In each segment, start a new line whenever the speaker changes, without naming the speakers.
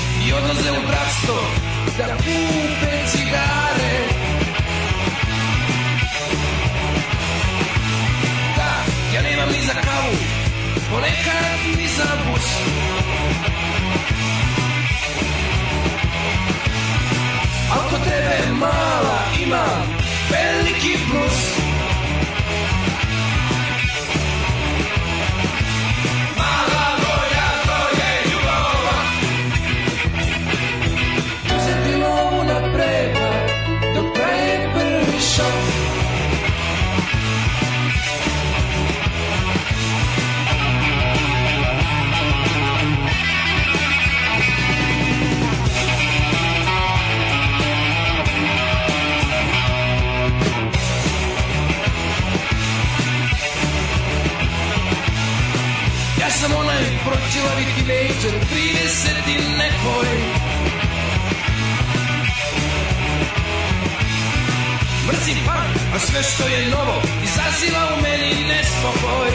stringe un tasto da più girare Da, ja nemam ni za kavu, ponekad ni za bus Al kod tebe mala imam veliki plus Mala moja, to je ljubava. Tu se bilo unapreda, dok traje prvi šok. Ja sam onaj proćelavi tinejdžer, 30 i nekoj. Mrzim punk, a sve što je novo izaziva u meni nespokoj.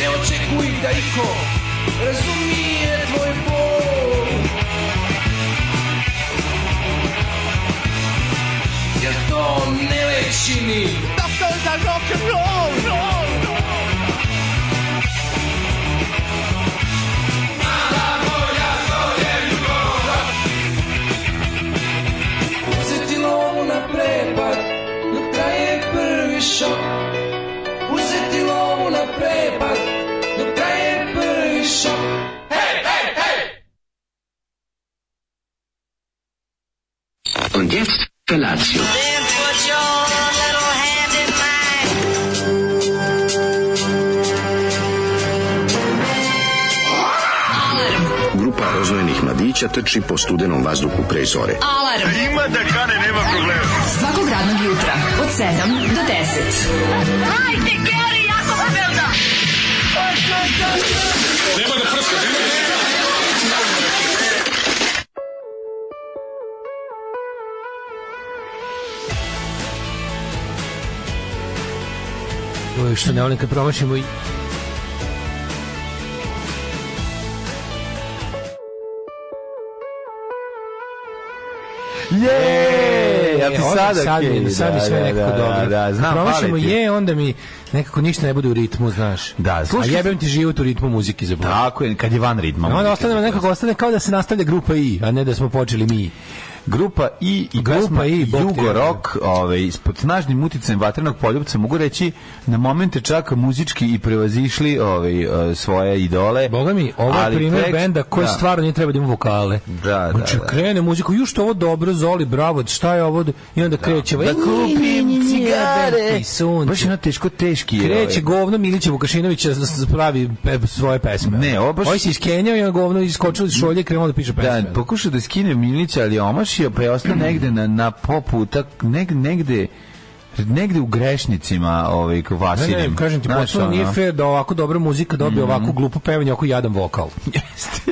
Ne očekuj da iko razumije tvoj bol. Jer to ne leči ni
Doctor za rock and roll.
Uzetilo mu na prepad Dok traje prvi šok Uzetilo mu na prepad Dok traje prvi šok
Und jetzt Felatio.
Then put your little hand in mine.
Grupa rozvojenih mladića trči po studenom vazduhu pre zore.
Alarm. Ima da kane, nema problema. Svakog radnog jutra, od 7 do 10. Hajde, Geri, jako se velda.
Oj, što ne volim kad promašimo i...
Je, a ti
ovdje
sada
E, sad, mi-
okej,
sad mi
da,
sve
da,
nekako
da,
dobro.
Da, znam,
Promašimo
hvala ti.
je, onda mi nekako ništa ne bude u ritmu, znaš.
Da, slušaj-
A jebem ti život u ritmu muzike za bolje.
Tako je, kad je van ritma.
Onda ostane nekako ostane kao da se nastavlja grupa I, a ne da smo počeli mi.
Grupa I i
Grupa
pesma
I, Bog te
Jugo
radi.
Rock, ovaj, pod snažnim uticajem vatrenog poljubca, mogu reći, na momente čak muzički i prevazišli ovaj, eh, svoje idole.
Boga mi, ovo je
Ali
primjer
tekst-
benda koji
da.
stvarno nije treba da ima vokale.
Da, da,
znači,
da.
krene muziku, ju što ovo dobro, zoli, bravo, šta je ovo? I onda kreće. ovaj,
Da kupim
"Jebem ti
cigare.
sunce."
Baš je ono teško, teški. je,
Kreće
ovaj.
govno Milića Vukašinovića da s- pravi pe- svoje pesme.
Ne, ovo baš-
Ovaj se iskenjao i on govno iskočio iz šolje i krenuo da piše pesme.
Da, pokušao da skine Milića, ali je omašio, pa je ostao negde na, na popu, tak, neg, negde, negde u grešnicima ovaj, k
Ne,
Vasiljem.
ne, kažem ti,
Znaš,
potpuno
ono.
nije fair da ovako dobra muzika dobije ovako glupo pevanje, ovako jadan vokal.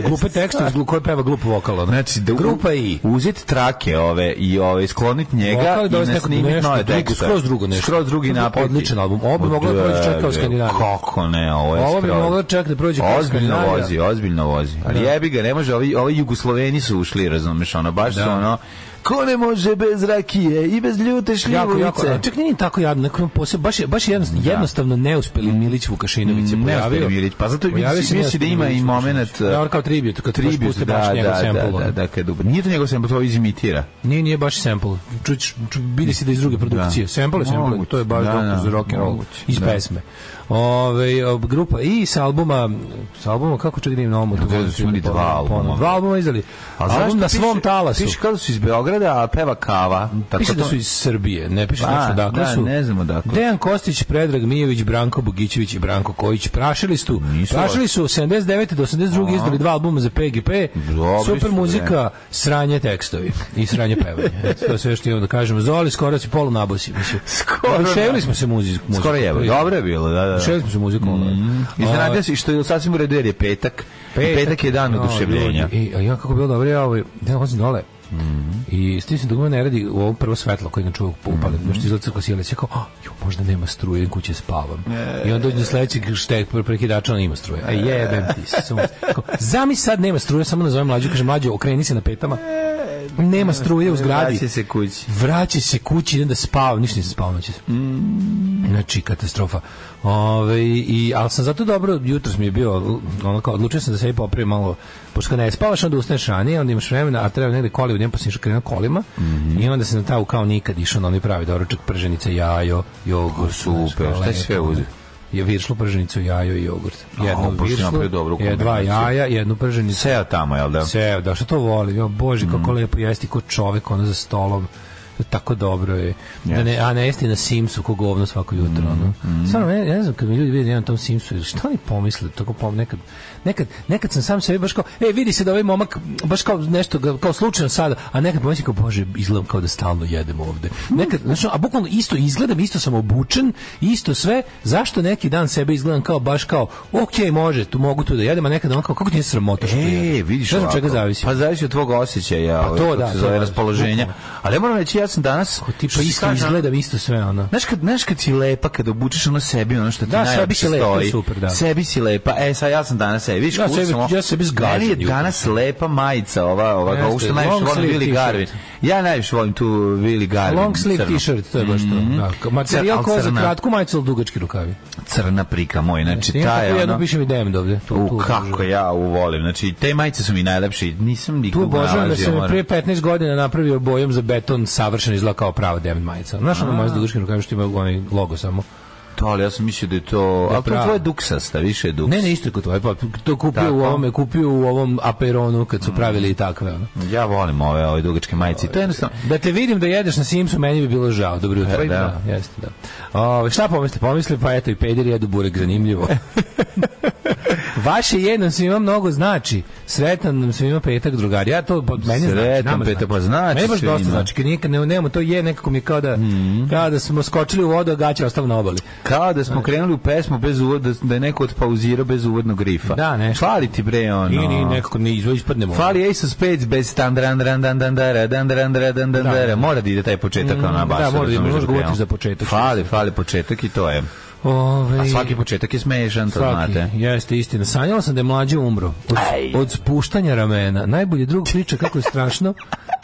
Glupe tekste uz glu- koje peva glup vokal. ono.
Znači, da u-
Grupa I.
Uzeti trake ove i ove, skloniti njega
Vokal je
i
dosta
na
neko
snimiti
nešto
nove
drugo,
tekste.
skroz drugo nešto.
Skroz drugi
To bi
napraviti.
odličan album. Ovo bi moglo da prođe čak kao
Da,
Skandinavija.
Kako ne, ovo je
Ovo bi
skroz-
moglo čak da prođe kao
Ozbiljno
Skandinavija.
vozi, ozbiljno vozi. Ali jebi ga, ne može, ovi, ovi Jugosloveni su ušli, razumeš, ono, baš su ono, ko ne može bez rakije i bez ljute
Jako, jako. a
šljivovice.
Čak nije ni tako jadno. Neko ima posebno, baš, je- baš je jednostavno, jednostavno neuspeli Milić Vukašinović se
Mm,
pojavio.
neuspeli Milić. Pa zato i
Pojavio
misli-
se
misli
neuspeli
da ima i
Milić Vukašinović.
momenat,
Da, ono kao tribut, kad tribut,
Tribute,
puste baš
da,
njegov
da,
sample.
da,
ono.
da, da, kad uba- Nije to njegov sample, to ovo izimitira.
Nije, nije baš sample. Čuć, ču, vidi se da iz druge produkcije.
Da.
Sample je sample,
Moguće.
to je baš
Da,
da,
da,
za rock and roll.
moguće,
Iz
da.
pesme. Ove, ob- grupa i s albuma, s albuma kako čak da im na omotu?
Ja, da su imali dva albuma.
Dva albuma izdali.
A
Album
zašto
na svom
piše-
talasu.
Piše kao da su iz Beograda, a peva kava. Tako
Piše da
to-
su iz Srbije, ne piše
A,
tačno dakle
da,
su.
ne znam odakle.
Dejan Kostić, Predrag Mijević, Branko Bogićević i Branko Kojić prašili su. Prašili su od 79. do 82. izdali dva albuma za PGP.
Dobri su,
Super
bre.
muzika, sranje tekstovi i sranje pevanje. Eto, to je sve što imam da kažem. Zoli, skoro si polu nabosi. Mislim.
Skoro
Oduševili
na-
smo se muziku. muziku.
Skoro Mhm. jebo. Dobro je bilo, da, da, da.
Oduševili smo se muzikom. Mm.
Iznenadio se i što je sasvim u redu jer je petak. Petak, petak je dan oduševljenja. Mhm.
I, a ja kako bilo dobro, ja ovaj, ja vozim dole, I stisnem dugme ne radi u ovo prvo svetlo koje inače uvijek upada.
Mhm.
Mm -hmm. Još ti izlazi kao sjelice, kao, "Ah, jo, možda nema struje, idem kuće spavam. I onda dođe do sledećeg štek prekidača, ona ima struje. A jebem ti sunce. Kao, Zamisli sad nema struje, samo nazovem mlađu, kaže mlađo, okreni se na petama. Nema struje u zgradi.
Vraća se kući.
Vraća se kući, idem da spavam, ništa nisam spavao noćas.
Mm.
Znači, katastrofa. Ove, i, ali sam zato dobro, jutros mi je bio, ono kao, odlučio sam da sebi popravim malo, pošto kad ne spavaš, onda ustaneš ranije, onda imaš vremena, a treba negde kolima, njemu pa sam išao krenuo kolima,
Mhm.
i onda sam na ta kao nikad išao na onaj pravi doručak, prženica, jajo, jogurt.
super,
znaš, kao
šta si
lepo.
sve uzeo?
Je viršlu, prženicu, jajo i jogurt. Jednu
pa si napravio dobru
viršlu, je dva
kombinaciju.
jaja, jednu prženicu.
Seo tamo, jel da?
Seo, da što to volim. Ja bože kako lepo jesti ko čovek ono za stolom. Tako dobro je. Da ne, a ne jesti na Simsu ko govno svako jutro. Ono. Stvarno, ne, ne znam, kad mi ljudi vide da imam tom Simsu, šta oni pomisle? Tako pom, nekad, nekad, nekad sam sam sebi baš kao, e, vidi se da ovaj momak, baš kao nešto, ga- kao slučajno sada, a nekad pomislim kao, bože, izgledam kao da stalno jedem ovde. Nekad, znaš, ono, a bukvalno isto izgledam, isto sam obučen, isto sve, zašto neki dan sebe izgledam kao, baš kao, okej, može, tu mogu tu da jedem, a nekad ono kao, kako ti je sramota što
E,
jedem?"
vidiš
Znaš od čega
ovako.
zavisi?
Pa zavisi od tvog osjećaja,
Pa
ovaj,
to
kako
da,
se
to
zove
da.
raspoloženja. Ali ja moram reći, ja sam danas...
Ko tipa
što ti
pa isto
kažem,
izgledam, isto sve ono.
Znaš kad, znaš kad si lepa, kad obučeš ono sebi, ono što ti
Da, sebi
najlepše
si lepa,
stoji.
super, da.
Sebi si lepa. E, sad ja sam danas sebi, vidiš
Ja
kud
sebi-
sam ovo-
ja sebi zgažem
Meni je
jutro.
danas lepa majica, ova, ova,
Jeste,
ovo što najviše
long
volim,
sleeve
Willy
t-shirt.
Garvin. Ja najviše volim tu Willy Garvin.
Long sleeve
crnu.
t-shirt, to je baš
Mhm.
to. Da, ka- materijal
Crna-
ko za
crna.
kratku majicu ili dugački rukavi.
Crna prika moj, znači,
Imam
ta
tako
je
jednu,
ono...
piše mi Demd ovde. Tu,
U,
tu
kako ja ovo volim. Znači, te majice su mi najlepše. Nisam
Tu
nikog
obožavam da
nalazio,
sam je
moram.
prije 15 godina napravio bojom za beton savršeno izgleda kao prava Demd majica. Znaš ono moja s dugačkim rukavima što ima onaj logo samo?
To, ali ja sam mislio da je to... ali to je
pravo.
tvoje duksasta, više je duks.
Ne, ne, isto je kod tvoje. Pa, to kupio
Tako. Mm.
u ovome, kupio u ovom aperonu kad su pravili i takve. Ono.
Ja volim ove, ove dugačke majice. To je jednostavno...
Da te vidim da jedeš na Simsu, meni bi bilo žao. Dobro jutro.
E, da.
da. Jeste, da. Ove, šta pomisli? Pomisli, pa eto i pederi jedu burek, zanimljivo. Vaše jednom svima mnogo znači. Sretan nam svima petak, drugari. Ja to, pa, meni znači.
Sretan
nama
petak, pa znači
Meni baš dosta
svima. Mhm.
znači. Kad nikad ne- nemamo, to je nekako mi kao da, kao da smo skočili u vodu, a gaće ostalo na obali.
Kao da smo krenuli u pesmu bez uvoda, da je neko odpauzirao bez uvodnog rifa.
Da, nešto.
Fali ti bre, ono...
I ni, nekako ne izvo ispadnemo.
Fali Ace of Spades bez tan dran dran dan dan dara dan dran dran dan dan dara. Mora da ide taj početak kao na
Mm,
basu.
da, mora da ide,
razumeš,
možeš ga
krenemo.
uvatiš za početak.
Fali, fali početak i to je.
Ove,
A svaki početak je smešan, to
Svaki,
znate.
Jeste istina. Sanjala sam da je mlađe umro. Od, od spuštanja ramena. Najbolji drug priča kako je strašno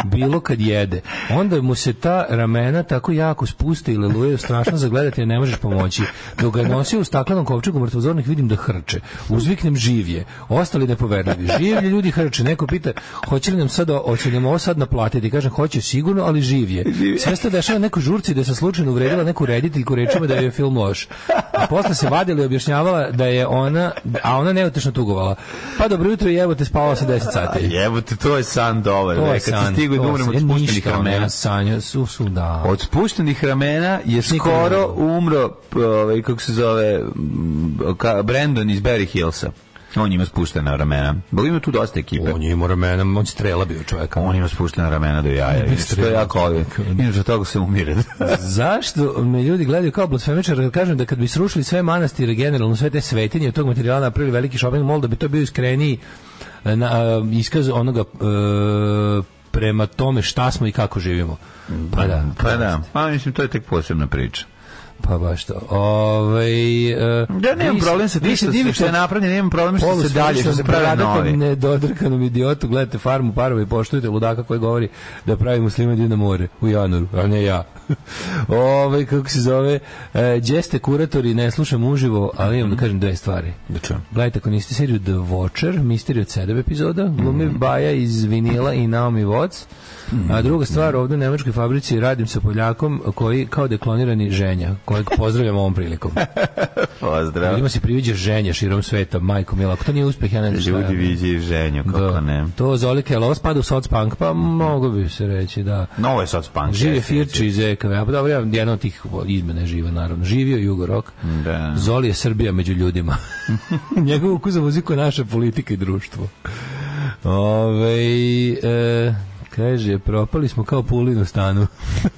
bilo kad jede. Onda mu se ta ramena tako jako spuste i leluje, strašno zagledati, jer ne možeš pomoći. Dok ga je nosio u staklenom kovčegu mrtvozornih vidim da hrče. Uzviknem živje. Ostali nepoverljivi. Življe ljudi hrče. Neko pita, hoće li nam sad, o- hoće li nam ovo sad naplatiti? Kažem, hoće sigurno, ali živje. Sve se to dešava na nekoj žurci da se slučajno uvredila neku rediteljku rečima da joj je film loš. A posle se vadila i objašnjavala da je ona, a ona neutešno tugovala. Pa dobro jutro i evo te spavala sa 10 sati.
Jebote, to je san dobar.
To
bre,
je
Kad si
san,
stigao
to je
da umrem
san.
od
E,
spuštenih
ništa, ono,
ramena.
ja Sanja, su, su, da.
Od spuštenih ramena je
Niko
skoro
ne
umro, p- ovaj, kako se zove, m, ka, Brandon iz Berry Hillsa. On ima spuštena ramena. Bilo ima tu dosta ekipe.
On je imao ramena, on strela bio čovjeka.
On ima spuštena ramena do jaja. Što je jako ovdje. Inače, od toga se umire.
Zašto me ljudi gledaju kao blasfemičar kad kažem da kad bi srušili sve manastire generalno sve te svetinje od tog materijala napravili veliki shopping mall da bi to bio iskreniji e, na, e, iskaz onoga e, prema tome šta smo i kako živimo. Pa da,
Pa da, pa mislim, to je tek posebna priča.
pa baš to. Ovaj e,
Ja nemam
vi se-
problem sa
vi se
tim što, se-
divite
što je napravljeno, nemam problem što se dalje, što se prave novi.
Ne dodrkanom idiotu, gledate farmu parova i poštujete ludaka koji govori da pravi musliman ide na more u januaru, a ne ja. Ove, kako se zove, e, gdje ste kuratori, ne slušam uživo, ali imam da kažem dve stvari. Da Gledajte, ako niste seriju The Watcher, misteriju od sedam epizoda, glumi Baja iz Vinila i Naomi Watts, a druga stvar, ovdje u nemačkoj fabrici radim sa Poljakom koji kao deklonirani ženja, kojeg pozdravljam ovom prilikom.
Pozdrav.
Ljudima se priviđa ženja širom sveta, majko mila. Ako to nije uspeh, ja ne znam šta je.
Ljudi vidi ženju, kako
Da.
ne.
To Zolike, ali ovo spada u soc-punk, pa mogu bi se reći, da.
Novo je sad punk.
Živio
jeste,
Firči iz EKV, a pa dobro, ja, jedna od tih izmene je živa, naravno. Živio Jugorok.
Da.
Zoli je Srbija među ljudima. Njegov ukus za muziku je naša politika i društvo. Ove, e, Kaže, propali smo kao pulin u stanu.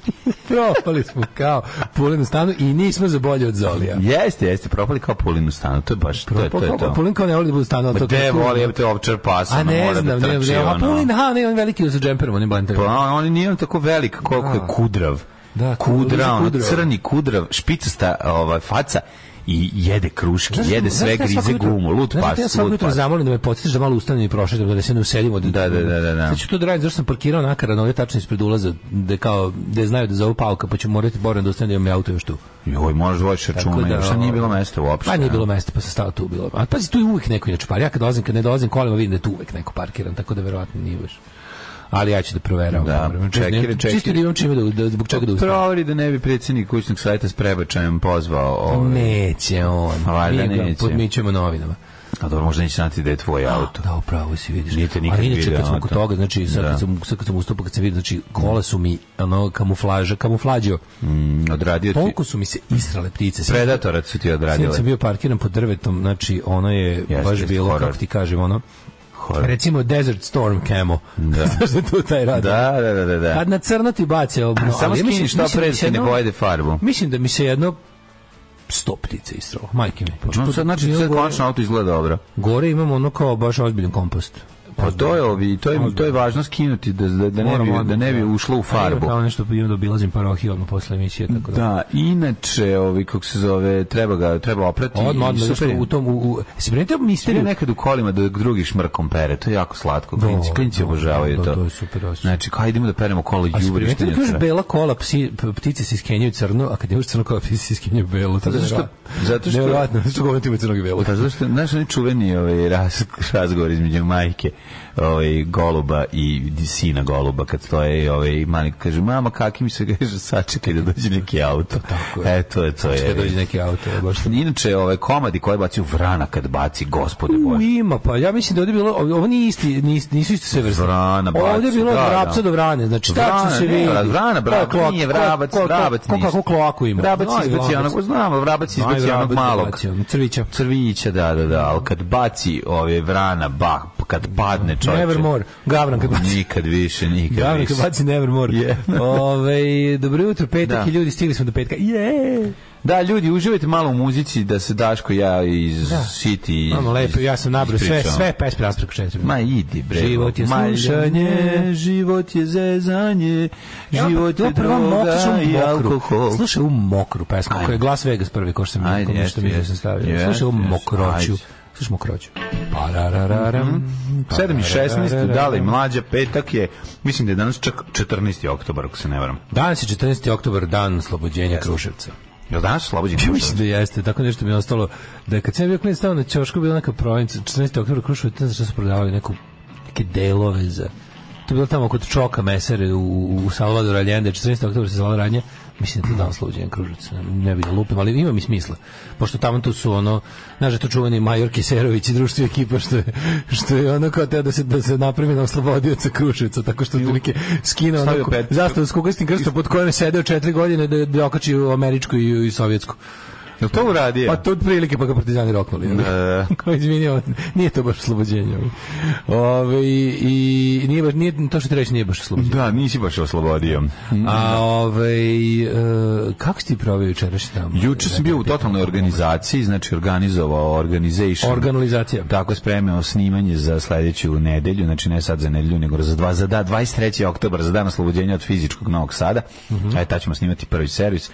propali smo kao pulin u stanu i nismo za bolje od Zolija.
Jeste, jeste, propali kao pulin u stanu, to je baš, to je to. Je
Propao kao
to.
Pa, pulin kao ne voli da bude u stanu. ali
Ma
to
te
kao tu-
voli, evo te ovčar pas,
A
ono,
ne
mora
znam,
da
ne
trči,
znam. A
ono.
pulin, ha, ne, on je veliki sa džemperom, on je banter.
Pa on nije on tako velik koliko je
Da.
kudrav.
Da,
kudra,
liže
ono,
kudrav.
crni kudrav, špicasta ovaj, faca i jede kruške,
Znaš,
jede
znaš
sve,
šta ja
grize pa
svako jutro-
gumu, lud
znaš šta
pas,
Ja svako
lud
jutro
pas.
zamolim da me podsjetiš da malo ustanem i prošetam, da se ne usedimo.
Da, da, da, da, da.
Sad ću to da radim, zašto sam parkirao nakarano ovdje tačno ispred ulaza, da kao, da znaju da zovu pauka, pa ću morati boran da ustanem da imam ja auto još tu.
Joj, možeš vodiš računa, da, šta nije bilo mesta uopšte.
Pa nije
ja.
bilo mesta, pa se stalo tu bilo. A pazi, tu je uvijek neko inače par. Ja kad dolazim, kad ne dolazim kolima, vidim da je tu uvijek neko parkiran, tako da verovatno nije baš. Ali ja ću da proveravam.
Da, Pa,
povremeno.
čekiri,
Čisto da
čekiri.
imam čime da, da zbog čega da ustanem.
Proveri da ne bi predsjednik kućnog sajta s prebačajem pozvao.
Pa
Ovaj.
Neće on.
Valjda
Mi ga
neće.
Podmićujemo novinama.
A dobro, možda neće znati da je tvoj auto.
Da, upravo si vidiš.
Nije te nikad
Ali inače,
video, ono
kad smo kod
to.
toga, znači, sad,
Da.
kad, sam, sad kad sam ustao, pa kad sam vidio, znači, kola su mi, ono, kamuflaža, kamuflađio.
Mm, odradio ti.
Toliko su mi se israle ptice. Sve
Predatorac su ti
Sinoć
odradile.
sam bio parkiran pod drvetom, znači ono je
Jeste,
baš
jeste,
bilo,
horor.
kako ti kažem, ono,
Horor.
recimo Desert Storm Camo.
Da.
Znaš da tu taj radi.
Da, da, da, da. da.
Kad na crno ti bace obno.
Samo
ali ja
skini
mislim-
što
mislim da
pre
mi
da
se
ti ne
jedno-
pojede farbu.
Mislim da mi se jedno sto ptice istralo, majke mi.
No, sad, znači, sad
gore,
konačno auto izgleda dobro.
gore imam ono kao baš ozbiljan kompost.
Pa to je ovi, to je to je važno skinuti da da, da ne
Moram
bi da ne bi ušlo u
Ima
farbu.
kao nešto, imam da obilazim parohiju odmah posle emisije, tako da.
Da, inače, ovi kako se zove, treba ga treba oprati.
Odmah,
i
odmah,
super
nešto
je.
u tom, u, u, se primetio
Ti
misteriju?
nekad u kolima da drugi šmrkom pere, to je jako slatko. Klinci,
Da,
klinci
da,
obožavaju
da,
to.
to je super osjećaj.
Znači, kao idemo da peremo kolo
A si
đubre što
primetio
je.
da kažeš bela kola, psi, p- ptice se iskenjaju crno, a kad imaš crno kola, ptice se iskenjaju belo. To je
Zato što-
nevjerojatno.
zato što-
Nevjerojatno, zato što govorim ima crnog i belo.
Pa zašto, znaš, oni čuveni ovaj, raz, razgovor između majke ovaj, Goluba i sina Goluba, kad stoje ovaj, mali kaže, mama, kaki mi se kaže, sačekaj da dođe neki auto.
Pa Tako je.
E, to je, to
Kad dođe
je.
neki auto, je baš to.
Inače, ove komadi koje baci u vrana kad baci, gospode
U,
bože.
ima, pa ja mislim da ovdje bilo, ovo nije isti, nis- nisu isto sve vrste.
Vrana, braco,
Ovdje je bilo
da,
od vrapca
da.
do vrane, znači tačno
Vrana,
se
ne, pa
vidi.
vrana,
Ko je
bravo,
kloak-
nije
ko je-
vrabac,
ko- ko-
vrabac
Ko
ništa.
kakvu kloaku ima.
Vrabac
Aj,
izbaci onog, znamo, vrabac
Aj,
izbaci onog
vrabac
malog.
izbacio, Crvića.
Crvića, da, da, da, ali kad baci ove vrana, bah, kad padne čovječe.
Nevermore, gavran kad baci.
Nikad više, nikad
Gavran
više.
kad baci Nevermore.
Je.
Ove, dobro jutro, petak
Da.
i ljudi, stigli smo do petka. Je!
Da, ljudi, uživajte malo u muzici da se Daško i ja iz
Da.
City...
Ono lepo, ja sam nabrao sve,
ispričamo.
sve pesme raspreko četiri.
Ma idi bre.
Život je
Ma,
slušanje,
život je zezanje, život je
prva
droga
mokra,
i
slušaj ovu mokru.
alkohol.
Slušaj u mokru pesmu,
Ajde.
koja je Glas Vegas prvi, ko što sam
Ajde,
Ajde,
jeste,
nešto mi
jeste.
sam stavio.
Jeste,
Slušaj u
jeste.
mokroću.
Ajde.
Slušaj mokroću. Pa, Pararararam.
7
Pa,
i 16,
pararararam.
da li mlađa petak je, mislim da je danas čak 14. oktobar, ako se ne varam.
Danas je 14. oktobar, dan oslobođenja Kruševca.
Jel danas slobođen
Ja mislim da jeste, tako nešto mi je ostalo. Da kad sam ja bio klinac stavio na Ćošku, bila neka provinca, 14. oktober Kruševac, ne znam što su prodavali, neku, neke delove za... To je bilo tamo kod Čoka Mesere u, u Salvador Allende, 14. oktober se zvala radnja, mislim da je to dan slobođenja Kruševca, ne bi da lupim, ali ima mi smisla. Pošto tamo tu su ono, znaš da je tu čuveni Major Kiserović i društvo ekipa što je, što je ono kao teo da se, da se napravi na oslobodioca Kruševca, tako što otprilike skina
Stavio
onako,
pet-
zastavu s kukastim krstom pod kojom je sedeo četiri godine da, da okači u američku i, i sovjetsku.
Jel to uradio? E,
Pa to otprilike pa ga partizani roknuli. jel?
Da.
Kao izvini, ovo nije to baš oslobođenje. Ove, i, i nije baš, nije, to što ti reći nije baš oslobođenje.
Da, nisi baš oslobodio.
A ovaj e, kako si ti proveo jučerašnji tamo?
Juče sam bio u totalnoj organizaciji, znači organizovao organization.
Organizacija.
Tako spremao snimanje za sledeću nedelju, znači ne sad za nedelju, nego za dva, za da, 23. oktobar, za dan oslobođenja od fizičkog Novog Sada.
Mhm.
Ajde, tad ćemo snimati prvi servis.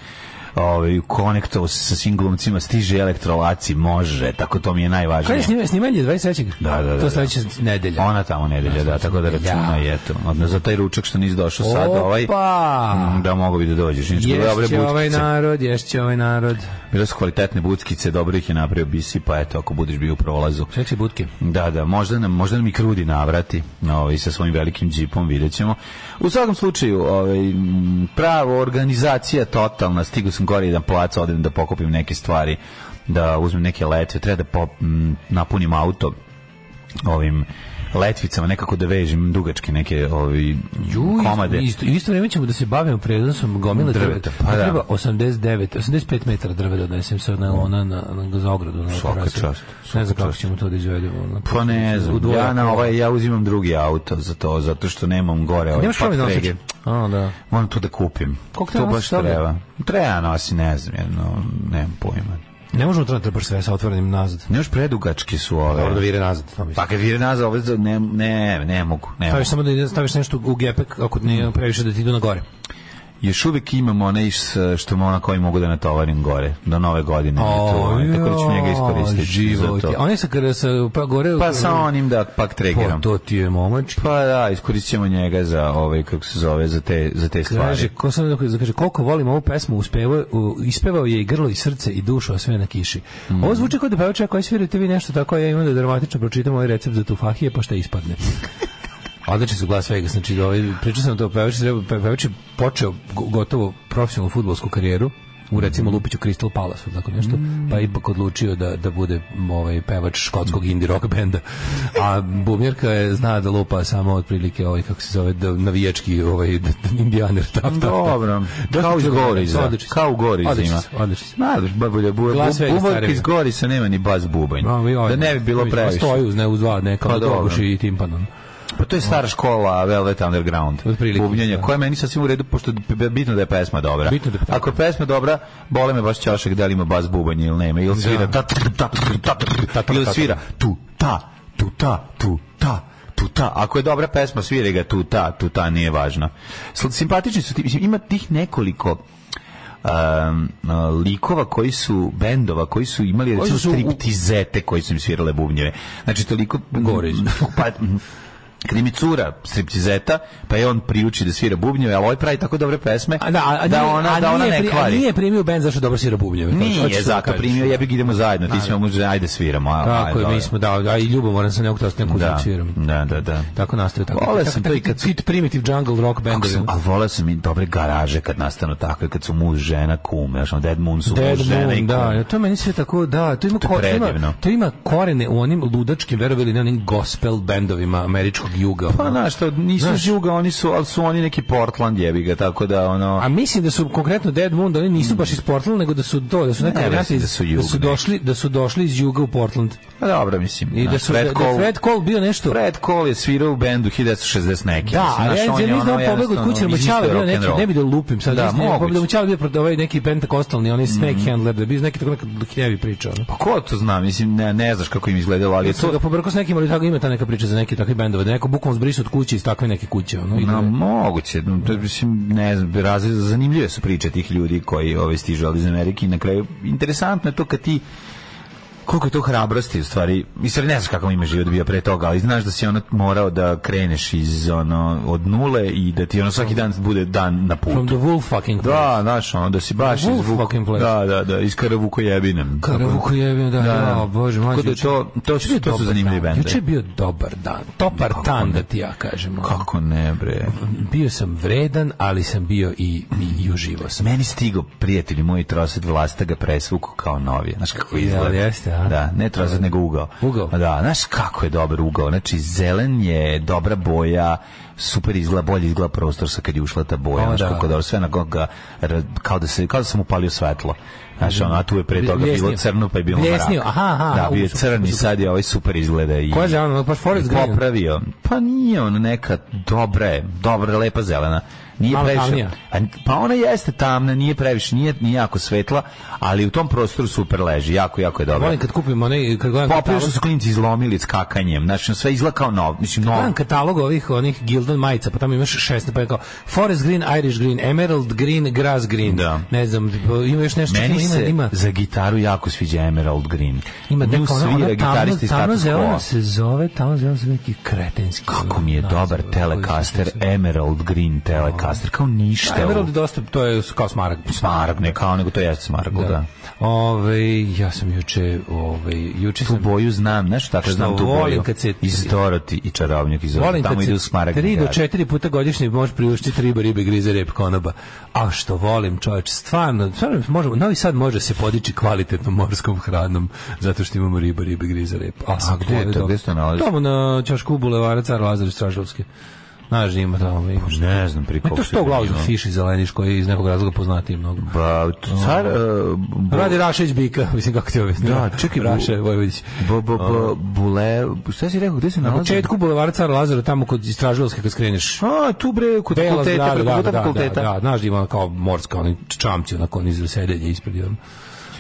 Ovaj, konektovao se sa svim glumcima, stiže elektrolaci, može, tako to mi je
Kada je
najvažnije.
snimanje? Snimanje je 23.
Da, da, da,
To
da.
sledeće nedelja.
Ona tamo nedelja, da, tako da računa je to. Odno, za taj ručak što nisi došao sad, ovaj,
Opa!
mm, da mogu bi da dođeš. Ničko, dobre
Ješće ovaj
bučkice.
narod, ješće ovaj narod.
Bile su kvalitetne buckice, dobro ih je napravio Bisi, pa eto, ako budeš bio u prolazu.
Seksi butke.
Da, da, možda nam, možda nam i krudi navrati ovaj, sa svojim velikim džipom, vidjet ćemo. U svakom slučaju, ovaj, m, pravo, organizacija totalna, stigu sam gore jedan plac, odem da pokupim neke stvari, da uzmem neke letve, treba da pop- m, napunim auto ovim letvicama nekako da vežem dugačke neke ovi
Ju,
komade.
Isto, isto vreme ćemo da se bavimo prenosom gomile
Drveta,
drveta.
pa
Pa
da.
Treba 89, 85 metara drva da odnesem sa ona na, na, za ogradu. Na
Svaka
terasu.
čast, svaka
Ne znam kako
čast.
ćemo to da izvedemo. ono.
Pa ne
U
znam,
dvoje.
ja, na ovaj, ja uzimam drugi auto za to, zato što nemam gore ovaj
Nemaš pravi nosič?
trege.
A, da.
Moram to da kupim.
Koliko
to
treba
baš
nosiš toga?
treba. Treba nosi, ne znam, jedno, nemam pojma.
Ne možemo to da trpaš sve sa otvorenim nazad.
Ne još predugački su
Dobro da
ove.
vire nazad. to mislim.
Pa kad vire nazad, ove, za- ne, ne, ne mogu. Ne mogu.
Staviš samo da ide- staviš nešto u gepek ako
Mm.
ne previše da ti idu na gore.
E, Još uvijek imam one iš, e, što mo- na koji mogu da natovarim gore. Do nove godine. je to, one, tako da ću njega iskoristiti.
Živo.
za to.
On je sa, kada sa pa gore...
Pa sa onim da pak
Pa,
tregiram.
to ti je momački.
Pa da, iskoristit ćemo njega za ovaj, kako se zove, za te, za te stvari.
Kaže, ko sam da kaže, koliko volim ovu pesmu, uspevao, u, ispevao je i grlo i srce i dušu, a sve na kiši. Ovo zvuči kao da pevača, ako svirate vi nešto tako, a ja imam da dramatično pročitam ovaj recept za tufahije, pa šta ispadne. Odlični su Las Vegas, znači ovaj, pričao sam to, pevač, je trebao- pevač je počeo go- gotovo profesionalnu futbolsku karijeru, u recimo
Mhm.
Lupiću Crystal Palace ili tako nešto, pa je ipak odlučio da, da bude m, ovaj pevač škotskog indie rock benda. A bubnjerka je zna da lupa samo otprilike ovaj kako se zove da, navijački ovaj d- d- indijaner tap tap. tap.
Dobro.
Dosta
Kao iz
čudno,
Goriza.
odlično.
Kao u Goriza
Odlično
ima.
si, odlično si.
Znaš, babulja, bu-
Glas
bu-
Vegas
buvojka
stari.
iz Gorica nema ni bas bubanj.
A, i ovaj,
Da ne bi bilo
vidi,
previše.
Stoji uz ne uz dva neka
Pa
od
dobro.
obuši i timpanom.
Pa to je stara škola Velvet Underground.
Otprilike,
Bubnjanja,
da.
koja je meni sasvim u redu, pošto je b- bitno da je pesma dobra.
Bitno da je pesma
Ako je pesma dobra, bole me baš ćošak da li ima bas bubanje ili nema. Ili svira ta ta ta ta ta ta ili svira tu ta tu ta tu ta tu ta. Ako je dobra pesma, svira ga tu ta tu ta, nije važno. Sl- Simpatični su ti, mislim, ima tih nekoliko um, uh, likova koji su bendova koji su imali recimo
su u-
striptizete koji su im svirale bubnjeve. Znači toliko
Gorić.
pa kad im je cura striptizeta, pa je on priuči da svira bubnjeve, ali ovaj pravi tako dobre pesme
A da, a, a
da
nije-
ona,
a
da ona
nije
ne
pri- A
kvari.
nije primio bend zašto dobro svira bubnjeve. to
Nije,
hoćeš da
zato
kažeš.
primio, ja bih idemo zajedno, ti smo muže, ajde sviramo. a-
Tako
ajde,
je, mi smo, da, a i ljubomoran sam nekog tosta neku
da,
da. sviram.
da, da, da.
Tako nastaje tako.
Voleo
tako-
sam to i
tako-
kad su-
fit primitive jungle rock
Kako
bendovi.
sam, ali voleo sam i dobre garaže kad nastanu takve, kad su muž, žena, kume, znaš, ono, Dead Moon su muž,
Dead
žena i
Moon,
kum.
da, ja, to meni sve tako, da, to ima,
To je
ko- to
predivno.
ima, to ima korene u onim ludačkim, verovali ili ne, onim gospel bendovima američkog juga.
Pa
ono.
znaš, to nisu
Znaš.
juga, oni su, ali su oni neki Portland jebi ga, tako da ono...
A mislim da su konkretno Dead Moon, da oni nisu baš iz Portlanda, nego da su to, da su neka
Ne,
varijanta
mislim
iz-
da su jug,
da su
ne.
došli, da su došli iz juga u Portland.
Pa dobro, mislim.
I da
znaš,
su da, da
Cole-
Fred Cole bio nešto.
Fred Cole je svirao u bendu 1960 neki.
Da, ali ja ja
ono
nisam da pobegao od kuće, jer mu Ćale bio neki, ne bi da lupim sad,
Da,
da, Mhm. ne,
moguće.
da mu Ćale bio protiv ovaj neki pentakostalni, onaj snake handler, da bi neki tako neka hnjevi priča, ono.
Pa ko to zna, mislim, ne, ne znaš kako im izgledalo, ali je
Su
to...
ga pobrkao s nekim, ali tako ima ta neka priča za neki takvi bendove, da neko bukom zbrisu od kuće iz takve neke kuće, ono. i da-
Na, moguće, no, to, mislim, ne znam, razli, zanimljive su priče tih ljudi koji ove, stižu ali iz Amerike i na kraju, interesantno je to kad ti koliko je to hrabrosti u stvari i sad ne znaš kakav ima život bio pre toga ali znaš da si ono morao da kreneš iz ono od nule i da ti ono svaki dan bude dan na putu
From the wolf fucking
Da, znaš, ono, da si baš
Wolf
iz Vuk-
fucking place.
Da, da, da, iz Karavuko jebinem.
Karavuko jebio, ono. da,
Da, da.
da, bože, mlađe.
Tako da
juče-
to- to su-
juče je
to su
dobar
zanimljivi
dan.
bendovi.
Juče je bio dobar dan, topar dan da ti ja kažem. ono.
Kako ne, bre.
Bio sam vredan, ali sam bio i, i, i uživo sam.
Meni stigo prijatelji moji troset vlasta ga presvuku kao novije. Znaš kako
Jel
izgleda.
jeste, a?
Da, ne troset, nego ugao. Pa
Ugao?
Da, znaš kako je dobar ugao. Znači, zelen je, dobra boja, super izgleda, bolje izgleda prostor sa kad je ušla ta boja.
O,
Znaš
da.
kako je dobro, sve na koga, kao da, se, kao da sam upalio svetlo. Znaš, ono, a tu je pre toga bilo
Bljesnio.
crno, pa je bilo
Bljesnio,
mrak.
aha, aha,
Da, bio je
super,
crni,
super.
sad je ovaj super izgleda. I...
Koja je ono, baš Forrest Gump.
popravio. Pa nije ona neka dobra, je, dobra, lepa zelena. Nije
Malo
previše.
tamnija.
A, pa ona jeste tamna, nije previše, nije, nije jako svetla, ali u tom prostoru super leži, jako, jako je dobra.
Volim kad kupim onaj, kad gledam
Poprije
katalog,
što su klinci izlomili skakanjem, znači sve izgleda kao nov, mislim nov.
gledam katalog ovih onih Gildan majica, pa tamo imaš 16, pa je kao Forest Green, Irish Green, Emerald Green, Grass Green,
Da.
ne znam, ima još nešto,
Meni
ima,
se
ima,
za gitaru jako sviđa Emerald Green.
ima ono,
Nju
neka ona,
svira
ona tamno,
gitarista iz
tamno
Status
zelena
Quo.
se zove, tamno zelena se zove neki kretenski.
Kako mi je
naziv,
dobar
ono, koji se
Telecaster,
sviđa.
Emerald Green flaster, kao ništa.
A Emerald je dosta, to je kao smarag.
Smarag, ne kao, nego to jeste smarag, da. da.
Ove, ja sam juče, ove, juče
Tu
sam...
boju znam, znaš tako
Što
znam tu boju.
volim kad se-
Iz Doroti i čarobnjak iz Doroti,
Volim
tamo
kad
ide u
se
smarag.
tri do četiri puta godišnje može priuštiti riba, ribe, grize, rep, konoba. A što volim, čovječ, stvarno, stvarno možemo, Novi Sad može se podići kvalitetnom morskom hranom, zato što imamo riba, ribe, grize, rep. sam
gde je
volim
to? Gde se to nalazi?
Tamo na Ćošku bulevara Car Lazar Stražovske. Znaš, ima tamo, ima što.
Pa Ne znam, pri
Ma to što uglavnom
Fiš.
fiši zeleniš koji je iz nekog razloga poznatiji mnogo.
Ba, car... e, bo-
Radi Rašić Bika, mislim kako ti objasnim.
Da, čekaj, bu-
Raša Vojvodić.
Bo, bo, bo, bule... Šta si rekao, gde se
Na
nalazi?
početku bulevara Car Lazara, tamo kod Istraživalske kad skreneš.
A, tu bre, kod
Bela
fakulteta,
zgrada,
preko
da,
puta
da, da,
fakulteta.
da, da, znaš da ima kao morska, oni čamci, onako oni za sedenje ispred. i ono.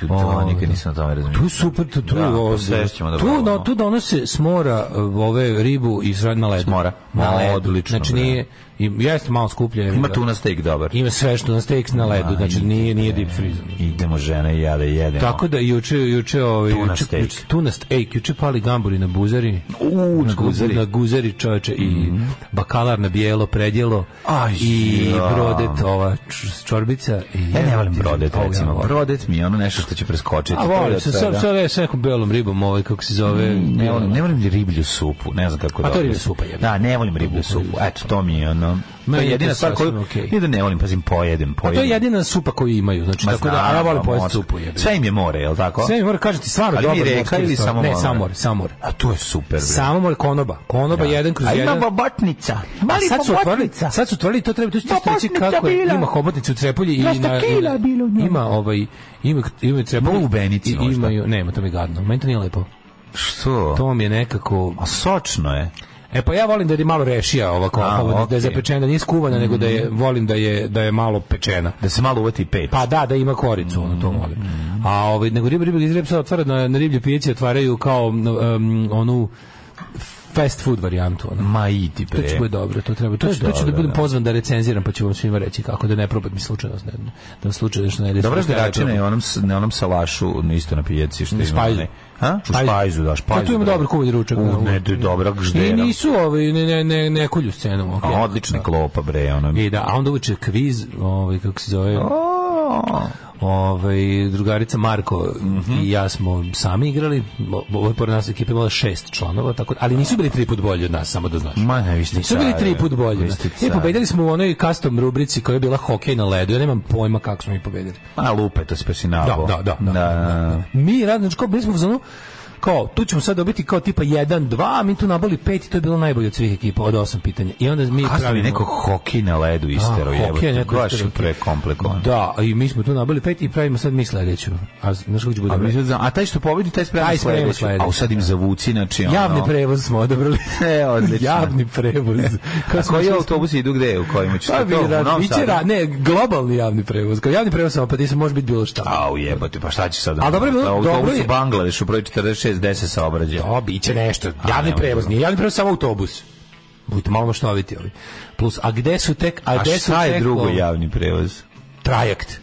To nikad nisam o tome razumio.
Tu je super, tu, tu,
Da, pa
je ovo-
sve ćemo da
tu,
probamo.
no, tu donose s mora e, ove ribu i srad na ledu.
S mora.
Na
O,
ledu.
odlično,
Znači
bre.
nije, i- jeste malo skuplje.
Ima
da.
tu na steak dobar.
Ima sve što na steaks na ledu, znači nije, nije deep freeze.
Idemo žene i ja da jedemo.
Tako da juče juče ovaj
Tuna
juče-
steak.
juče- tuna steak, juče pali gamburi na buzari.
U,
na
na
guzari, na guzari čoveče i bakalar na bijelo predjelo
Aj,
i
ja.
brodet ova č- čorbica i
Ja ne volim brodet,
O, ja
recimo.
volim.
Brodet mi je ono nešto što će preskočiti.
A
To je
volim,
od
sa, sa,
svega.
sa, sa nekom belom ribom, ovaj, kako se zove.
Ne volim, ne volim riblju supu, ne znam kako da.
Pa to je riblja
objasnim.
supa, jebe.
Da, ne volim riblju supu. Eto, to mi je ono. To
Meni
je
je
jedina
to
stvar koju
sasvim okej.
nije da ne volim, pazim pojedem,
A
pojedem.
to je jedina supa koju imaju, znači,
Ma
tako da, a
znam,
ja volim
pa
pojesti
morska.
supu, jebe.
Sve im je more, je l' tako?
Sve mi mora kažeti, stvarno
Ali
dobro.
mi reka ili samo
Ne,
more?
samor, samor.
A to je super. bre.
Samomor konoba. Konoba pa jedan kroz
A
jedan.
ima bobotnica.
A
Mali
sad su otvorili,
bobotnica.
sad su otvorili, to treba tu ćete reći
Bobotnica
kako je,
bila.
ima hobotnicu u Trepolji i na,
200 kila bilo u njoj.
ima ovaj ima ima Trepolji
Ima lubenici
i
možda.
imaju, nema to mi je gadno. Meni to nije lepo.
Što?
To mi je nekako
A sočno je.
E pa ja volim da je malo rešija ova kao
A,
hobotnica, da je
okej. Mm.
zapečena, nije skuvana, nego da je volim da je da je malo pečena.
Da se Mm. malo uvati i peć.
Pa da, da ima koricu, ono to volim. A ovaj nego ribe ribe iz repsa otvara na, na riblje pijaci otvaraju kao um, onu fast food varijantu, ono.
Ma idi
To će
bre.
bude dobro, to treba. To,
je
ću, to ću da
dobro,
budem
da.
pozvan da recenziram, pa ću vam svima reći kako da ne probati mi slučajno, ne, da vam slučajno nešto ne ide.
Dobro
što
što
ja ne
račina
probam.
je onom, s- na onom salašu no isto na pijaci što ima.
Špajzu.
onaj- Ha? U špajzu, pa da, špajzu.
Ja, tu ima
bre.
dobar kuvalj ručak.
U, ne, to je dobra
I
gždera.
nisu ovaj, ne, ne, ne, ne kulju scenom. Okay.
A, odlična klopa, bre, ono.
I da, a onda uveče kviz, ovaj, kako se zove,
O,
ovaj, drugarica Marko
Mhm.
i ja smo sami igrali, Bo- bo- ovo je pored nas ekipa imala šest članova, tako, ali nisu bili tri put bolji od nas, samo da znaš.
Ma ne, vi ste
Nisu bili
care,
tri put E, bolji.
vi ste
I
care.
pobedili smo u onoj custom rubrici koja je bila hokej na ledu, ja nemam pojma kako smo mi pobedili.
A lupe to spasi nabo.
Da, da, da, da, Mi radno, znači, kao bili smo u zonu, kao, tu ćemo sad dobiti kao tipa 1, 2, a mi tu nabali 5 i to je bilo najbolje od svih ekipa, od osam pitanja. I onda mi
Kasno mi
pravimo...
neko hokej na ledu istero,
A,
jebote.
hokej je neko
baš
isterao.
prekomplikovan.
Da, i mi smo tu nabili 5 i pravimo sad mi sledeću. A znaš kako će bude?
A, mi sad znam- a taj što pobedi, taj sprema
Taj sprema
sledeću.
sledeću.
A sad im zavuci, znači ono...
Javni prevoz smo odabrali.
E, odlično.
Javni prevoz.
A
smo
koji
išli-
autobus idu gde? U kojim ćete
Pa
to?
bi
U
rad,
Novom
biće
Sadu?
ra- ne, globalni javni prevoz. Kao javni prevoz samo pa ti se može biti bilo šta.
Au jebote, pa šta će sad?
A dobro je bilo,
Autobus
dobro je.
u Bangladešu, broj 46, 10 saobrađaja.
O, biće nešto.
A,
Javni
nema
prevoz,
drugo.
nije javni prevoz, samo autobus. Budite malo maštoviti ovi. Plus, a gde su tek... A,
A
gde su
šta je
tek,
drugo
ovi?
javni prevoz?
Trajekt.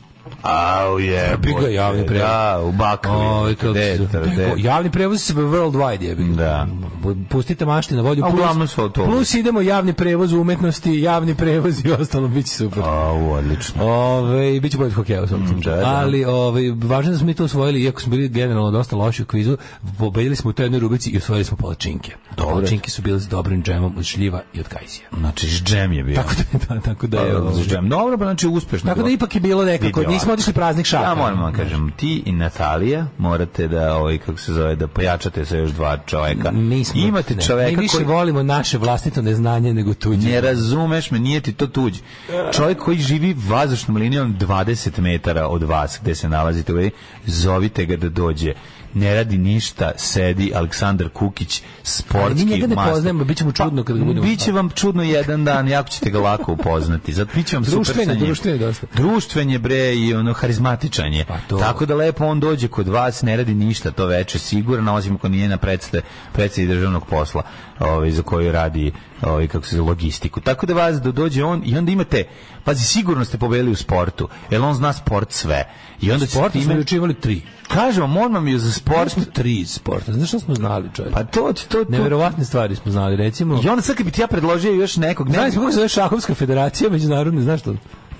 Au je.
Bi ga javni prevoz.
Da, u
Ovi,
Bakovi.
kako se zove. Tako, Javni prevoz se worldwide je. bio.
Da.
Pustite mašti na volju.
A
plus-
uglavnom su autobusi.
Plus idemo javni prevoz u umetnosti, javni prevoz i ostalo, bit će super.
Au, odlično.
Ove, bit će bolje od hokeja u svakom slučaju.
Mm, da, da.
Ali ove, važno je da smo mi to osvojili, iako smo bili generalno dosta loši u kvizu, pobedili smo u toj jednoj rubici i osvojili smo palačinke.
Dobro.
Palačinke su bile s dobrim džemom od šljiva i od kajsija.
Znači, džem je bio.
Tako da, da, tako da je...
Pa,
ovaj,
s džem. Dobro, pa znači uspešno.
Tako da ipak je bilo nekako,
Vidi
nismo
ovako.
otišli praznih šaka.
Ja moram vam kažem, ti i Natalija morate da, ovaj, kako se zove, da pojačate sa još dva čoveka.
Mi smo,
Imate
ne,
čoveka
mi više
koji...
volimo naše vlastito neznanje nego tuđe.
Ne razumeš me, nije ti to tuđ. Čovjek koji živi vazdušnom linijom 20 metara od vas gde se nalazite, ovaj, zovite ga da dođe. Ne radi ništa, sedi Aleksandar Kukić,
Ali mi
sportski
njega ne
majstor.
poznajemo, bit će mu čudno kad ga budemo.
Biće vam čudno jedan dan, jako ćete ga lako upoznati. Zato biće vam super
Društveni,
sa njim.
društveni dosta.
Društven je bre i ono harizmatičan je.
Pa to.
Tako da lepo on dođe kod vas, ne radi ništa to veče sigurno, osim ako nije na predstave, predstavi državnog posla, ovaj za koju radi ovaj kako se zove, logistiku. Tako da vas da dođe on i onda imate pazi sigurno ste pobedili u sportu, jer on zna sport sve. I onda
Sport
ćete
smo
time-
juče imali tri.
Kažem vam, odmah mi je za sport.
tri sporta. Znaš što smo znali, čovječe?
Pa to ti to to.
Neverovatne stvari smo znali, recimo.
I onda sad kad bi ti ja predložio još nekog, ne,
Znaš kako se zove šahovska federacija međunarodne, znaš to?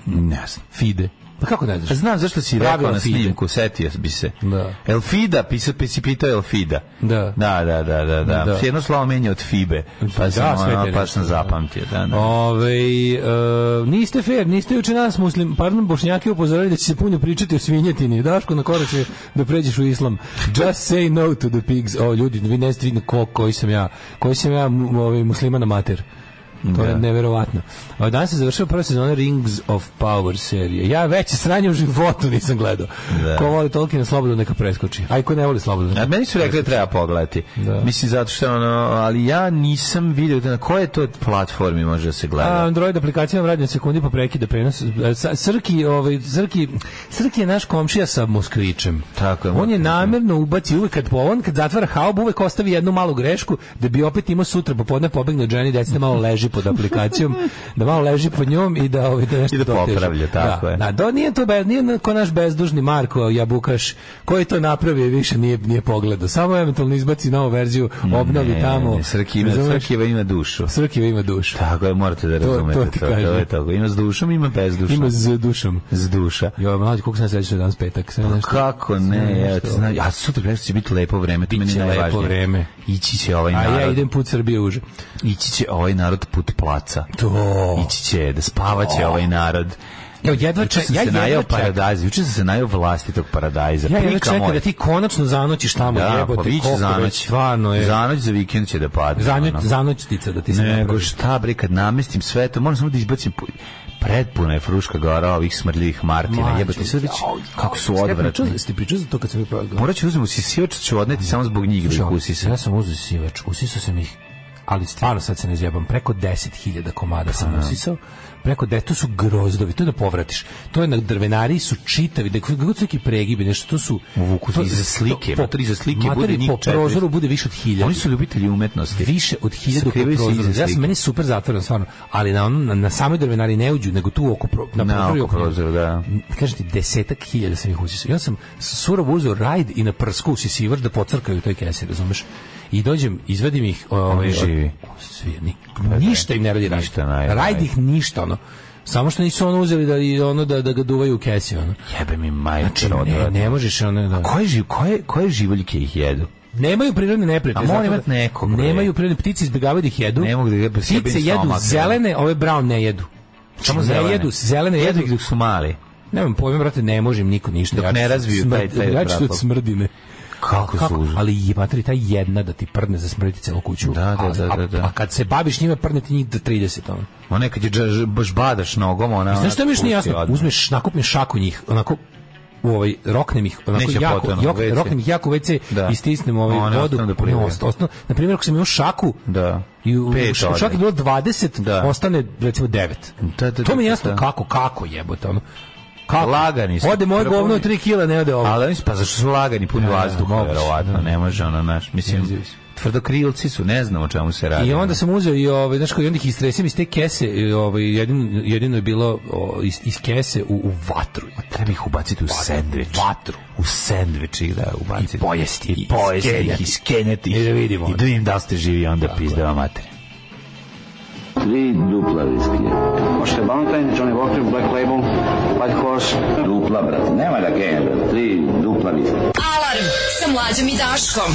ne znam.
FIDE. Pa kako ne
Pa
znaš?
Znam zašto si rekao
Pravila
na
Fide.
snimku, setio bi se.
Da.
Elfida, pisa, pa si pitao Elfida.
Da.
Da, da, da, da. da.
Da.
Jedno slovo meni je od Fibe, pa
Da,
sam,
sve te
ono, pa
reči,
sam
da.
zapamtio. Da, da.
Ove, e, niste fair, niste juče nas muslim, pardon, bošnjaki upozorili da će se puno pričati o svinjetini. Daško, na korak je da pređeš u islam. Just say no to the pigs. O, ljudi, vi ne ste vidno ko, koji sam ja. Koji sam ja mu- ovaj, muslimana mater. To je neverovatno. A Danas se završila prva sezona Rings of Power serije. Ja veće sranje u životu nisam gledao.
Da.
Ko voli Tolkiena slobodno neka preskoči. A i ko ne voli slobodno.
A
neka-
meni su rekli da treba pogledati.
Da.
Mislim, zato što ono, ali ja nisam vidio na koje to platformi može da se
A
gleda.
Android aplikacija vam radi na sekundi pa prekida prenos. E, sa- Srki, ovaj, Srki, Srki je naš komšija sa Moskvićem.
Tako je,
On je
Moskvić,
namerno ubaci uvek kad on kad zatvara haub uvek ostavi jednu malu grešku da bi opet imao sutra popodne pobegne od ženi deca da malo leži pod aplikacijom, da malo leži pod njom i da ovaj da nešto
I da
doteže.
popravlja, tako
da,
je.
Da, do, nije to be, nije ko naš bezdužni Marko Jabukaš koji je to napravio i više nije nije pogledao. Samo eventualno izbaci novu verziju, obnovi
Ne,
tamo.
E, ne, Srki ima,
Razumeš?
Srkiva ima dušu.
Srkiva ima dušu.
Tako je, morate da
to
razumete.
ti
To, to,
kažem.
je tako. Ima s dušom, ima bez duša.
Ima s dušom.
s duša.
Jo, mlađi, koliko sam ja srećan da je danas petak.
Pa
Sve nešto.
Kako ne, ja ti znam, a sutra gledaš će biti lepo vreme, to meni je
lepo
najvažnije.
vreme.
Ići će ovaj
A
narod,
ja idem put Srbije uže.
ići će ovaj narod put placa.
To.
Ići će, da spavaće ovaj narod.
Ja jedva
Juče
čekam,
sam
ja
se najao
jedva čekam.
paradajza, juče sam se najao vlastitog paradajza.
Ja jedva
Prika
čekam
moja.
da ti konačno zanoćiš tamo,
Da, pa
jebote,
vi će
koliko
za
već
noć.
stvarno je.
Za noć za vikend će da padne.
Zanoć,
ono.
zanoćtica da ti se
Nego
napravi.
šta bre, kad namestim sve to, moram samo da izbacim pu- pretpuna je fruška gora ovih smrdljivih Martina,
Mlađo,
jebote, sad već
jao, jao,
kako su
jeste
odvratni.
pričali- Jeste pričali za to kad sam je progledao?
Morat ću uzmem usisivač, ću odneti samo zbog njih da ih usisam.
Ja sam uzeo sivač, usisao sam ih, ali stvarno sad se ne zjebam, preko 10.000 komada
Pa
sam usisao, preko de, to su grozdovi, to je da povratiš. To je na drvenari su čitavi, da kako su neki pregibi, nešto to su
Vuku,
to-
iza slike,
to-
mater, iza slike
mater,
bude njih
po
400.
prozoru bude više od 1000.
Oni su ljubitelji umetnosti.
više od 1000 po
Sakrivaju se iza
prozoru. Ja sam
slike.
meni je super zatvoren stvarno, ali na onom- na, na samoj drvenari ne uđu, nego tu oko pro, na,
na
prozoru i
oko prozor, da.
kažem ti, desetak hiljada sam ih usisao. Ja sam surov uzeo rajd i na prsku usisivač da pocrkaju u toj kesi, razumeš? I dođem, izvedim ih... Ovaj,
Oni živi. Pa
od- Svi, ni, ništa im ne radi rajd.
Ništa, naj-
rajd
naj-
ih ništa, ono. Samo što nisu ono uzeli da, i ono, da, da ga duvaju u kesi, ono.
Jebe mi majče
Znači, ne,
odvratno.
ne možeš, ono, da.
Koje, živ, koje, koje živoljke ih jedu?
Znači, Nemaju prirodne neprijatelje.
A mora
zato da-
imat nekog, bre.
Nemaju prirodne ptice, izbegavaju da ih jedu.
Ne mogu da jebe sebi
Ptice
ni
jedu
stomak,
zelene, ove brown ne jedu.
Samo
ne
Znači, zelene.
jedu, zelene
Jedu
jedu.
ih dok su mali.
Nemam pojma, brate, ne može im niko ništa.
Dok
Ja ću
ne
se
razviju taj-
smrd-
taj
ja ću se od
razlog.
smrdine.
Kako, su
Kako?
užasni.
Ali je materi ta jedna da ti prdne za smrditi celu kuću.
Da, da,
A-
da,
a-
da, da.
A, kad se baviš njima, prdne ti njih do 30. Ono.
Ma nekad je dž- baš badaš nogom, ona...
Znaš šta mi još nije
pusti
jasno?
odmah.
Uzmeš, nakupim šaku njih, onako u ovaj roknem ih onako
Neće
jako
potom,
jok,
WC.
roknem ih jako u WC
Da.
i stisnem ovaj
One
vodu
ostanu da
One
plivaju.
osta- ostanu. na primjer ako sam imao šaku
Da.
i u,
Pet
š- čak
ode.
je bilo 20
Da.
ostane recimo 9
Da, da,
to mi je
da,
jasno
da.
kako kako jebote ono kako
Lagani su.
ode moje
Prvo
govno
oni-
3 kg ne ode ovo
Ali oni su, pa zašto su lagani, pun
da,
vazduha,
moguće,
verovatno, ne može ono, naš, mislim, tvrdokrilci su, ne znam o čemu se radi.
I onda sam uzeo i ovaj znači i onda ih istresim iz te kese, i, ovaj jedino jedino je bilo o, iz, iz kese u, u vatru.
Treba ih ubaciti u sendvič.
Vatru.
U sendvič ih da ubaciti.
I pojesti,
I
i
Ono, pojesti ih,
iskenjati.
iskenjati ih.
I da vidimo.
I da vidim da li ste živi onda pizdava mater.
Tri dupla viskija. Možete Valentine, Johnny Walker, Black Label, White Horse. Dupla, brate. Nema da gajem, brate. Tri dupla viskija.
Alarm sa mlađom i Daškom.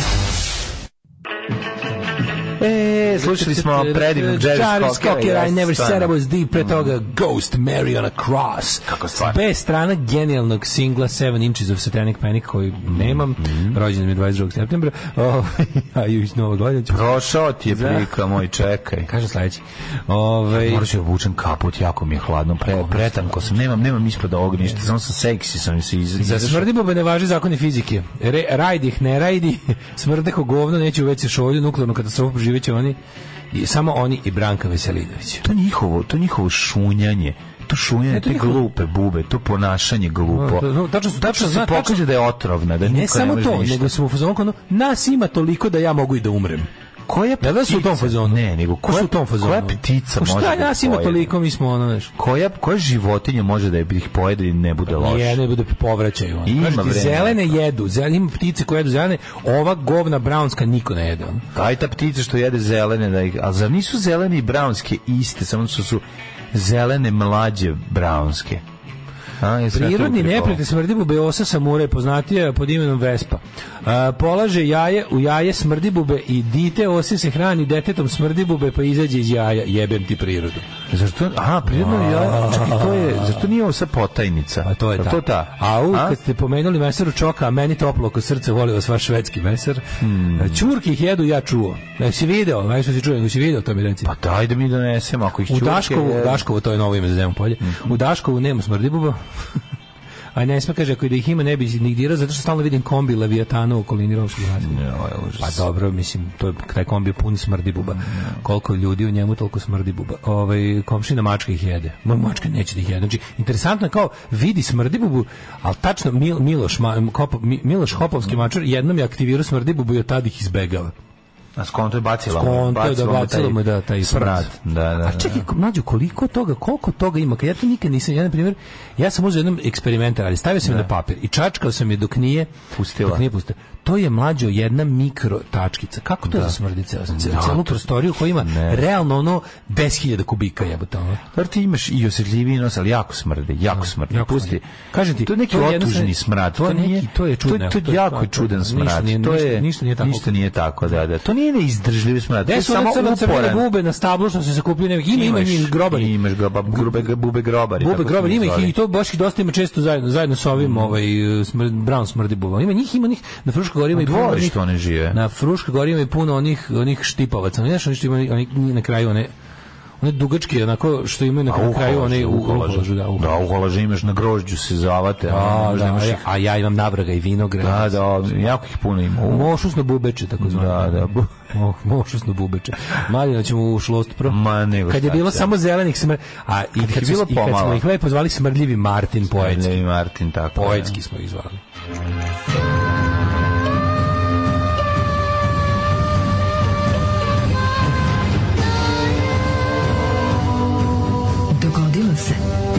E, slušali smo predivnog
Jarvis
Jarvis
Cocker,
Cockera.
I never said I
stvarno.
was deep, pre toga Ghost, Mary on a Cross. Kako
stvar.
B strana genijalnog singla Seven Inches of Satanic Panic koji nemam,
Mhm.
rođen mi je 22. septembra, ovaj, a i iz Novog godina ću...
Prošao ti je prika, moj, čekaj.
Kažem sledeći. Ovaj,
Morat ću obučen kaput, jako mi je hladno, pre, pretanko sam, nemam, nemam ispod ovog ništa, samo sam seksi, sam se iz,
Za
izašao.
smrdi bube ne važi zakoni fizike. Re, rajdi ih, ne rajdi. Smrde ko govno, neće uveć se šolju, nuklearnu katastrofu živeće oni. I samo oni i Branka Veselinović.
to njihovo, to njihovo šunjanje, to šunjanje, te
njihovo-
glupe bube, to ponašanje glupo.
A, to- to- tačno su- tačno
se
zna- tačno-
pokaže da je otrovna, da
Ne
niko ne
samo
može
to,
ništa.
nego smo u fazonu kao ono, nas ima toliko da ja mogu i da umrem.
Koja
Ne da su u tom fazonu.
Ne, nego
ko su u tom fazonu?
Koja ptica
Ko
može
Pa Šta
da
nas ima
pojede?
toliko, mi smo ono, znaš.
Koja, koja životinja može da ih pojede i ne bude loša?
Jede bude povraćaju. ono.
Ima
Kažu ti,
vremena.
zelene jedu, zelene, ima ptice koje jedu zelene, ova govna brownska niko ne jede. ono.
Aj ta ptica što jede zelene, da ih, ali zar nisu zelene i brownske iste, samo što su zelene mlađe brownske? A, jesam ja to
Prirodni
utripao?
neprijatelj smrdibu beosa samure je poznatija pod imenom Vespa. A, polaže jaje u jaje smrdibube i dite ose se hrani detetom smrdibube pa izađe iz jaja. Jebem ti prirodu.
Zar to, aha, prirodno ja, čekaj, to je, zar to nije ovo sad potajnica?
Pa to je
Zar
ta.
To ta.
A u,
A?
kad ste pomenuli mesaru čoka, a meni toplo oko srce, voli vas vaš švedski mesar.
Hmm.
Ćurki ih jedu, ja čuo. Ne, si video, ne, si čuo, nego si video, to mi reci.
Pa daj da mi donesemo, ako ih
U
čurke
Daškovu,
jedu. Mhm.
u Daškovu, to je novo ime za Zemun polje. U Daškovu nema smrdibuba. A ne sme kaže ako i da ih ima ne bi nigdje dirao zato što stalno vidim kombi Leviatana u okolini romskog naselja.
Ne, ovo je užas.
Pa dobro, mislim, to je taj kombi je pun smrdibuba. Koliko je ljudi u njemu, toliko smrdibuba. Ovaj komšina mačka ih jede. Moj mačka neće da ih jede. Znači, interesantno je kao vidi smrdibubu, ali tačno Mil- Miloš, Ma- Kopo- Mi- Miloš Hopovski mačar jednom je aktivirao smrdibubu i od tada ih izbegava.
A skonto je bacila. mu-
Konto je da
mu
bacilo mu da taj
smrad. Da, da, da.
A čekaj, mlađu, koliko toga, koliko toga ima? Kad ja to nikad nisam, ja na primjer, ja sam uzeo jednom eksperimenta, ali stavio sam je na papir i čačkao sam je dok nije
Pustila.
Dok nije pustila. To je mlađo jedna mikro tačkica. Kako to je za smrdice? Da, celu prostoriju koja ima realno ono 10.000 kubika jebote. ono.
Jer ti imaš i osjetljiviji nos, ali jako smrdi, jako smrdi.
jako
Pusti.
smrdi. Kažem ti,
to je neki
to je
otužni
jednostavno-
smrad. To,
to je neki-
nije,
to je čudno,
To,
to je
jako
tako,
čudan
ništa
smrad.
nije-
to
ništa-
je,
ništa nije tako.
Ništa nije tako, da, da. To nije neizdržljivi smrad. To je
Gde su
samo
one crne crvene
uporan.
bube na stablu što su se kupili? Nema- Ima, ima njih grobari.
Imaš groba, grube, bube grobari.
Bube
tako se
grobar
njih
ima ih
zove.
i to baš ih dosta ima često zajedno zajedno sa
Mhm.
ovim ovaj smr, brown smrdi buba. Ima njih ima njih na Fruškoj gori ima i puno
dvorištu
onih-
one Pa žive.
Na Fruškoj gori ima i puno onih onih štipavaca. Ne znaš oni što imaju oni na kraju one one dugačke onako što imaju na
A
kraju, kraju one u
uholaže.
uholažu, da, uholažu.
Pa, Da, uholaže imaš na grožđu se zavate.
A,
ono,
da,
nemaš
a, ja,
ih-
a ja imam navraga i vinograd.
Da, da, jako ih puno ima. U,
Mošusno bubeče, tako zvano.
Da, da, bu-
Mo- mošusno bubeče. Maljeno ćemo u šlost pro.
Ma, nego
Kad je
šta
bilo
će.
samo zelenih smr... A i kad,
ih je
su-
bilo
i kad smo
pomalo.
ih lepo zvali smrdljivi Martin Poetski.
Levi Martin, tako. da.
Poetski smo ih zvali.
Dogodilo se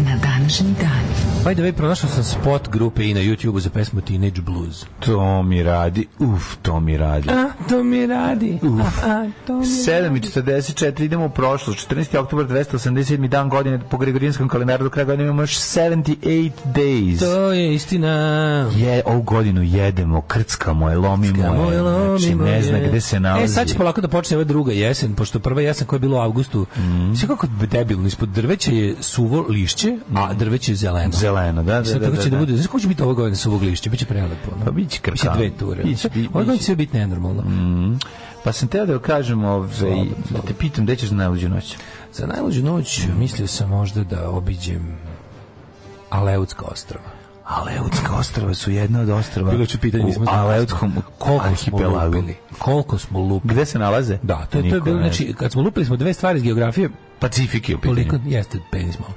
na današnji dan.
By the way, pronašao sam spot grupe i na YouTube-u za pesmu Teenage Blues.
To mi radi, uf, to mi radi.
A, to mi radi. A, a, to
7.44, idemo u prošlost. 14. oktober, 287. dan godine po Gregorijanskom kalendaru, do kraja godine imamo još 78 days.
To je istina.
Je, ovu godinu jedemo, krckamo je, lomimo je,
Moj lomi,
znači ne
moje.
zna gde se nalazi.
E, sad će polako da počne ova druga jesen, pošto prva jesen koja je bila u avgustu, mm. sve kako debilno, ispod drveća je suvo lišće, a drveće je zeleno.
Zeleno, da, da,
Sad
da,
kako
da,
će da
da.
bude, znaš kako će biti ove godine suvog lišća, biće prelepo. ono.
Pa biće krkan.
Biće Mhm. dve ture.
Biće, bi-
Ove godine
biće.
će sve biti nenormalno.
Pa sam teo da joj kažem, ovaj, da te pitam, gde ćeš na najluđu noć?
Za najluđu noć mislio sam možda da obiđem Aleutska ostrava.
Aleutska ostrava su jedna od ostrava.
Bilo ću pitanje,
u
nismo znali.
Aleutskom
Koliko smo
arhipelagu.
lupili? Koliko smo lupili?
Gde se nalaze?
Da, to je, to je
Niko
bilo,
ne zna.
znači, kad smo lupili smo dve stvari iz geografije,
Pacifik je u pitanju.
toliko, jeste, penis malo.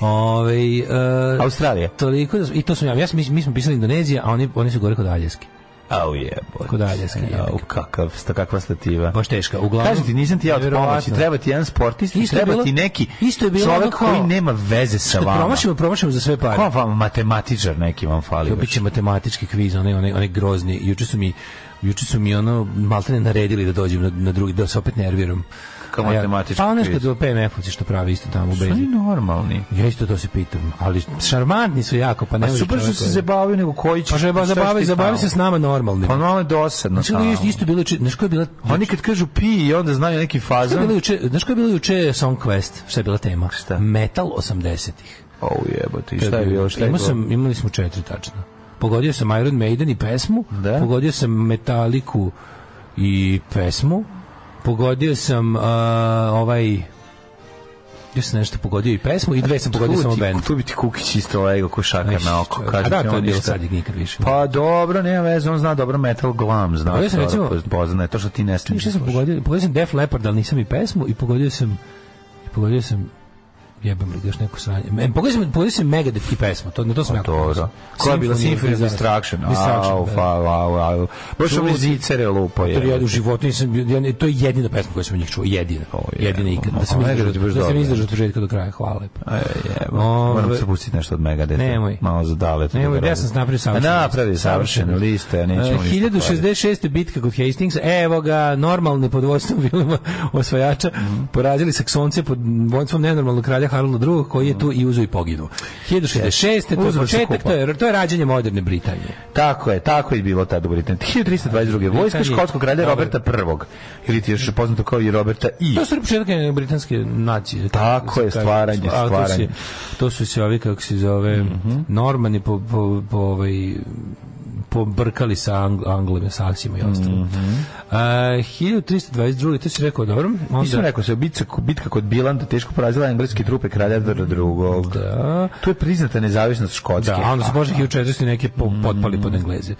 Ove, e,
Australija.
toliko, da smo- i to smo ja, ja sam, mi, mi smo pisali Indonezija, a oni, oni su gore kod Aljeske.
Au jebote.
Kod Aljaske, jebik.
Au, kakav, sta, kakva stativa.
Baš teška, uglavnom.
Kažem ti, nisam ti ja od
nevjerovatno.
pomoći. Treba ti jedan sportist, i
Isto je
treba
bilo-
ti neki
isto je bilo
čovjek
ono kao-
koji nema veze sa
Kad
vama.
promašimo, promašimo za sve pare.
Ko vam matematičar neki vam fali?
To biće matematički kviz, onaj, onaj, onaj grozni. Juče su mi juče su mi ono maltene naredili da dođem na, na drugi, da se opet nerviram.
Kao
A
matematički
Pa ono
kviz.
što PMF-ovci što pravi isto tamo u
Su oni
Bezi.
Pa normalni.
Ja isto to se pitam, ali šarmantni su jako, pa ne
A
može
super što
čovjek
se
ovo-
zabavio, nego koji će...
Pa že ba,
šta
zabavi,
ćeš ti
zabavi
tamo?
se s nama normalnim.
Pa normalno Pa je dosadno
Znaš kako je
tamo.
isto bilo juče, znaš ko je bila,
Oni kad kažu pi i onda znaju neki
znaš ko je
fazon.
bila juče, znaš ko je bila juče Song Quest, šta je bila tema?
Šta?
Metal 80-ih.
Au jebote, i šta je bilo? Šta je
Imao
bilo?
sam, imali smo četiri tačno. Pogodio sam Iron Maiden i pesmu,
Da.
pogodio sam Metaliku i pesmu, pogodio sam a, ovaj gdje sam nešto pogodio i pesmu i dve sam pogodio
Tu
samo
ti-
band.
Tu bi ti Kukić isto lego ko šaka na oko.
A
kažem
da,
ti,
to je
on
bilo
ništa.
sad i nikad više.
Pa dobro, nema veze, on zna dobro metal glam, zna.
Pa ja sam
dobro,
recimo-
poz- poznaje to što ti ne
I
sliš.
šta sam pogodio? Pogodio sam Def Leppard, ali nisam i pesmu i pogodio sam i pogodio sam Jebem li ga još neko sranje. Men, pogledaj se, pogledaj se Megadeth i pesmu, to, na to sam jako
Pa Dobro.
ponosan.
Koja je bila
Symphony
Symphony of Destruction?
Destruction,
Au,
da.
fa, au, au. Baš
Čuo
ove
sam-
zicere lupo je.
Jer ja u životu nisam, ja, ne- to je jedina pesma koju sam od njih čuo, jedina.
O, je.
jedina ikad. Da sam
A, Megadeth je
izdržao,
baš
da sam
dobro.
izdržao od početka do kraja, hvala lepo.
Moram
Ove-
se pustiti nešto od Megadeta.
Nemoj.
Malo za daleta.
Nemoj, ja sam napravio savršenu E,
A
listu.
napravi Pa savršenu listu, ja nećemo ništa. kvariti.
1066. bitka kod Hastings, evo ga, normalni pod vodstvom Vilma osvajača,
Mhm.
porazili Saksonce pod vojstvom nenormalnog kralja Harolda II, koji je tu i uzo i poginuo. 1066. to je
Uzeo se
početak,
kupa.
to je, to je rađenje moderne Britanije.
Tako je, tako je bilo tada u Britaniji. 1322. Vojska
Britanije.
škotskog kralja Roberta I. Ili ti još poznato kao i Roberta I.
To su početak britanske nacije.
Tako je,
se kaže.
stvaranje,
A, to su-
stvaranje. Mhm.
To su se ovi, kako se zove, normani po, po, po ovaj, pobrkali sa Ang- Anglima, Saksima i
Mhm.
ostalim. E, A, 1322, to si rekao, dobro?
Mi
Onda,
smo rekao se, bitka, bitka kod Bilanda teško porazila engleske trupe kralja Edvarda II.
Da.
Tu je priznata nezavisnost Škotske.
da, a onda su možda 1400 neke po-
Mm.
potpali pod Engleze.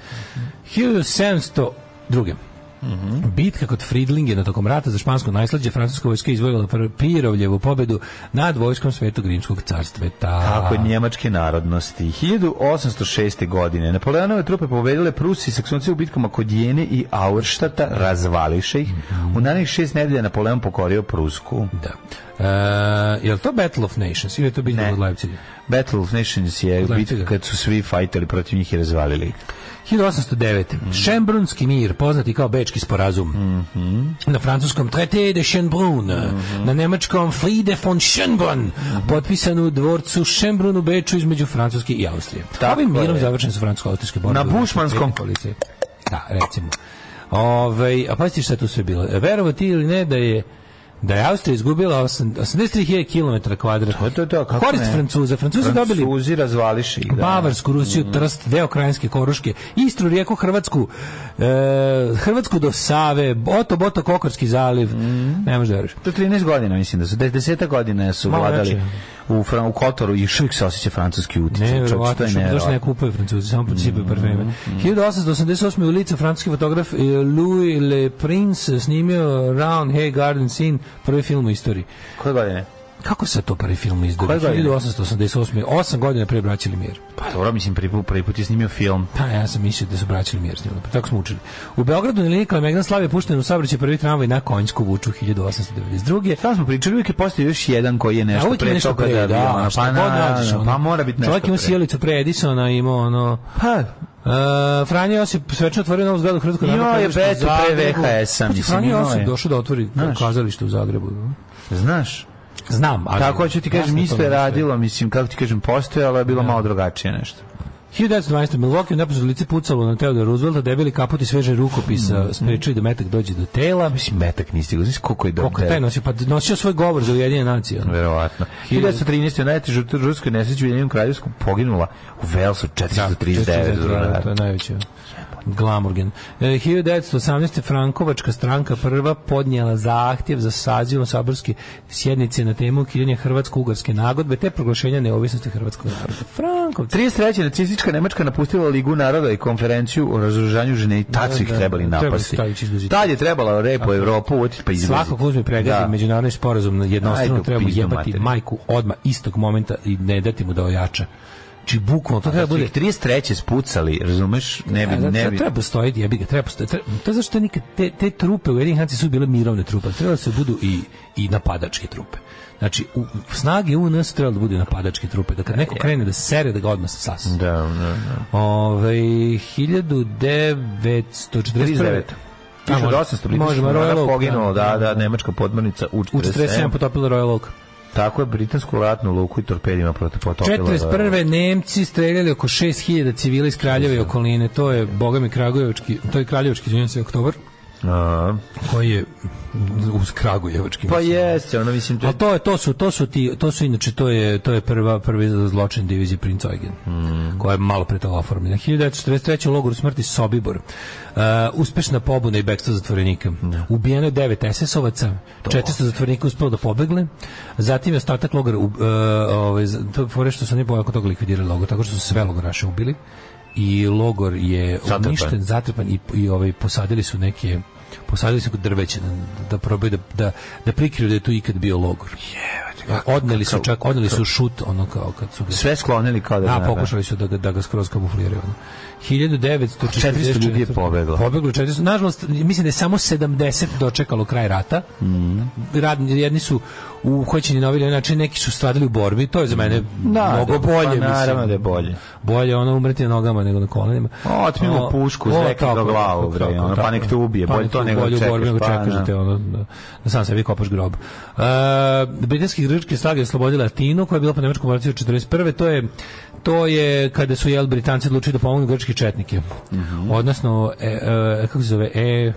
1702.
Mhm.
Bitka kod Fridlingena tokom rata za špansko najslađe francuska vojska je izvojila pr- Pirovljevu pobedu nad vojskom Svetog Rimskog carstva.
Tako je, njemačke narodnosti. 1806. godine Napoleonove trupe pobedile Prusi i Saksonci u bitkama kod Jene i Auerštata, razvališe ih.
Mhm.
U narednih šest nedelja Napoleon pokorio Prusku.
Da. E, je li to Battle of Nations ili je to bitka
Ne.
kod Leipziga?
Battle of Nations je
Leipziga.
bitka kad su svi fajtali protiv njih i razvalili ih.
1809. Šembrunski mir, poznati kao Bečki sporazum. Na francuskom Traité de Schönbrunn, na nemačkom Friede von Schönbrunn, potpisan u dvorcu Schönbrunn u Beču između Francuske i Austrije.
Tako
Ovim mirom
je.
završene su francusko-austrijske borbe.
Na
u
Bušmanskom.
okolici. Da, recimo. Ove, a pazite šta tu sve bilo. E, Verovati ili ne da je da je Austrija izgubila 8- 83.000 km kvadratnih.
To je to, to, kako
Korist
ne?
Francuza. Francuzi dobili
Francuzi razvališe ih. da. Mhm.
Bavarsku, Rusiju, Trst, deo Krajinske, Koruške, Istru, Rijeku, Hrvatsku, e, Hrvatsku do Save, Oto, Boto, Kokorski zaliv,
Mhm.
ne možeš da veruješ.
To je 13 godina, mislim da su. 10 godina su
Malo
vladali
jače.
u, Fran- u Kotoru i još uvijek se osjeća francuski utjecaj. Čovječe, to je Mhm.
Nevjerovatno, što došli ne
nevjerovatno.
kupaju francuzi, samo podsipaju parfeme. 1888. u lice francuski fotograf e, Louis Le Prince snimio Round Hay Garden Scene, prvi film u istoriji.
Koje godine?
Kako se to prvi film izdobio?
Koje godine?
1888. Osam godina pre braćili mir.
Pa dobro, mislim, prvi put, prvi put je snimio film.
Pa ja sam mislio da su braćili mir s njim. Tako smo učili. U Beogradu na liniji Klemegna Slavije pušten u saobraćaj prvi tramvaj na Konjsku vuču 1892.
Šta smo pričali, uvijek je postao još jedan koji je
A
nešto
uvijek ima
pre
nešto
toga
pre,
da,
da,
da, da
šta
pa,
god nađeš,
na,
ono.
pa mora biti nešto
Čovjek ima
pre.
sjelicu pre Edisona, ima ono...
Pa,
Uh, Franjo Josip svečno otvorio novu zgradu Hrvatskog
Imao
narodnog
je
kazališta u
Betu pre
Zagrebu.
VHS-a,
Pazi,
mislim,
Franjo
imao
Josip
je.
došao da otvori
Znaš.
kazalište u Zagrebu.
znaš,
Znam, ali...
tako ću ti kažem,
Jasno to
isto je
ne postoji.
radilo, mislim, kako ti kažem, postojalo je bilo malo drugačije nešto.
1912. Milwaukee neposredno lice pucalo na Theodore Roosevelta, debeli kaput i sveže rukopisa
Mm.
sprečili da metak dođe do tela.
Mislim, metak nisi stigao, znaš koliko je dobro.
Koliko je taj nosio? Pa nosio svoj govor za Ujedinje nacije. ono.
Verovatno. 1913. u najtežoj ruskoj nesreći u Jedinom kraljevsku poginula u Velsu 439.
Da, to je najveće. Glamurgen. E, 1918. Frankovačka stranka prva podnijela zahtjev za sazivom saborske sjednice na temu ukidanja Hrvatsko-Ugarske nagodbe te proglašenja neovisnosti Hrvatskog naroda. Frankovci.
33. nacistička Nemačka napustila Ligu naroda i konferenciju o razoružanju žene i tad su ih
Da, da,
trebali
trebali su
napasti.
tad ići izguziti.
Tad je trebalo repo Evropu ući pa izguziti.
Svakog uzme pregazi
Da.
međunarodni sporazum na jednostrano
Ajde u
trebamo
pizdu
jebati
materinu.
majku odmah istog momenta i ne dati mu da ojača. Či bukvalno to treba
Pa Da su
bude
ih 33. Znači, spucali, razumeš? E, Ne bi,
A, zato-
ne bi.
Treba postoji, jebi ga, treba postoji. Treba, to je zašto nikad te, te trupe u Jedinih nacija su bile mirovne trupe, ali trebalo su da budu i, i napadačke trupe. Znači, u, snage UN su trebalo da budu napadačke trupe, da kad neko krene da sere, da ga odmah Ovaj, sas.
Da, da, da.
Ove, 1941.
39. 1800
Možemo,
britanskih
Royal
mornara
Oak.
poginulo, da, da, nemačka podmornica u
U 47
47.
potopila Royal Oak.
Tako je, britansku ratnu luku i torpedima protiv potopila.
41. Nemci streljali oko 6000 civila iz Kraljeve i okoline. To je, boga mi, Kragujevački, to je Kraljevački, izvinjam se, oktobar,
A,
koji je uz Kragujevački.
Pa jeste, ono mislim... To...
A to je to su to su ti to su inače to je to je prva prvi zločin divizije Prince Eugen
Mm.
koja je malo pre toga oformljena 1943 u logoru smrti Sobibor. Uh, uspešna pobuna i bekstvo zatvorenika. Ubijeno je 9 SS-ovaca, 400 zatvorenika uspelo da pobegle. Zatim je ostatak logora u- e, ovaj z- to je fore što su oni oko toga likvidirali logor tako što su sve logoraše ubili i logor je
Zatrpan.
uništen, zatrpan i, i ovaj posadili su neke posadili su neko drveće da, da probaju da, da, da prikriju da je tu ikad bio logor. Odneli su čak, odneli su šut, ono kao kad su... ga-
Sve sklonili kao da...
Da, pokušali su da ga, da ga skroz kamufliraju. ono. 1944.
400 ljudi je pobeglo.
Pobeglo je 400. Nažalost, mislim da je samo 70 dočekalo kraj rata.
Mhm.
Radni, jedni su uhoćeni na ovaj ili onaj način, neki su stradali u borbi. To je za mene mnogo bolje.
Pa,
mislim.
naravno da je bolje.
Bolje ono umreti na nogama nego na kolenima.
O, otmi mu
O,
pušku,
o,
zvekni
tako,
do glavu,
tako,
bre,
tako,
ono, pa
tako.
nek te ubije, bolje
nek
to
te
nego
bolje u
čekaš,
borbi nego
pa,
čekaš
da.
da te, ono, da- da sam sebi kopaš grob. E, britanske i grčke snage oslobodile Atinu, koja je bila po nemačkom operaciju 41. To je to je kada su jel Britanci odlučili da pomognu grčke četnike.
Mhm.
Odnosno e, e, kako se zove e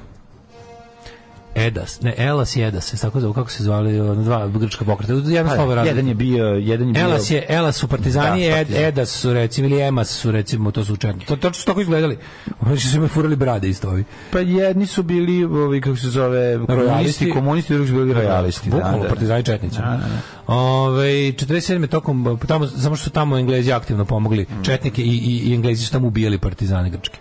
Edas, ne, Elas i Edas, se tako zove, kako se zvali ono, dva grčka pokreta. Jedno slovo
Da,
razlika.
Pa, jedan je bio, jedan je bio...
Elas je Elas su Partizani,
Da,
Ed,
Partizani.
Edas su recimo ili Emas su recimo to su četnici. To tačno su tako izgledali. Oni su se furali brade isto ovi.
Pa jedni su bili, ovi, kako se zove,
Rojalisti.
komunisti, komunisti, drugi su bili rojalisti.
Bukvalno Partizani četnici. Ovaj 47 tokom tamo samo što su tamo Englezi aktivno pomogli
Mm.
četnike i, i, i Englezi su tamo ubijali Partizane grčke.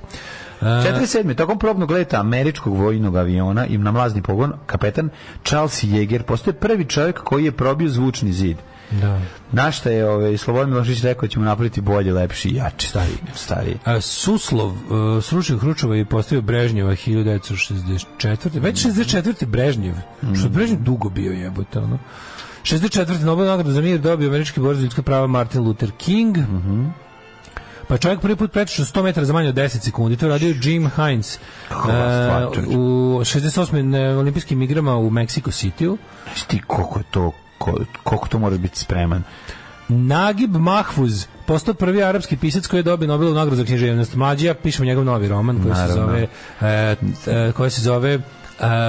47. Tokom probnog leta američkog vojnog aviona i na mlazni pogon, kapetan Charles Jäger postoje prvi čovjek koji je probio zvučni zid.
Da.
Našta je ovaj, Slobodan Milošić rekao da ćemo napraviti bolje, lepši, jači, stariji. stariji.
A, Suslov uh, srušio Hručova i postavio Brežnjeva 1964. Već 64. Brežnjev. Što je Brežnjev dugo bio jebote, ono. 64. Nobel nagradu za mir dobio američki borac za ljudska prava Martin Luther King. Pa čovjek prvi put pretišao 100 metara za manje od 10 sekundi. To je radio Jim Hines.
Kakva stvar,
E,
čovječe.
u 68. na olimpijskim igrama u Meksiko Cityu.
Znaš ti koliko je to, ko- koliko to moraš biti spreman.
Nagib Mahfuz postao prvi arapski pisac koji je dobio Nobelovu nagradu za književnost. Mlađi, ja pišem njegov novi roman koji se
Naravno.
zove e, t- e, koji se zove em,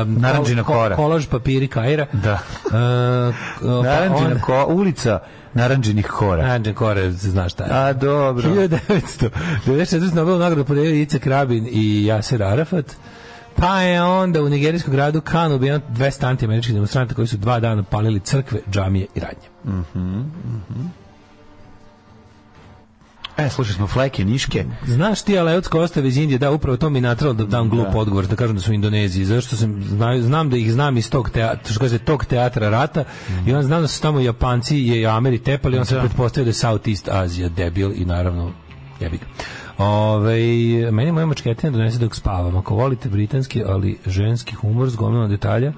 Naranđina
ko-
kora.
Kolaž papiri Kaira.
Da.
E, o, pa
Naranđina
on-
ko, ulica naranđinih kora.
Naranđina kora, znaš šta je.
A dobro.
1994. Nobelovu nagradu podelio Ica Krabin i Jaser Arafat. Pa je onda u nigerijskom gradu Kanu ubijeno 200 antiameričkih demonstranata koji su dva dana palili crkve, džamije i radnje.
E, slušali smo fleke, niške.
Znaš ti, ali Eotska ostave iz Indije, da, upravo to mi je natralo da dam glup odgovor, da kažem da su u Indoneziji, zašto sam, znaju, znam da ih znam iz tog teatra, što kaže, tog teatra rata, i on znam da su tamo Japanci i Ameri tepali, on se pretpostavio da je Southeast Asia debil i naravno jebi ga. Ove, meni moja mačketina donese dok spavam. Ako volite britanski, ali ženski humor s gomilom detalja,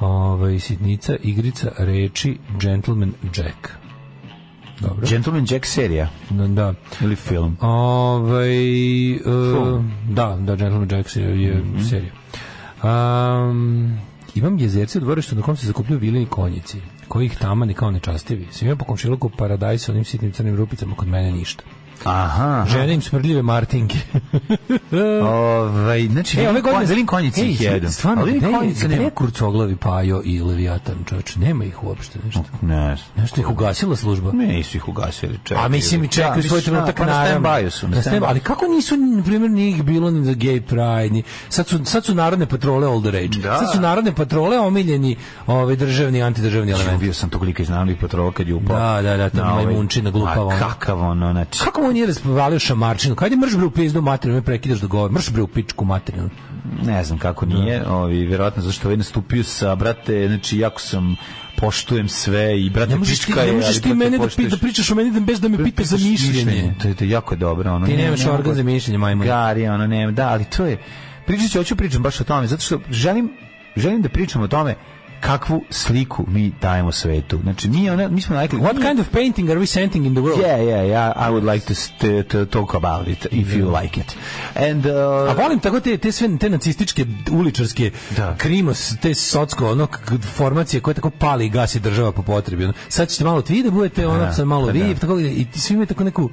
ovaj sitnica, igrica, reči, gentleman Jack. Dobro.
Gentleman Jack serija
Da.
ili film.
Ovaj e, Mhm.
Film.
da, da Gentleman Jack je, je serija. Um, imam jezerce u dvorištu na kom se zakupljuju vilini konjici, koji ih tamani kao nečastivi. Svi imam po komšiluku paradajs sa onim sitnim crnim rupicama, kod mene ništa.
Aha.
Žene im smrdljive martinke.
Ovaj, znači, e, ove godine... Velin konjici ih jedu.
Stvarno,
Ali
gde
Velin
je,
konjica
gde
nema.
je kurcoglavi pajo i leviatan, čovječ? Nema ih uopšte nešto.
Ne,
Nešto ih ugasila služba.
ne, nisu ih ugasili. Čekaj,
A Pa mislim i čekaju svoj trenutak
pa na
naravno.
stand-by su.
Na stand-by, ali kako nisu na primjer njih bilo ni za gay pride ni sad su sad su narodne patrole all the rage.
Da.
Sad su narodne patrole omiljeni ovaj državni antidržavni element.
Uvio sam tog lika iz Narodnih patrola kad je upao.
Da, da, da, to
na ovaj-
majmunčina glupa, ono.
A kakav ono, znači...
Kako mu on nije raspovalio šamarčinu? Kad je mrš bre u pizdu materinu, me prekidaš da govor. Mrš bre u pičku materinu.
Ne znam kako nije, ovi, vjerojatno zašto ovaj nastupio sa, brate, znači, jako sam poštujem sve i brate
Ne možeš ti,
pička je,
ne možeš
ali,
ti
brate,
mene da, pi-
poštuješ-
da pričaš o meni da bez da me pitaš za mišljenje.
To je, to je jako dobro. Ono,
Ti
ne-
nemaš
ne
organ
mogu-
za mišljenje, majmune.
Gari, ono, ne, da, ali to je... Pričat ću, hoću pričam baš o tome, zato što želim, želim da pričam o tome kakvu sliku mi dajemo svetu. Znači, mi, ona, mi smo navikli...
What kind of painting are we sending in the world?
Yeah, yeah, yeah. I would like to, st- to talk about it if you like it. And uh,
A volim tako te, te sve te nacističke uličarske
Da.
krimos, te socko ono k- k- formacije koje tako pali i gasi država po potrebi. ono. Sad ćete malo vi da budete, ono
Da,
sad malo
pa
vi
da.
tako i ti svi imaju tako neku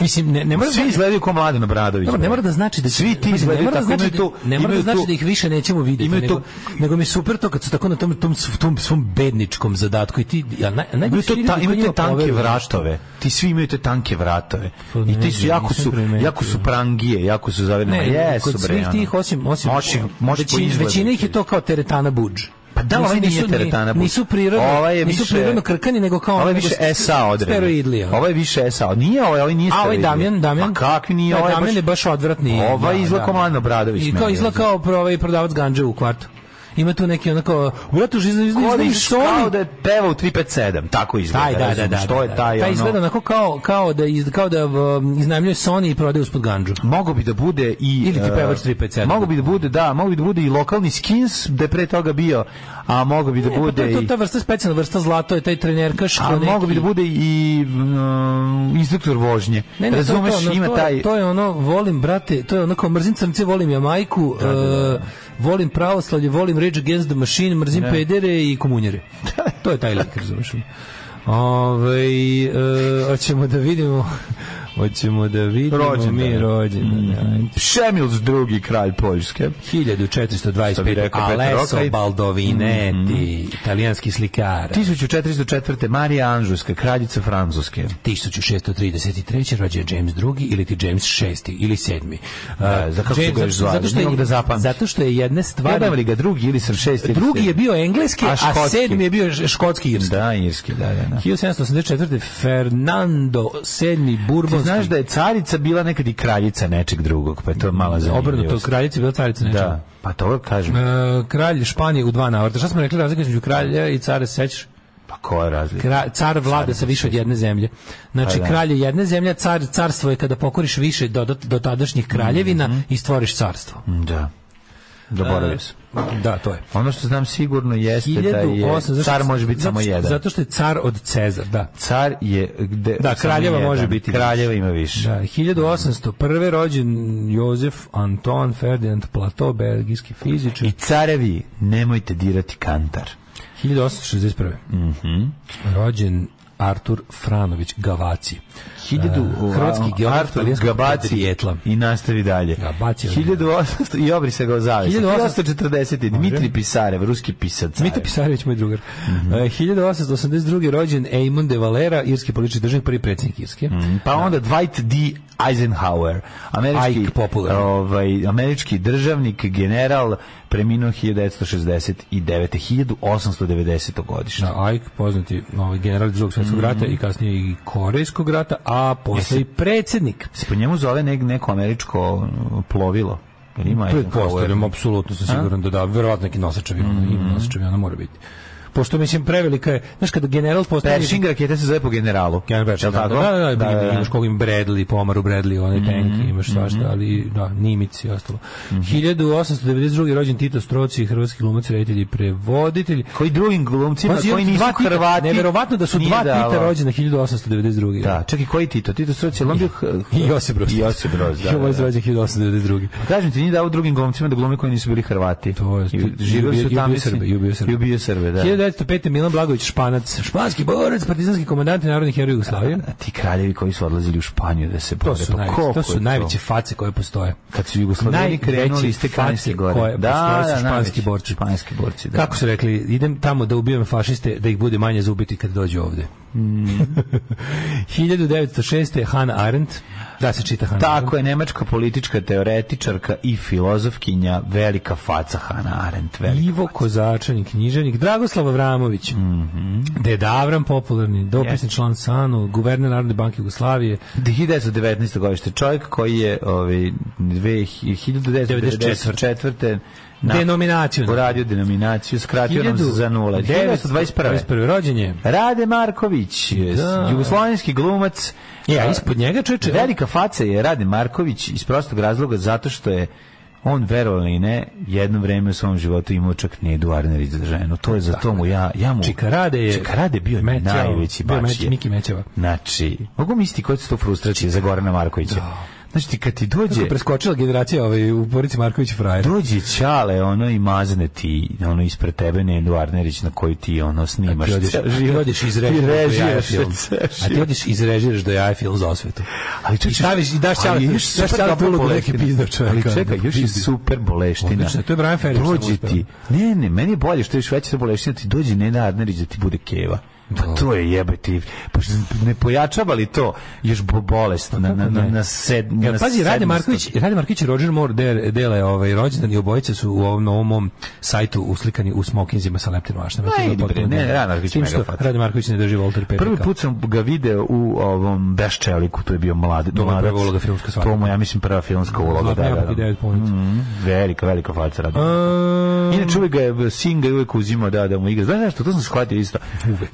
Mislim, ne, ne mora
svi izgledaju kao Mladen Obradović.
Dobro, ne mora da znači da
svi ti
Pazi, ne
izgledaju
mora da
tako,
znači
imaju
da-
tu...
ne mora da
imaju
znači
tu-
da ih više nećemo vidjeti
imaju
nego,
tu-
nego mi je super to kad su tako na tom tom tom svom bedničkom zadatku i ti ja naj
Imaju
najgore su
to
ljudi
ta,
koji
imaju te
njima
tanke
poveruju.
vratove. Ti svi imaju te tanke vratove.
Pa ne
I ti su
znam,
jako
nisam
su
primetio.
jako su prangije, jako su zavirane.
Ne,
Ma Jesu
kod
bre.
svih
ono.
tih osim osim
Osim, može po
većina,
izgledu
većina ih je
ti.
to kao teretana budž.
Pa da, ovaj
Nisu-
nije
nisu- ni-
teretana budž.
Nisu prirodno,
Ovaj je
nisu
više-
prirodno krkani, nego kao... ono
Ovo je
nego
više
s-
SA odred.
Steroidli. ono.
Ovo je više SA. Nije ovaj, ovaj nije
A ovaj
Ovaj steroidli.
Damjan, Damjan.
A kakvi nije
Da,
ovaj?
Damjan je baš odvratni.
Ovaj izgleda kao Mladen Obradović
I
meni,
kao izgleda
ono.
kao pro- ovaj prodavac ganđe u kvartu. ima tu neki onako, brate, iz iz
Kodiš kao da je pevao 357, tako izgleda.
Taj, da, da,
razumeš,
da.
To
da,
je
da.
taj,
taj
ono-
izgleda onako kao, kao da, iz, kao da um, iznajmljuje Sony i prodaje uspod ganđu.
Mogu bi da bude i
Ili ti
e,
pevač 357.
Mogu bi da bude, da, mogu bi da bude i lokalni skins, da je pre toga bio, a mogu bi da
E, pa to
bude
je to
i
ta vrsta specijalna vrsta zlato je taj trenerkaš
a
ko neki-
mogu bi da bude i mm, instruktor vožnje.
Ne, ne,
Razumeš,
to, je to, ono,
ima
to, je-
taj
to je ono volim brate, to je ono kao mrzim crnce, volim Jamajku, e, volim pravoslavlje, volim Rage Against the Machine, mrzim pedere i komunjere. to je taj lik, razumeš. Ovaj e, hoćemo da vidimo hoćemo da vidimo
Rođendan. Mm.
mi rođendan. ajde.
Šemils drugi kralj Poljske.
1425.
rekao Petar
Alesso
Rokaj. Mm-hmm.
Baldovinetti, italijanski slikar.
1404. Marija Anžujska, kraljica Francuske.
1633. rođen James II ili ti James VI ili 7.
Da, za kako su ga još zvali?
zato što
Ne
je,
mogu da zapamtim.
zato što je jedne
Jebam
stvari
li ga drugi ili sam šesti? ili
Drugi je bio engleski,
A
a,
škotski.
sedmi je bio š- škotski i irski.
Da, irski, da, da. da.
1784. Fernando VII
Ti
Bourbonski.
znaš da je carica bila nekad i kraljica nečeg drugog, pa je to mala zanimljivost.
Obrnuto, kraljica je bila carica nečega.
Da, pa to kažem.
E, kralj Španije u dva navrata. Šta smo rekli razlika između kralja i cara, se sećaš?
Pa koja je razlika?
Kra, car vlada sa više od jedne zemlje. Znači,
Pa da.
kralj je jedne zemlje, a car, carstvo je kada pokoriš više do, do, do tadašnjih kraljevina i stvoriš carstvo.
Mm, Da.
E,
Zaboravio sam.
Da, to je.
Ono što znam sigurno jeste da je
1800
car može biti
zato
samo
što-
jedan.
Zato što je car od Cezar, da.
Car je gde
Da,
samo
kraljeva
jedan.
može biti
Kraljeva ima više.
Da, 1801. rođen Jozef Anton Ferdinand Plato, belgijski fizičar.
I carevi, nemojte dirati kantar.
1861.
Mhm.
Rođen Artur Franović Gavaci.
Hiljadu,
E, hrvatski geograf
Artur
talijanskog
Gabaci
podrijetla.
i nastavi dalje.
Gabaci je
1800 i obri se ga zavisa.
1800
1840 Dmitri Pisarev, ruski pisac. carev.
Mita Pisarević, moj drugar.
Mhm.
E, 1882. rođen Eamon de Valera, irski politički državnik, prvi predsjednik Irske.
Pa onda Dwight D. Eisenhower, američki
Ike, popularni.
ovaj američki državnik, general, preminuo 1969. 1890. godišnje.
Da, Ike, poznati ovaj, general iz drugog svjetskog rata i kasnije i korejskog rata, a posle i predsjednik.
Se po njemu zove nek, neko američko uh, plovilo. Ili ima
Pretpostavljam,
Eisenhower?
apsolutno sam siguran da da, verovatno neki nosačevi,
Mm-hmm.
mm. ima nosačevi, ona mora biti. Pošto mislim prevelika je, znaš kada general postane
Pershing raketa se zove po generalu.
Ken Bertrand,
Jel
da,
tako?
da, da, da, ima- imaš koga im Bradley, Pomaru Bradley, onaj
Mm-hmm.
tank, imaš svašta, ali da, Nimic i ostalo. 1892. rođen Tito Stroci, hrvatski glumac, reditelj i prevoditelj.
Koji drugim glumcima,
Pazi,
koji
on
nisu
dva Tita,
Hrvati.
Neverovatno da su
nije
dva Tita
davao.
rođena 1892.
Da, čak i koji Tito? Tito Stroc, je on bio...
I Josip Broz.
I Josip Broz, da,
I ovo je
da, da.
rođen 1892.
Kažem ti, nije dao drugim glumcima da glume koji nisu bili Hrvati.
To je-
I živjeli
i
su
ubio- i
tamo
ubio Srbe, i ubio Srbe.
I ubio Srbe, da.
1905. Milan Blagović Španac, španski borac, partizanski komandant i narodni heroj Jugoslavije.
A ti kraljevi koji su odlazili u Španiju da se bore.
Pa To su,
pa
najveće,
koliko
to
je
su najveće face koje postoje.
Kad su Jugoslavijani
najveće
krenuli iz te kanjske
face
gore.
koje postoje su španski
najveći
borci.
Španski borci, da.
Kako su rekli, idem tamo da ubijem fašiste, da ih bude manje za ubiti kad dođu ovde. Mm. 1906. Hannah Arendt, da se čita Hannah Arendt.
Tako je, nemačka politička teoretičarka i filozofkinja, velika faca Hannah Arendt. Velika.
Ivo Kozačanin, književnik, Dragoslav Avramović, Ded Avram, popularni, dopisni član SANU, guverner Narodne banke Jugoslavije,
1919. godište čovjek koji je ovaj, 1994. na-
denominaciju.
uradio denominaciju, skratio nam se za nula. 1921.
1921. rođen je.
Rade Marković,
Da.
jugoslovenski glumac.
Ja,
A,
ispod njega čeče.
Velika faca je Rade Marković iz prostog razloga zato što je on verovali ili ne, jedno vreme u svom životu imao čak Nedu Arnerić za ženu. To je za to mu ja, ja mu...
Čikarade je...
Čikarade je bio
Mećao,
najveći
bio Meć-
bačije.
Miki Mećava.
Znači, mogu misliti koje su to frustracije za Gorana Markovića. Znači, ti kad ti dođe...
Kako preskočila generacija ovaj, u Borici Marković frajer.
Dođe Ćale, ono i mazne ti, ono ispred tebe Nedu Arnerić na koju ti ono snimaš.
ti odeš,
ceo
a ti
život.
odeš iz
Ti
režiraš
režiraš
film.
ceo
A ti
život.
odeš iz za jaja film za osvetu.
Ali
I staviš i daš ćale-
ali je
daš
super
ćale
dobra
tu ulogu
boleština.
neki pizdo čovjeka.
Ali čekaj, još je
Pizdi.
super boleština.
Odlično, to je Brian Ferry što sam
Dođe
uspeo.
ti. Ne, ne, meni je bolje što je još veća ta boleština, ti dođe Nena Arnerić da ti bude keva. Pa to je jebeti. Pa što ne pojačava li to još bo- bolest na, na, na, na, sed,
Jel,
na
Pa pazi, Rade
sedmosto-
Marković, Rade Marković i Roger Moore de, dele ovaj, rođendan i obojice su u ovom novom mom sajtu uslikani u smokinzima sa leptinom ašnjama.
Pa, idi bre, ne, Rade Marković je mega fat.
Rade Marković ne drži Walter Perry.
Prvi put sam ga video u ovom Beščeliku, to je bio mlad,
To mu je
mladac.
prva uloga filmska svakako.
To mu, je, ja mislim, prva filmska uloga. Da, da, da. Mm, velika, velika faca Rade Marković.
Um,
Inače uvijek ga je sin ga je uvijek uzimao da, da mu igra. Znaš nešto, to sam shvatio isto.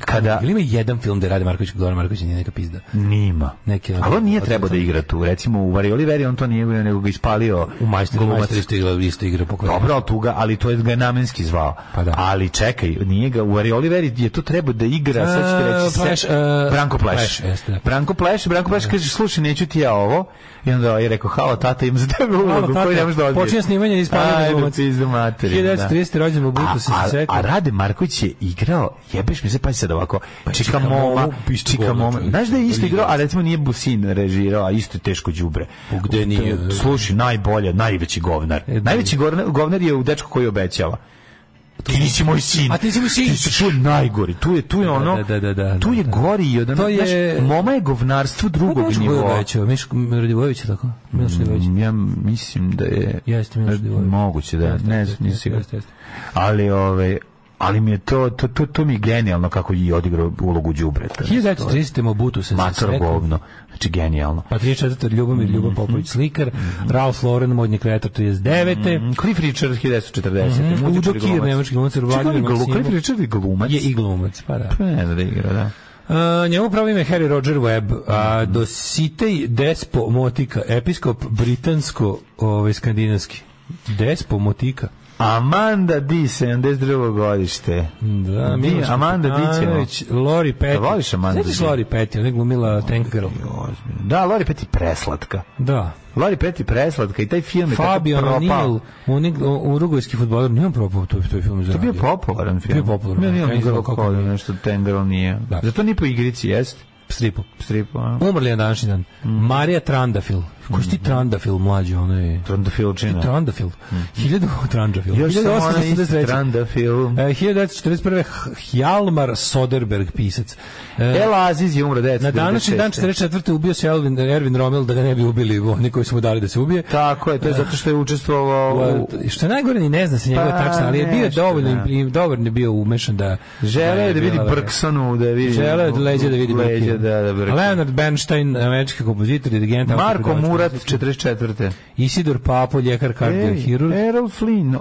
Kada
Ili ima jedan film da Rade Marković, Goran Marković nije neka pizda.
Nima.
Neki ono-
Ali on nije trebao da igra tu. Recimo u Varioli Veri on to nije igrao, nego ga ispalio
U majstri,
golumac.
majstri isto igra, isto igra pokojena.
Dobro, ali tuga, ali to je ga je namenski zvao.
Pa da.
Ali čekaj, nije ga, u Arioli Veri je to trebao da igra, sad ću ti
E,
reći, se-
Pleš, e,
Branko Pleš.
Pleš, jeste, da.
Branko Pleš, Branko Pleš kaže, slušaj, neću ti ja ovo. I onda je rekao, halo tata, imam za tebe ulogu,
tata,
koju ne možeš da odbiješ.
počinje snimanje i ispalio ga
Ajde,
glumac.
pizdu materinu, da.
1930. rođen u
A,
Butu se
a,
sekao.
a Rade Marković je igrao, jebeš mi se, pazi sad ovako, Čika
Čika
Moma,
Momu, isto
Čika
govno,
Moma.
čovječe.
Znaš da je isto igrao, a recimo nije Busin režirao, a isto je teško đubre.
Pa Gde nije? E,
Slušaj, najbolje, najveći govnar.
da.
Najveći govnar, govnar je u dečku koji obećava. Ti nisi moj sin.
A ti nisi moj sin.
Ti si čuo najgori. Tu je, tu je ono,
da, da, da, da,
tu je
da.
gori i od ono,
To je-
znaš, Moma je govnarstvo
Pa
drugog nivoa.
Miško Miško Radivojević je tako? Miloš Radivojević.
Mm, Ja mislim da je...
Jeste, Miloš Radivojević.
Moguće da,
Jeste,
ne
jeste,
znam, nisam
jeste,
siguran.
jeste, jeste.
Ali ove ali mi je to to to, to mi je genijalno kako je odigrao ulogu đubreta.
1930. Mobutu se
Mator
sekao.
govno. Znači genijalno.
Pa 34. Ljubomir Ljubo Popović slikar, Ralph Lauren, modni kreator 39.
Mm, Cliff Richard 1940.
Mhm. Udo Kier, nemački glumac, Vladimir Maksimov.
Cliff Richard je glumac.
Je i glumac, pa da.
Pa Ne znam da igra, da.
A, njemu pravo ime je Harry Roger Webb, a Dositej Despo Motika, episkop britansko, ovaj, skandinavski. Despo Motika.
Amanda D, 72. godište.
Da,
Di-
Miloš
Amanda Dićeva.
Petanović, Lori Petty.
Da voliš Amandu
Znaš
Dićevu?
Lori Petty, ona je glumila Tank Girl.
Da, Lori Petty preslatka.
Da.
Lori Petty preslatka i taj film je tako
Fabian
propao.
O'Neill, unig- u- urugvajski futboler, nije on propao to, to je film za
To je bio popularan film.
Bio popularan.
Ne, nije on
Ne znam
igrao
kako
kao
nije.
nešto Tendril nije.
Da.
Zato ni po igrici, jest?
Stripu.
Stripu, a?
Umrli je na današnji dan.
Mm.
Marija Trandafil. Ko si ti Trandafil, mlađi, ono je...
Trandafilčina.
Trandafil. Hiljadu Trandafil.
Mm. Još samo onaj isti
1883.
Trandafil.
E, 1941. Hjalmar Soderberg, pisac. E,
El Aziz je umro 1996.
Na današnji dan 44. ubio se Elvin, Ervin Rommel da ga ne bi ubili oni koji su mu dali da se ubije.
Tako je, to je zato što je učestvovao u...
U- Pa, što je najgore ni ne zna se njegova
Pa,
tačna, ali je bio
nešto,
dovoljno
da.
i dovoljno je bio umešan da
Želeo je da vidi Brksonu, da vidi...
Želeo je da leđe da vidi
Leđe,
Brkija.
da, da Brksonu.
Leonard Bernstein, američki kompozitor, dirigent,
Marko
autopedagog,
Murat, 44.
Isidor Papo, ljekar, kardiohirurg.
Ej, Errol Flynn,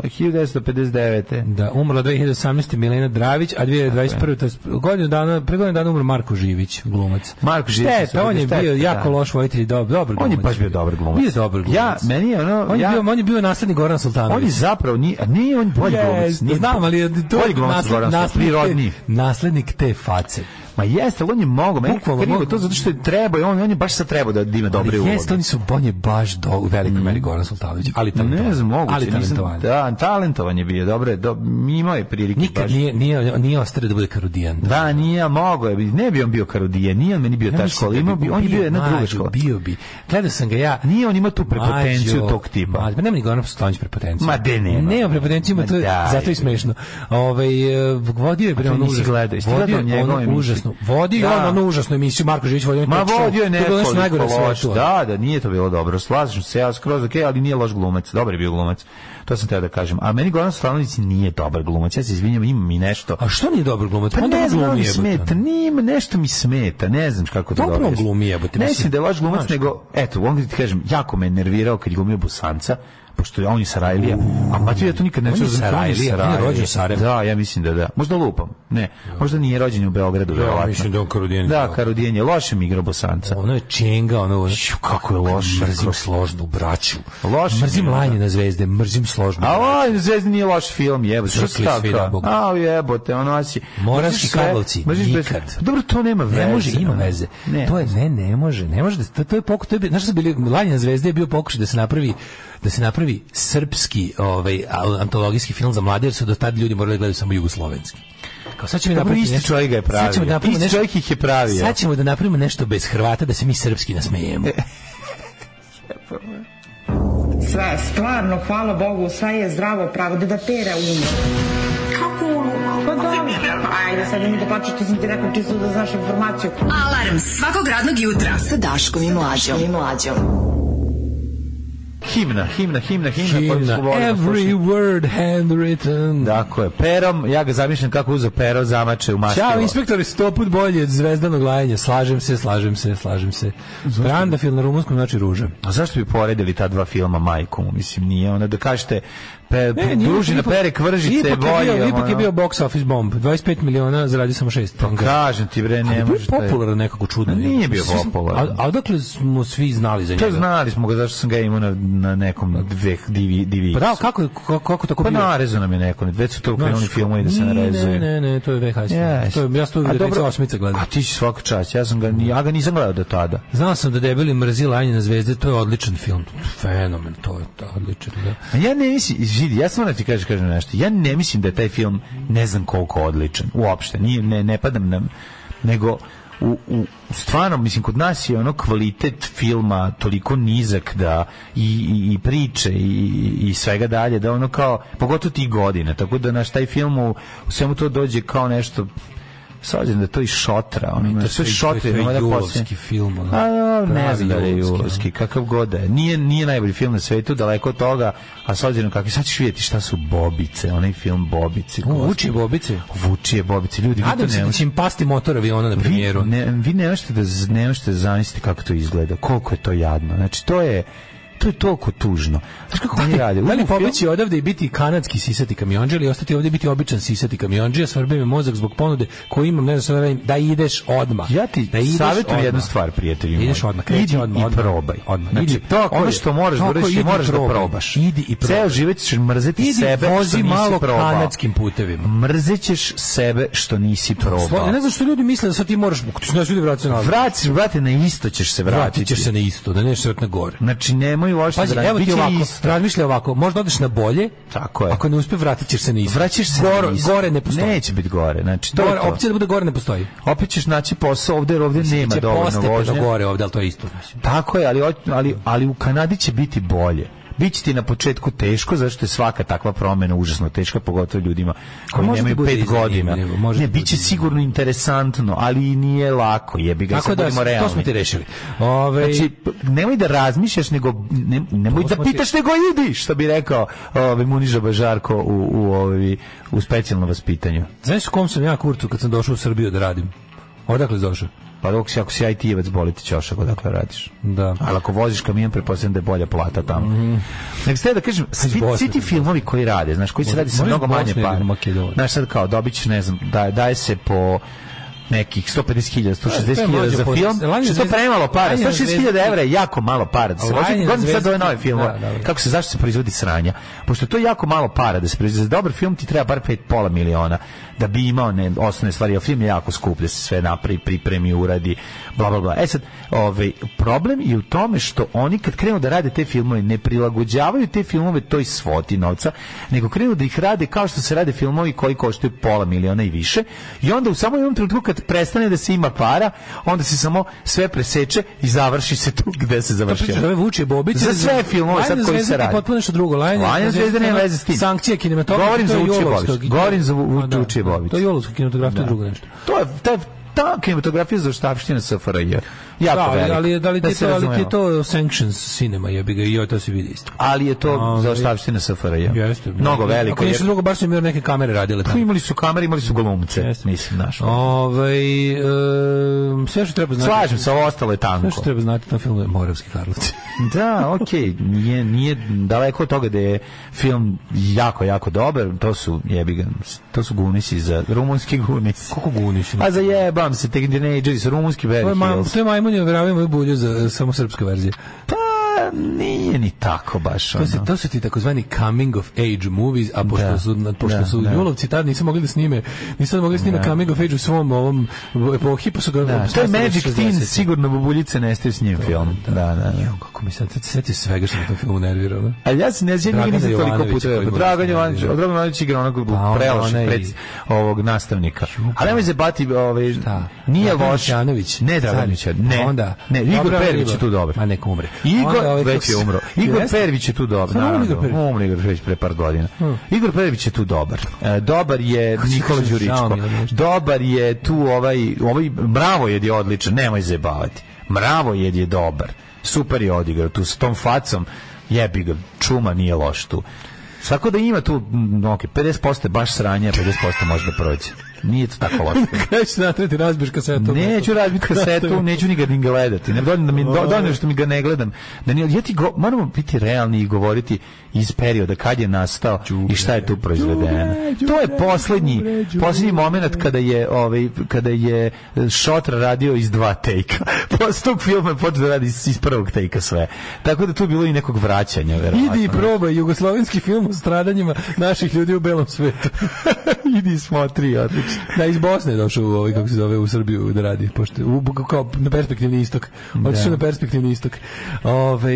1959.
Da, umrla 2018. Milena Dravić, a 2021. to je Godinu dana, pre godinu dana umro Marko Živić, glumac.
Marko Živić je
Šteta, on je
šteta,
bio
da.
jako loš vojitelj, dob, dobar glumac.
On je baš bio dobar glumac.
Bio je dobar glumac.
Ja, meni je ono...
on, je
ja,
bio, on je bio naslednik Goran Sultanović.
On je zapravo, nije, nije on bolji glumac.
Jeste,
Nije,
znam, ali je to
bolji glumac od Gorana Sultanovića, prirodniji.
te, naslednik te face.
Ma jeste, ali on je mogao, meni je
Bukvalno
krivo,
mogao.
to zato što je trebao, i on, on je baš sad trebao da ima dobre uloge.
Jeste, oni su bonje baš do, u velikoj meri Goran Sultanović, ali talentovan.
Mhm. Ne znam, moguće,
ali
nisam,
talentovan.
da, talentovan je bio, dobro, je, do, imao je prilike
Nikad
baš.
nije, nije, nije ostare da bude karudijan.
Da, nije, mogao je, biti. ne bi on bio Karudije, nije on meni bio ta škola, imao bi, on je bio jedna druga
Mlađo,
škola.
Bio bi. Gledao sam ga ja.
Nije on imao tu prepotenciju
Mlađo,
tog tipa.
mlađo, Ma nema ni Goran Stojić prepotenciju.
Ma de nema.
Nema prepotenciju, ima
Ma
to, je-
daj.
zato je i smešno. Ovaj e, vodio je bre
to
ono
nisi
užasno.
gledao, jesi ti
Vodio
gledao
je
njegove
ono
emisije?
užasno. Vodio je
Da.
on onu užasnu emisiju Marko Živić vodio. je
Ma
talk show.
vodio je
To je bilo nešto najgore
nekoliko
na
loš.
svetu. ono.
Da, da, nije to bilo dobro. Slažem se, ja skroz ok, ali nije loš glumac. Dobar je bio glumac. To sam teo da kažem. A meni Goran Stanović nije dobar glumac. Ja se izvinjam, imam i nešto.
A što nije dobar glumac?
Pa
On
ne
dobro
znam, on mi
glumi, jebote,
smeta,
ono.
nije, nešto mi smeta, ne znam kako to
Dobro on
objasnim.
glumi, jebote,
Ne
mislim.
mislim da je vaš glumac,
Znaš.
nego, eto, on ti kažem, jako me je nervirao kad je glumio Bosanca, pošto je on je Sarajlija, a Matija ja to nikad
On je
neću razumjeti.
Sarajlija, on je rođen u Sarajevu.
Da, ja mislim da da. Možda lupam, ne. Možda nije rođen u Beogradu, verovatno.
mislim da je on Karudijan.
Da, Karudijan je, loše mi igrao Bosanca.
Ono je čenga, ono je...
Ću, kako je loše.
Mrzim složnu braću.
Loše
mrzim
mi je,
lanje na zvezde, mrzim složnu
A on Zvezda nije loš film, jebote.
Crkli
šta
svi,
kao?
da, Bog.
A jebote, ono si.
Moravski
mrziš sve,
kablovci,
mrziš bez-
nikad.
Dobro, to nema veze.
Ne može, ima
ono.
veze.
Ne.
To je ne, ne može, ne može da to, to je pokušaj, to je bio- znaš šta su bili Lanjina zvezda je bio pokušaj da se napravi da se napravi srpski ovaj a- antologijski film za mlade jer su do tad ljudi morali da gledaju samo jugoslovenski. Kao sad ćemo
Dobro,
napraviti
Pa isti
nešto-
čovjek ga je
sad ćemo
pravio.
da napravimo
Isti
nešto-
čovjek ih je pravio. E,
Sad ćemo da napravimo nešto bez Hrvata da se mi srpski nasmejemo.
Sve, stvarno, hvala Bogu, sve je zdravo pravo, da da pere umo. Kako umo? Pa da. Ajde, sad nemoj da plačeš, to sam ti rekao čisto da znaš informaciju.
Alarm svakog radnog jutra sa Daškom i Mlađom. I Mlađom.
Himna, himna, himna, himna. pa koju
Himna.
smo volimo
Every
slušati.
word handwritten.
Tako je, perom, ja ga zamišljam kako uzo pero zamače u mastivo.
Ćao, inspektore, sto put bolje od zvezdanog lajanja. Slažem se, slažem se, slažem se. Brandafil na rumunskom znači ruža.
A zašto bi poredili ta dva filma majkom? Mislim, nije ona da kažete pe,
Ne, E, nije,
dužina
ipak-
perek vržice
ipak je
bolje.
bio, ipak je
ono.
bio box office bomb. 25 miliona, zaradio samo 6.
Kažem ti bre, ne
Bio je
možeš. taj-
popularan nekako čudno.
A nije bio
Svi smo-
popularan.
A, a odakle smo svi znali za njega?
To znali smo ga, zašto sam ga imao na, na nekom dveh divi, divi.
Pa da, kako, je- kako, kako tako
Pa
bio?
narezo nam je neko, već su to krenuli
Znaš,
filmu i da se
Ne,
narezuje.
ne, ne, to je VHS.
Yes.
no. To je, ja sam
A
to
dobro,
uvijek osmica gledao.
A ti si svaka čast, ja sam ga, ni- ja ga nisam gledao do tada.
Znao sam da debeli mrzi lanje na zvezde, to je odličan film. Fenomen, to je to, odličan. Da.
A ja ne mislim, vidi, ja stvarno ti kažem, kažem nešto, ja ne mislim da je taj film ne znam koliko odličan, uopšte, nije, ne, ne padam nam, nego u, u, stvarno, mislim, kod nas je ono kvalitet filma toliko nizak da i, i, i priče i, i- i svega dalje, da ono kao, pogotovo ti godine, tako da naš taj film u, u svemu to dođe kao nešto sađen da je to i šotra, ono, znaš, to je
sve- to
šotra,
je
ono da
julovski
poslije-
film, ono,
A, da, ne
pravi
znam da li je
julovski, ono.
julovski, kakav god da je. Nije, nije najbolji film na svetu, daleko od toga, a s obzirom kakvi, sad ćeš vidjeti šta su Bobice, onaj film Bobice.
U,
gospod-
Vuči i Bobice.
Vučije Bobice, ljudi, vi
Nadam
to
se
ne
da će im pasti motor aviona na
vi,
premijeru.
ne, vi ne možete da z- ne možete da zamislite kako to izgleda, koliko je to jadno. Znači, to je to je toliko tužno. Znaš kako oni rade?
Da li
Uzmu film-
pobeći odavde i biti kanadski sisati kamionđe ili ostati ovdje i biti običan sisati kamionđe, svrbi mi mozak zbog ponude koju imam, ne znam šta da radim, da ideš odmah.
Ja ti
da ideš
savjetujem
odmah.
jednu stvar, prijatelju. moj.
Ideš odmah, kreći
idi
odmah,
i
odmah.
probaj.
Odmah.
Znači,
Idi.
to
Tako
ono
je.
što moraš
Tako
da
je,
uradiš,
idi i
moraš da
probaj.
probaš.
Idi i probaj.
Ceo život ćeš mrzeti
Idi,
sebe što
vozi
nisi
malo
probao.
kanadskim putevima.
Mrzećeš sebe što nisi probao.
Slo- Ne znam što ljudi misle da sad ti moraš, ti znaš ljudi vracionalno.
Vraćaš, brate, na isto ćeš se vratiti.
Vratit ćeš se na isto, da nešto na gore.
Znači, nemoj uopšte
Pazi,
da radiš.
evo ti
Biće
ovako,
isto.
razmišljaj ovako, možda odeš na bolje,
Tako je.
ako ne uspe, vratit ćeš se na isto.
Vraćaš se
gore,
na isto.
Gore ne postoji.
Neće biti gore. Znači, to je
Gore,
to.
opcija da bude gore ne postoji.
Opet ćeš naći posao ovdje, jer ovdje nema
Biće
dovoljno
postepeno
vožnje.
gore ovdje, ali to je isto. Znači.
Tako je, ali, ali, ali u Kanadi će biti bolje. Biće ti na početku teško, zašto je svaka takva promjena užasno teška, pogotovo ljudima koji
može da
nemaju
bude
pet godina.
zanimljivo, može
Ne,
da bude
bit će
zanimljivo.
sigurno interesantno, ali i nije lako, jebi ga,
Tako
sad
da,
budemo
to
realni.
smo ti rešili. Ove,
Znači, p- nemoj da razmišljaš, nego ne, nemoj
To
da
smo ti-
pitaš, nego idi, što bi rekao ovaj, Muniža Bažarko u, u, ovaj, u specijalnom vaspitanju.
Znaš s kom sam ja kurcu kad sam došao u Srbiju da radim? Odakle si došao?
Pa dok si, ako si IT-evac, boli ti ćošak odakle dakle, radiš.
Da. Mhm.
Ali ako voziš kamion, prepostavljam da je bolja plata tamo. Nego ste da kažem, svi,
Bosne,
svi ti
iz
filmovi koji rade, znaš, koji se
Pa Možda-
radi sa
možda iz
mnogo manje
Bosne ili
para.
Makedonije.
Znaš, sad kao, dobit ćeš, ne znam, daje, daje se po nekih 150.000, 160.000 za
po-
film,
Lajna
što je to
zvezda-
premalo para.
Lajna
160.000
zvezda-
evra je jako malo para. Da se
Lajna
vozi, godin sad
zvezda-
ove nove
Da,
filmove.
dobro.
Kako se, zašto se proizvodi sranja? Pošto je to jako malo para da se proizvodi. Za dobar film ti treba bar pet pola miliona da bi imao ne, osnovne stvari. A film je jako skup da se sve napravi, pripremi, uradi, bla, bla, bla. E sad, ovaj, problem je u tome što oni kad krenu da rade te filmove, ne prilagođavaju te filmove toj svoti novca, nego krenu da ih rade kao što se rade filmovi koji koštaju pola miliona i više. I onda u samo jednom trenutku kad prestane da se ima para, onda se samo sve preseče i završi se tu gde se
To
završio.
Pa pričaš da ove vuče bobice.
Za sve filmove sad
Lajna
koji
zvezda
se
ti
rade.
potpuno nešto drugo. Lajna,
Lajna zvezda nema veze s tim.
Sankcije kinematografije.
Govorim
to je
za Vučije
julovskog.
Bobić. Govorim za Vu-
A, da,
Vučije
da.
Bobić.
To je julovska kinematografija, to je drugo nešto.
To je ta, ta kinematografija za štavština SFRJ. Jako
da, ali,
velika.
ali, da li ti,
se
to, ali ti
razumemo.
je to sanctions cinema, jebi ga, i joj, to se vidi isto.
Ali je to
Ali-
za štavština SFRJ.
Jeste.
Mnogo veliko.
Ako ništa
Je...
drugo, bar su im još neke kamere radile tamo.
Imali su kamere, imali su golumce.
Jeste.
Mislim, znaš.
Ovaj em, sve što treba znati.
Slažem se, ovo ostalo je
Sve što
tanko.
treba znati na filmu je Moravski Karlovci.
Da, okej, nije, nije daleko od toga da je film jako, jako dobar, to su, jebi ga, to su gunisi za, rumunski gunisi.
Kako guniš?
A zajebam se, te teenageri su rumunski
To je,
Beverly
ma,
Hills.
to je majmun je veravim moju bulju za e, samo srpska verzija.
Pa, nije ni tako baš.
To,
ono.
se, to su ti takozvani coming of age movies, a pošto
Da.
su, na- pošto
Da,
su
da.
Julovci tad nisu mogli da snime, nisu mogli da snime coming of age u svom ovom epohi, pa su ga...
Da, to je
sastavili
Magic
60.
Teen, sigurno bubuljice nestaju s njim film. Da, da, da.
Jo, Kako mi sad, sad se sjetio svega što me to film nervirao. ne?
Ali ja se ne znam,
Dragana
nikad nisam toliko
Jovanovića
puta.
koji
gledao.
mora
Dragan
se
Jovanović,
nervirati.
Dragan Jovanović igra onog
Pa onda
prelošeg
onaj-
pred ovog nastavnika. Ali nemoj se bati, ovaj,
Šta?
nije
Dragan
loš.
Jovanović.
Ne Draganović, ne.
Onda,
Ne, Igor
Dobra,
Perović je
Igor.
tu dobar.
Ma neka umre.
Igor
je ovaj-
već je umro. Igor
Jeste?
Pervić je tu dobar.
Stvarno umro
naravno.
Igor Pervić? Hm.
Umro Igor Pervić pre par godina. Igor Pervić je tu dobar. E, dobar je
ti
Nikola
kažem, žao
Đuričko.
mi je nešto.
Dobar je tu ovaj, ovaj Bravo je je odličan, nemoj zajebavati. Bravo je je dobar. Super je odigrao tu s tom facom. Jebi ga, čuma nije loš tu. Tako da ima tu, mm, ok, 50% je baš sranje, a 50% možda prođe. Nije to tako loše.
Kada ćeš natrati razbiš kasetu?
Neću raditi kasetu, neću nikad ni gledati. Ne dovoljno da mi do- dovoljno što mi ga ne gledam. Da ni, ja ti go, moramo biti realni i govoriti iz perioda kad je nastao i šta je tu proizvedeno. to je poslednji poslednji momenat kada je ovaj kada je Šotra radio iz dva tejka. Posle tog filma je počeo da radi iz, iz prvog tejka sve. Tako da tu je bilo i nekog vraćanja, verovatno.
Idi i probaj jugoslovenski film o stradanjima naših ljudi u belom svetu.
idi i smotri, odlično.
Da, iz Bosne je došao u ovaj, kako se zove, u Srbiju da radi, pošto, u, kao na perspektivni istok. Otišao na perspektivni istok. Ove,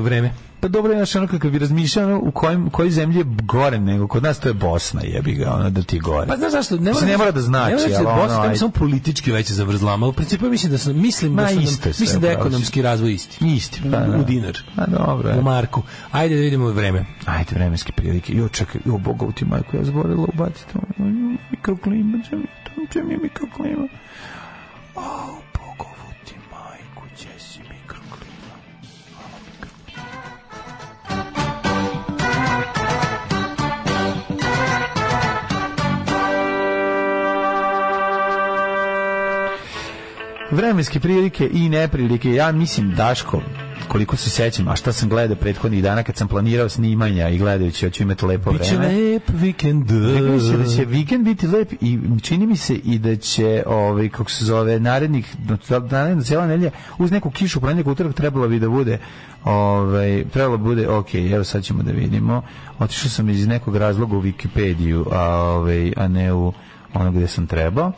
vreme.
Pa dobro je naš ono kako bi razmišljao ono, u kojem, kojoj zemlji je gore nego kod nas to je Bosna jebi ga ono da ti je gore.
Pa znaš zašto? Ne
Mislim,
mora,
ne mora da znači,
Ne mora da
ali ono,
Bosna, tamo
ajde.
samo politički veće zavrzlama. U principu ja mislim da su, mislim
Ma,
da, su nam-
isto je sve,
mislim da je
pravo si.
ekonomski razvoj isti.
Isti, pa,
U-
da.
u dinar.
A dobro. je.
U marku. Ajde da vidimo vreme.
Ajde, vremenske prilike. Jo, čekaj, jo, boga ti majku, ja zborila ubaciti ovo. Jo, Mikroklima, če mi, tam če mi je mikroklima. Au, bogovu ti majku, gdje si mikroklima? vremenske prilike i neprilike. Ja mislim, Daško, koliko se sećam, a šta sam gledao prethodnih dana kad sam planirao snimanja i gledajući, hoću imati lepo
Biće
vreme.
lep vikend.
Rekli mi se da će vikend biti lep i čini mi se i da će ovaj kako se zove narednih naredna cijela nedelja uz neku kišu ponedeljak utorak trebalo bi da bude ovaj trebalo bude ok evo sad ćemo da vidimo otišao sam iz nekog razloga u Wikipediju a ovaj a ne u ono gde sam trebao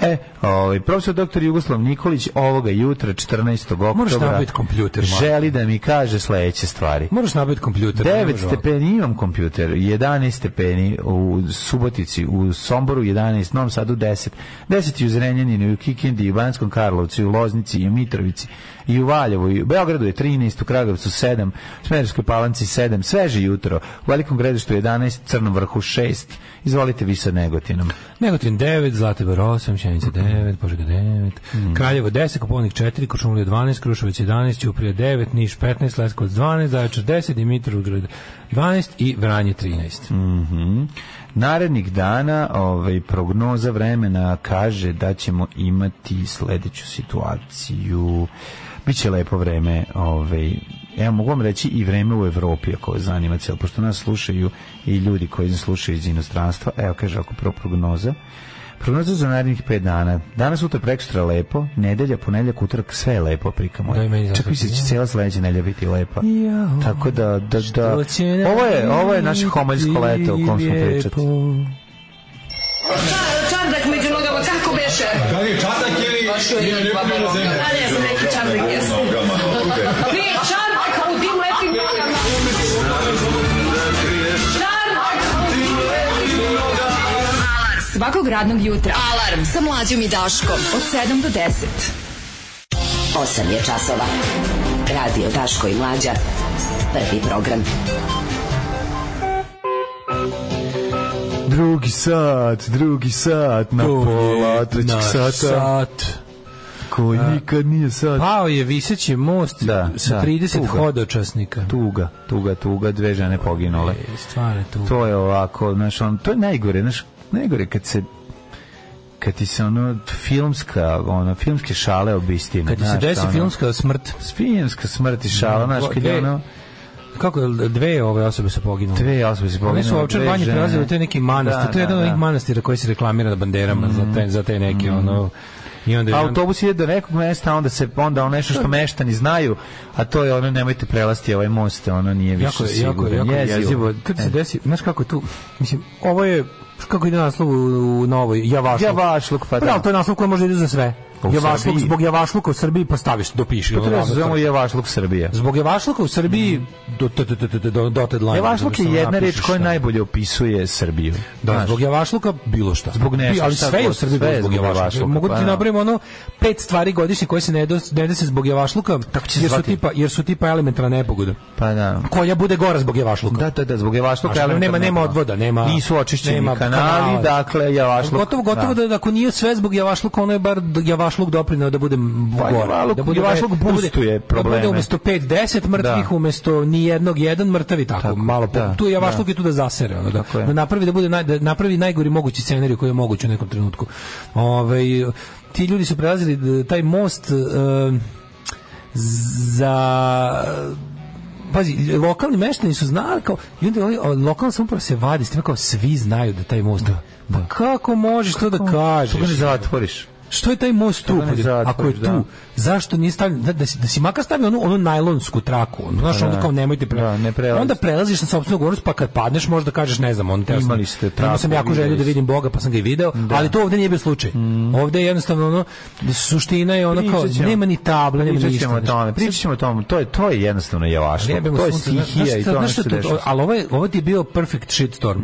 E, ovaj, profesor dr. Jugoslav Nikolić ovoga jutra 14. oktobra
Moraš nabaviti kompjuter, Marko.
želi da mi kaže sledeće stvari.
Moraš nabaviti kompjuter. ne
9
može ovako.
stepeni imam kompjuter, 11 stepeni u Subotici, u Somboru 11, Novom Sadu 10, 10 i u Zrenjaninu, i u Kikindi, i u Banskom Karlovcu, i u Loznici, i u Mitrovici, i u Valjevu, i u Beogradu je 13, u Kragovicu 7, u Smederskoj palanci 7, sveže jutro, u Velikom gredištu 11, Crnom vrhu 6, izvolite vi sa Negotinom.
Negotin 9, Zlatibor 8, Šenica 9, Požega 9,
Hmm.
Kraljevo 10, Koponik 4, Kočumlija 12, Kruševac 11, Ćuprija 9, Niš 15, Leskovac 12, Zaječar 10, Dimitrovgrad 12 i Vranje 13.
Mhm. Narednih dana ovaj, prognoza vremena kaže da ćemo imati sledeću situaciju. Biće lepo vreme. Ovaj, evo, mogu vam reći i vreme u Evropi, ako vas zanima cijelo, pošto nas slušaju i ljudi koji nas slušaju iz inostranstva. Evo, kaže, ako prvo prognoza. Prognoza za narednih 5 dana. Danas, sutra, prekstra lepo. Nedelja, ponedjeljak, utorak, sve je lepo, prika moja.
Da, i meni
Čak
zato
mi se da će
nije.
cijela sledeća nedelja biti lepa.
Jao.
Tako da, da, da. Ovo je, ovo je naše homoljsko leto o kom smo pričati.
Čardak među nogama, kako beše? Da li je čardak ili je zemlja? Da li je za neki čardak, jesi? Ne, čardak u tim lepim nogama. Čardak u tim lepim nogama.
Svakog radnog jutra.
Alarm
Sa mlađom i Daškom. Od 7 do 10.
8 je časova. Radio Daško i Mlađa. Prvi program.
Drugi sat, drugi sat, na pola trećeg sata,
Sat.
koji nikad nije sat.
Pao je viseći most
Da,
sa
da,
30
tuga.
hodočasnika.
Tuga, tuga, tuga, dve žene poginule.
E, Stvarno je tu.
To je ovako, znaš, on, to je najgore, znaš, najgore kad se kad ti se ono filmska, ono, filmske šale obistine.
Kad ti se
znaš,
desi
ono,
filmska e, smrt,
filmska smrt i šala, znaš, kad je
Dve-
ono,
kako je, dve ove osobe su poginule.
dve osobe se
Oni su
poginule,
Ovčar
dve
banje
žene.
prelazili, to je neki manastir,
Da,
to je jedan
da,
od
da.
onih manastira koji se reklamira na banderama za te, za te neke, ono, i onda... i
Pa
onda-
autobus ide do nekog mesta, onda se onda ono nešto što meštani znaju, a to je ono nemojte prelasti ovaj most, ono nije više
jako, je- jako,
sigurno.
je- jako je jezivo. Kad se desi, znaš kako je tu, mislim, ovo je, kako ide naslov u, u novoj, javašluk.
Ja vaš luk pa
Pravo,
da.
to je naslov koji može ide za sve.
javašluka u
Javašluk,
Srbiji.
zbog javašluka u Srbiji pa staviš, dopiši.
Pa
ono,
treba se
ravno
zovemo
crta.
javašluk Srbija.
Zbog javašluka u Srbiji do do do do do dotted line.
Javašluk je
Jednostavno
jedna
napišeš
reč koja
šta.
najbolje opisuje Srbiju.
Da,
Znaš,
zbog javašluka bilo šta.
Zbog nešto,
Bi- Ali
šta
sve je u
god,
Srbiji
sve
bilo
je
zbog
zbog
javašluka.
javašluka,
Mogu ti
pa da.
napravim ono pet stvari godišnje koje se ne dos- ne dese zbog javašluka,
Tako će se
jer su
zvati.
tipa jer su tipa elementarna nepogoda.
Pa da.
Koja bude gora zbog javašluka.
Da, da, da, zbog javašluka.
Znaš, nema- nema- nema odvoda, nema-
Nisu očišćeni
nema kanala.
kanali, dakle, javašluk.
Gotovo, gotovo da. da ako nije sve zbog javašluka, ono je bar javašluk doprineo da bude
Pa,
gore.
javašluk-
da bude
javašluk
da bude-
boostuje
Da bude
probleme.
umesto 5-10 mrtvih,
Da.
umesto ni jednog jedan mrtav i tako,
Tako,
malo. po-
da,
tu je javašluk i tu da zasere, ono, da,
Tako je.
da napravi da bude naj, da napravi najgori mogući scenarij koji je moguć u nekom trenutku. Ovaj ti ljudi su prelazili d- taj most e, za pazi, lokalni meštani su znali kao, i onda oni, o, lokalna samouprava se vadi, s time kao svi znaju da taj most Pa kako možeš to da kažeš?
Što ga ne zatvoriš?
Što je taj most tu?
ga ne
pa,
zatvoriš,
Ako je tu,
da.
zašto nije stavljen? Da, da, si, da si makar stavio onu, onu najlonsku traku, ono, znaš, onda kao nemojte pre...
Da, ne prelazi.
Onda prelaziš na sopstvenu govornost, pa kad padneš možda kažeš, ne znam, on teo sam-
Imali ste traku,
imao sam jako želju da
videli Mm.
vidim Boga, pa sam ga i video, ali to ovde nije bio slučaj. Ovde je jednostavno ono, suština je ono kao,
Pričat ćemo.
nema ni tabla, nema
Pričat
ništa.
ćemo o
znaš.
tome, pričat ćemo o tome. To je, to je jednostavno javašluk. To je stihija i to je ono što se dešava. Mhm.
Ali ovo, je, ovo ti je bio perfect shitstorm.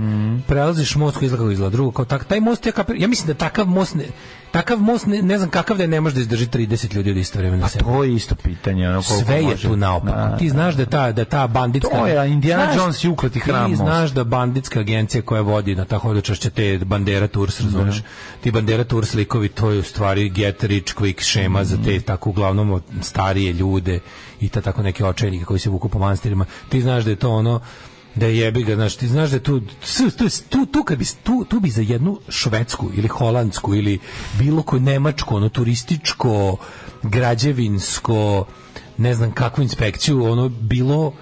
Prelaziš most koji izgleda kako izgleda. Drugo, kao tak, taj most, ja, kapir- ja mislim da takav most, ne, takav most ne, ne znam kakav da je, ne može da izdrži 30 ljudi od isto vremena.
A to je isto pitanje. Ono, koliko
Sve je
može.
tu naopako.
Da,
Ti
da.
znaš da je ta, da je ta banditska...
To je, Indiana
Znaš-
Jones i uklati hram
Ti
most.
znaš da banditska agencija koja vodi na ta hodočašća te Bandera Tours, razumeš? Ti Bandera Tours likovi, to je u stvari get rich quick šema za
Mhm.
te tako uglavnom od- starije ljude i ta tako neke očajnike koji se vuku po manastirima. Ti znaš da je to ono da je jebi ga, znaš, ti znaš da je tu, tu, tu, tu, tu kad bi, tu, tu bi za jednu švedsku ili holandsku ili bilo koju nemačko, ono turističko, građevinsko, ne znam kakvu inspekciju, ono bilo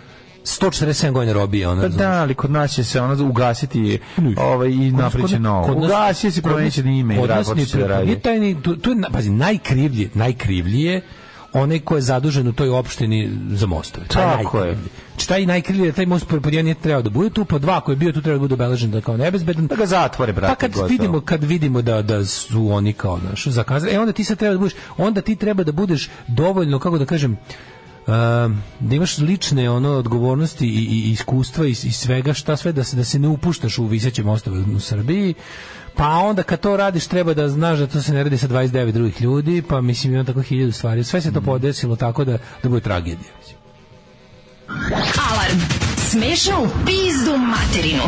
147 godina robije, ono,
Pa
razumeš?
da, ali kod nas će se ono ugasiti ovaj, i napriće
Kod nas-
novo.
kod nas-
Ugasiti se,
kod nas-
promenit će ni ime i
kod nas
rad,
ni
hoće se da
pri-
radi.
Nije taj ni, tu, tu je, na- pazi, najkrivlje, najkrivlje onaj ko je zadužen u toj opštini za mostove. Taj
Tako je.
najkrivlji. Znači, taj najkrivlji, je da taj most pod pod jedan nije trebao da bude tu, pod dva koji je bio tu trebao da bude obeležen da je kao nebezbedan.
Da ga zatvore, brate.
Pa kad
gotovo.
vidimo kad vidimo da da su oni kao naš zakazali, e onda ti sad treba da budeš, onda ti treba da budeš dovoljno kako da kažem um, da imaš lične ono odgovornosti i, i- i iskustva i, i svega šta sve da se da se ne upuštaš u viseće mostove u Srbiji. Pa onda kad to radiš treba da znaš da to se ne radi sa 29 drugih ljudi, pa mislim ima tako hiljadu stvari. Sve
Mm.
se to podesilo tako da da bude tragedija. mislim.
Alarm. Smešno u pizdu materinu.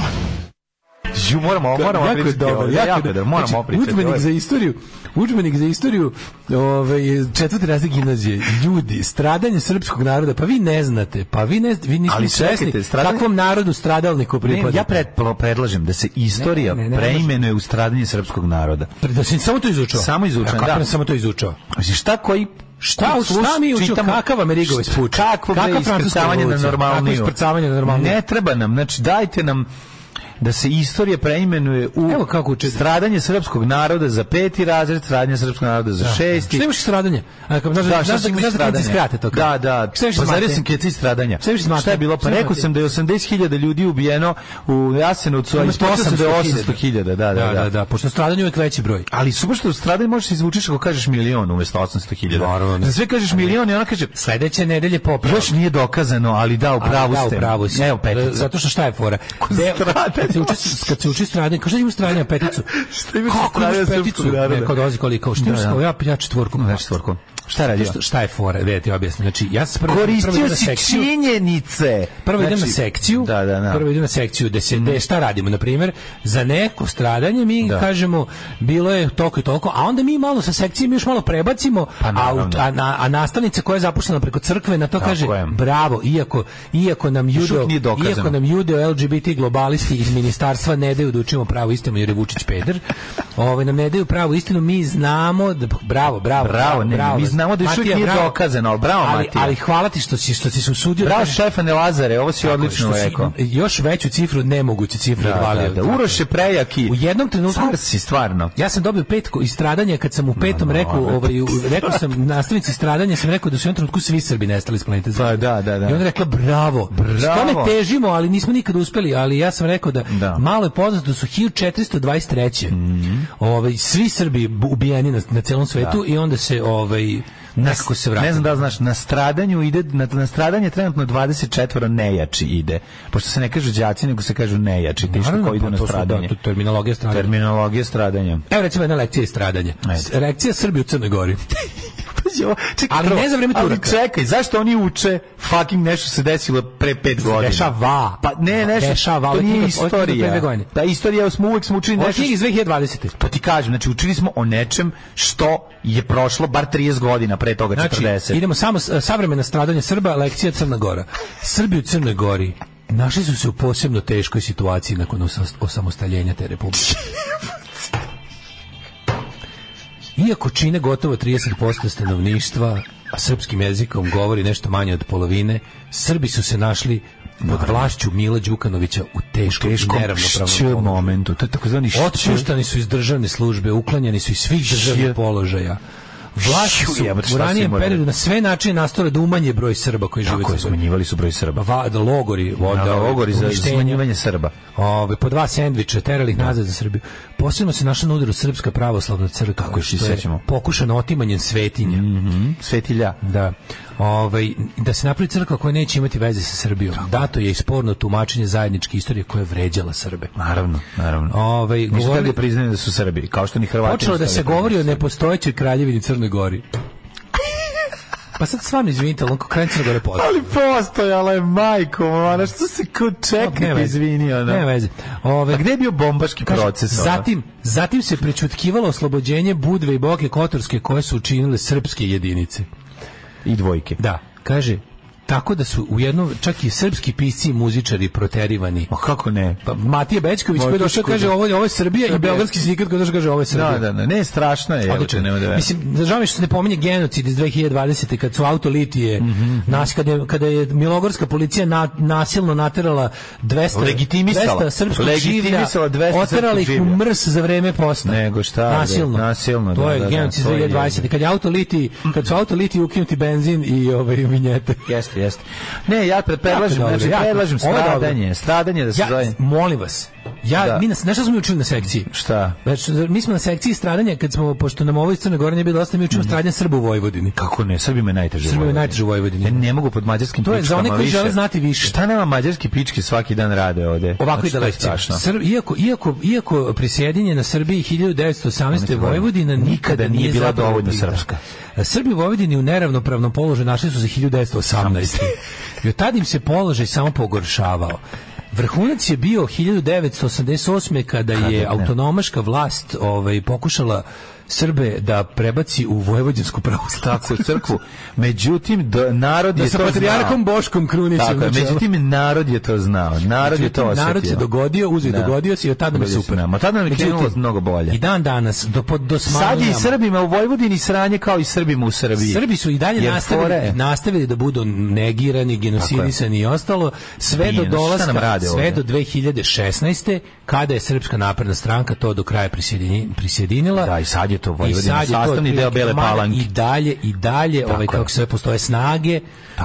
Ju, moramo, moramo
Jako je
pričati.
dobar,
ovo,
jako je
jako
dobar.
da, moramo
Znači,
pričati.
Udžbenik
ovo.
za istoriju, udžbenik za istoriju, ovaj četvrti razred gimnazije. Ljudi, stradanje srpskog naroda, pa vi ne znate, pa vi ne vi niste
Ali čekajte,
svesni
stradanje-
kakvom narodu stradalniku
Ne,
pripada.
ja pred, predlažem da se istorija
Ne, ne, ne, ne
preimenuje u stradanje srpskog naroda.
da sam samo to izučao.
Samo izučen,
Ja, kako
da.
sam samo to izučao.
Mislim, šta koji...
Šta, šta mi učio, kakav Amerigovac puč?
Kakvo bre
Kakva Francuska
iskrcavanje na
revolucija?
normalniju?
Kakvo iskrcavanje na normalniju?
Ne treba nam, znači dajte nam da se istorija preimenuje u
Evo kako uče-
stradanje srpskog naroda za peti razred, stradanje srpskog naroda za šesti.
Šta imaš stradanje? A kao znaš
Da,
da
šta
znaš
su
da
mi
znaš da kad ti
stradanja?
skrate to. kao?
Da, da.
Šta imaš
Pa
iz
zaredio
Mate?
sam keci stradanja.
Šta imaš iz Mate?
Šta je bilo?
Šta
Pa
imaš iz
rekao
Mate?
sam da je 80.000 ljudi ubijeno u Jasenovcu, a
Umesto
ispao sam da je
800.000.
800.000. Da, da,
Da, da,
da.
da, pošto stradanje je uvek veći broj.
Ali super što u stradanju možeš se izvučiš ako kažeš milion umesto 800.000.
Naravno, ne.
Za sve kažeš milion i ona kaže
Sledeće nedelje popravo.
Još nije dokazano, ali da, u pravu
Ali da,
ste.
u pravu si.
Evo petica.
Zato što šta je fora? Deo-
stradanja.
Kad se uči, kad se uči stradanje, kao šta imaš stradanje peticu?
Šta imaš stradanja
imaš peticu?
srpskog naroda?
Ne, kao dolazi koliko, šta imaš,
Da, da.
kao ja, ja četvorku.
Ja četvorku. Šta je radio?
Zato što- Šta je fora? Da ti objasnim. Znači, ja sam prvo, prvo idem
Koristio
na
si
sekciju,
činjenice.
prvo idem na
Znači,
sekciju,
Da, da, da.
prvo idem na sekciju da se da šta radimo na primjer za neko stradanje mi
Da.
kažemo bilo je toliko i toliko a onda mi malo sa sekcijom još malo prebacimo
Pa
a,
naravno.
u- a, na- a nastavnica koja je zaposlena preko crkve na to
Tako
kaže
je.
bravo iako iako nam
Još
judo
uvijek nije dokazano.
iako nam judo LGBT globalisti iz ministarstva ne daju da učimo pravu istinu jer je Vučić peder ovaj nam ne daju pravu istinu mi znamo da bravo bravo
Bravo, ne, mi znamo znamo da još
Matija,
uvijek nije
bravo.
dokazano, ali bravo
ali,
Matija.
Ali hvala ti što si, što si se usudio.
bravo
kažeš-
Štefane Lazare, ovo si
Tako je,
odlično
što si
rekao.
Još veću cifru, nemoguću cifru
Da, da,
odvalio.
da. Uroš je prejak i...
U jednom trenutku
Car si, stvarno.
ja sam dobio pet ko- i stradanja kad sam u petom
no,
rekao,
opet.
ovaj, u- rekao sam nastavnici stradanja, sam rekao da su u jednom trenutku svi Srbi nestali s planete Zemlje.
Pa, da, da, da.
I ona je rekla bravo.
Bravo.
Tome težimo, ali nismo nikad uspeli, ali ja sam rekao da,
Da. Mhm.
malo je poznato da su 1423. ovaj, svi Srbi bu- ubijeni na, na celom svetu i onda se ovaj, nekako se vrati.
Ne znam da li znaš, na stradanju ide, na, na stradanje trenutno 24 nejači ide. Pošto se ne kažu đaci, nego se kažu nejači, ti što
Naravno,
koji idu
pa
na
to su, da,
stradanje.
to je terminologija stradanja.
Terminologija stradanja.
Evo recimo jedna lekcija iz stradanja.
Ajde.
S- Reakcija Srbi u Crnoj Gori.
Pazi ovo, čekaj,
Ali
prvo,
ne za vreme
ali
Turaka.
čekaj, zašto oni uče fucking nešto se desilo pre pet godina?
dešava.
Pa ne, nešto.
Dešava, ali
to nije
knjiga- ovo je knjiga od pre dve
istorija.
godine.
Da, istorija smo uvek smo učili
Ovo je
nešto.
knjiga iz 2020.
To ti kažem, znači učili smo o nečem što je prošlo bar 30 godina pre toga 40.
Znači, idemo samo s- savremena stradanja Srba, lekcija Crna Gora. Srbi u Crnoj Gori našli su se u posebno teškoj situaciji nakon osa- osamostaljenja te republike. Iako čine gotovo 30% stanovništva, a srpskim jezikom govori nešto manje od polovine, Srbi su se našli pod vlašću Mila Đukanovića u teškom,
teškom
i neravnopravnom
šć
položaju.
momentu. To je takozvani šć.
Otpuštani su iz državne službe, uklanjani su iz svih
Šije.
državnih položaja. Vlasti
Šiu,
su
jebote, šta
u
su
ranijem
imali?
periodu na sve načine nastojale da umanje broj Srba koji žive u
Tako je,
Crnoj Gori.
smanjivali su broj Srba.
Va, da logori, voda,
Da, logori za
uništenja.
smanjivanje Srba.
Ove, po dva sendviča, terali ih nazad za Srbiju. Posebno se našla na udaru Srpska pravoslavna crkva. Kako
je, Mhm. što se sećamo.
Pokušano otimanjem svetinja.
Svetilja.
Da. Ovaj, da se napravi crkva koja neće imati veze sa Srbijom. Dato je i sporno tumačenje zajedničke istorije koja je vređala Srbe.
Naravno, naravno.
Ovaj,
Nisu
govorili-
hteli da priznaju da su Srbi, kao što ni Hrvati.
Počelo
nisu
da se
hteli
govori o
priznaju.
nepostojećoj kraljevini Crnoj Gori. Pa sad stvarno izvinite, ali onko kralj Crne Gore postoji.
Ali postojala je majko, ona što se kao
Ne
čekaj,
veze.
izvini, ona.
Ne veze. Ove,
A gde je bio bombaški
kaže,
proces? ono?
Zatim, zatim se prećutkivalo oslobođenje Budve i Boke Kotorske koje su učinile srpske jedinice.
I dvojke.
Da, kaže, tako da su u jednom, čak i srpski pisci i muzičari proterivani.
Ma kako ne?
Pa Matija Bećković koji je došao
Vojtuško,
kaže
da.
ovo, je- ovo je Srbija i beogradski sindikat koji je došao kaže ovo je Srbija.
Da, da, da, ne, strašno je, evo te,
Odlično.
nema da veruješ.
Mislim, žao mi je što se ne pominje genocid iz 2020. kad su autolitije,
Mhm.
nas, kada, je, kada je Milogorska policija na, nasilno naterala 200,
Legitimisala.
200 srpskog življa,
Legitimisala 200
oterala ih
srpskog
u
življa.
mrs za vreme posta.
Nego šta, bre,
Nasilno.
nasilno,
to
da,
je
da, da,
genocid
to je
2020. Kad, je autoliti, kad su autoliti ukinuti benzin i ove, vinjete.
Jeste, jeste. Ne, ja pre- predlažem,
dobro,
znači,
jako
predlažem
dobro. Ovo je dobro.
stradanje, stradanje da se
Ja,
zove...
molim vas, ja,
Da.
mi nas, znaš šta smo mi učili na sekciji?
Šta?
Znači, mi smo na sekciji stradanja, kad smo, pošto nam ovo iz Crne Gore nije bilo dosta, mi učimo stradanje Srba u Vojvodini.
Mhm. Kako ne, Srbima je najteže. u
Srbima je
Vojvodini. E,
najteže u Vojvodini.
Ja ne mogu pod mađarskim
To je za
pičkama
one koji
više.
žele znati više.
Šta nama mađarski pički svaki dan rade ovde?
Ovako
Znači,
ide
to je
lekcija.
strašno.
Sr- iako, iako, iako prisjedinjena Srbiji 1918. Vojvodina nikada nije
bila
zapravo
dovoljno
bila.
srpska.
Srbi u Vojvodini u neravnopravnom položaju našli su se 1918. I od tada im se položaj samo pogoršavao. Vrhunac je bio 1988. kada je autonomaška vlast ovaj, pokušala Srbe da prebaci u Vojvodinsku pravoslavnu
Tako, crkvu. Međutim, do- narod
Da
je
sa
to
patrijarkom
znao.
Boškom Krunićem.
Tako, je,
znači, ono-
međutim, narod je to znao. Narod je to
Međutim,
osjetio.
Narod se dogodio, uzeo i
Da.
dogodio se i od tada nam je
Dogodio se
super.
nama. Od tada nam je
Međutim,
krenulo mnogo bolje.
I dan danas, do, pod- do smanjenja.
Sad je i Srbima u Vojvodini sranje kao i Srbima u Srbiji.
Srbi su i dalje
Jer fora
nastavili,
je-
nastavili da budu negirani, genocidisani i ostalo, sve
Bine,
do
šta nam
dolaska,
rade ovde?
sve do 2016. kada je Srpska napredna stranka to do kraja prisjedini- prisjedinila.
Da, i sad je to Vojvodina,
I sad je to
sastavni deo
otprilike
Bele
mada
Palanke.
I dalje, i dalje, ovaj,
je.
kako sve postoje snage,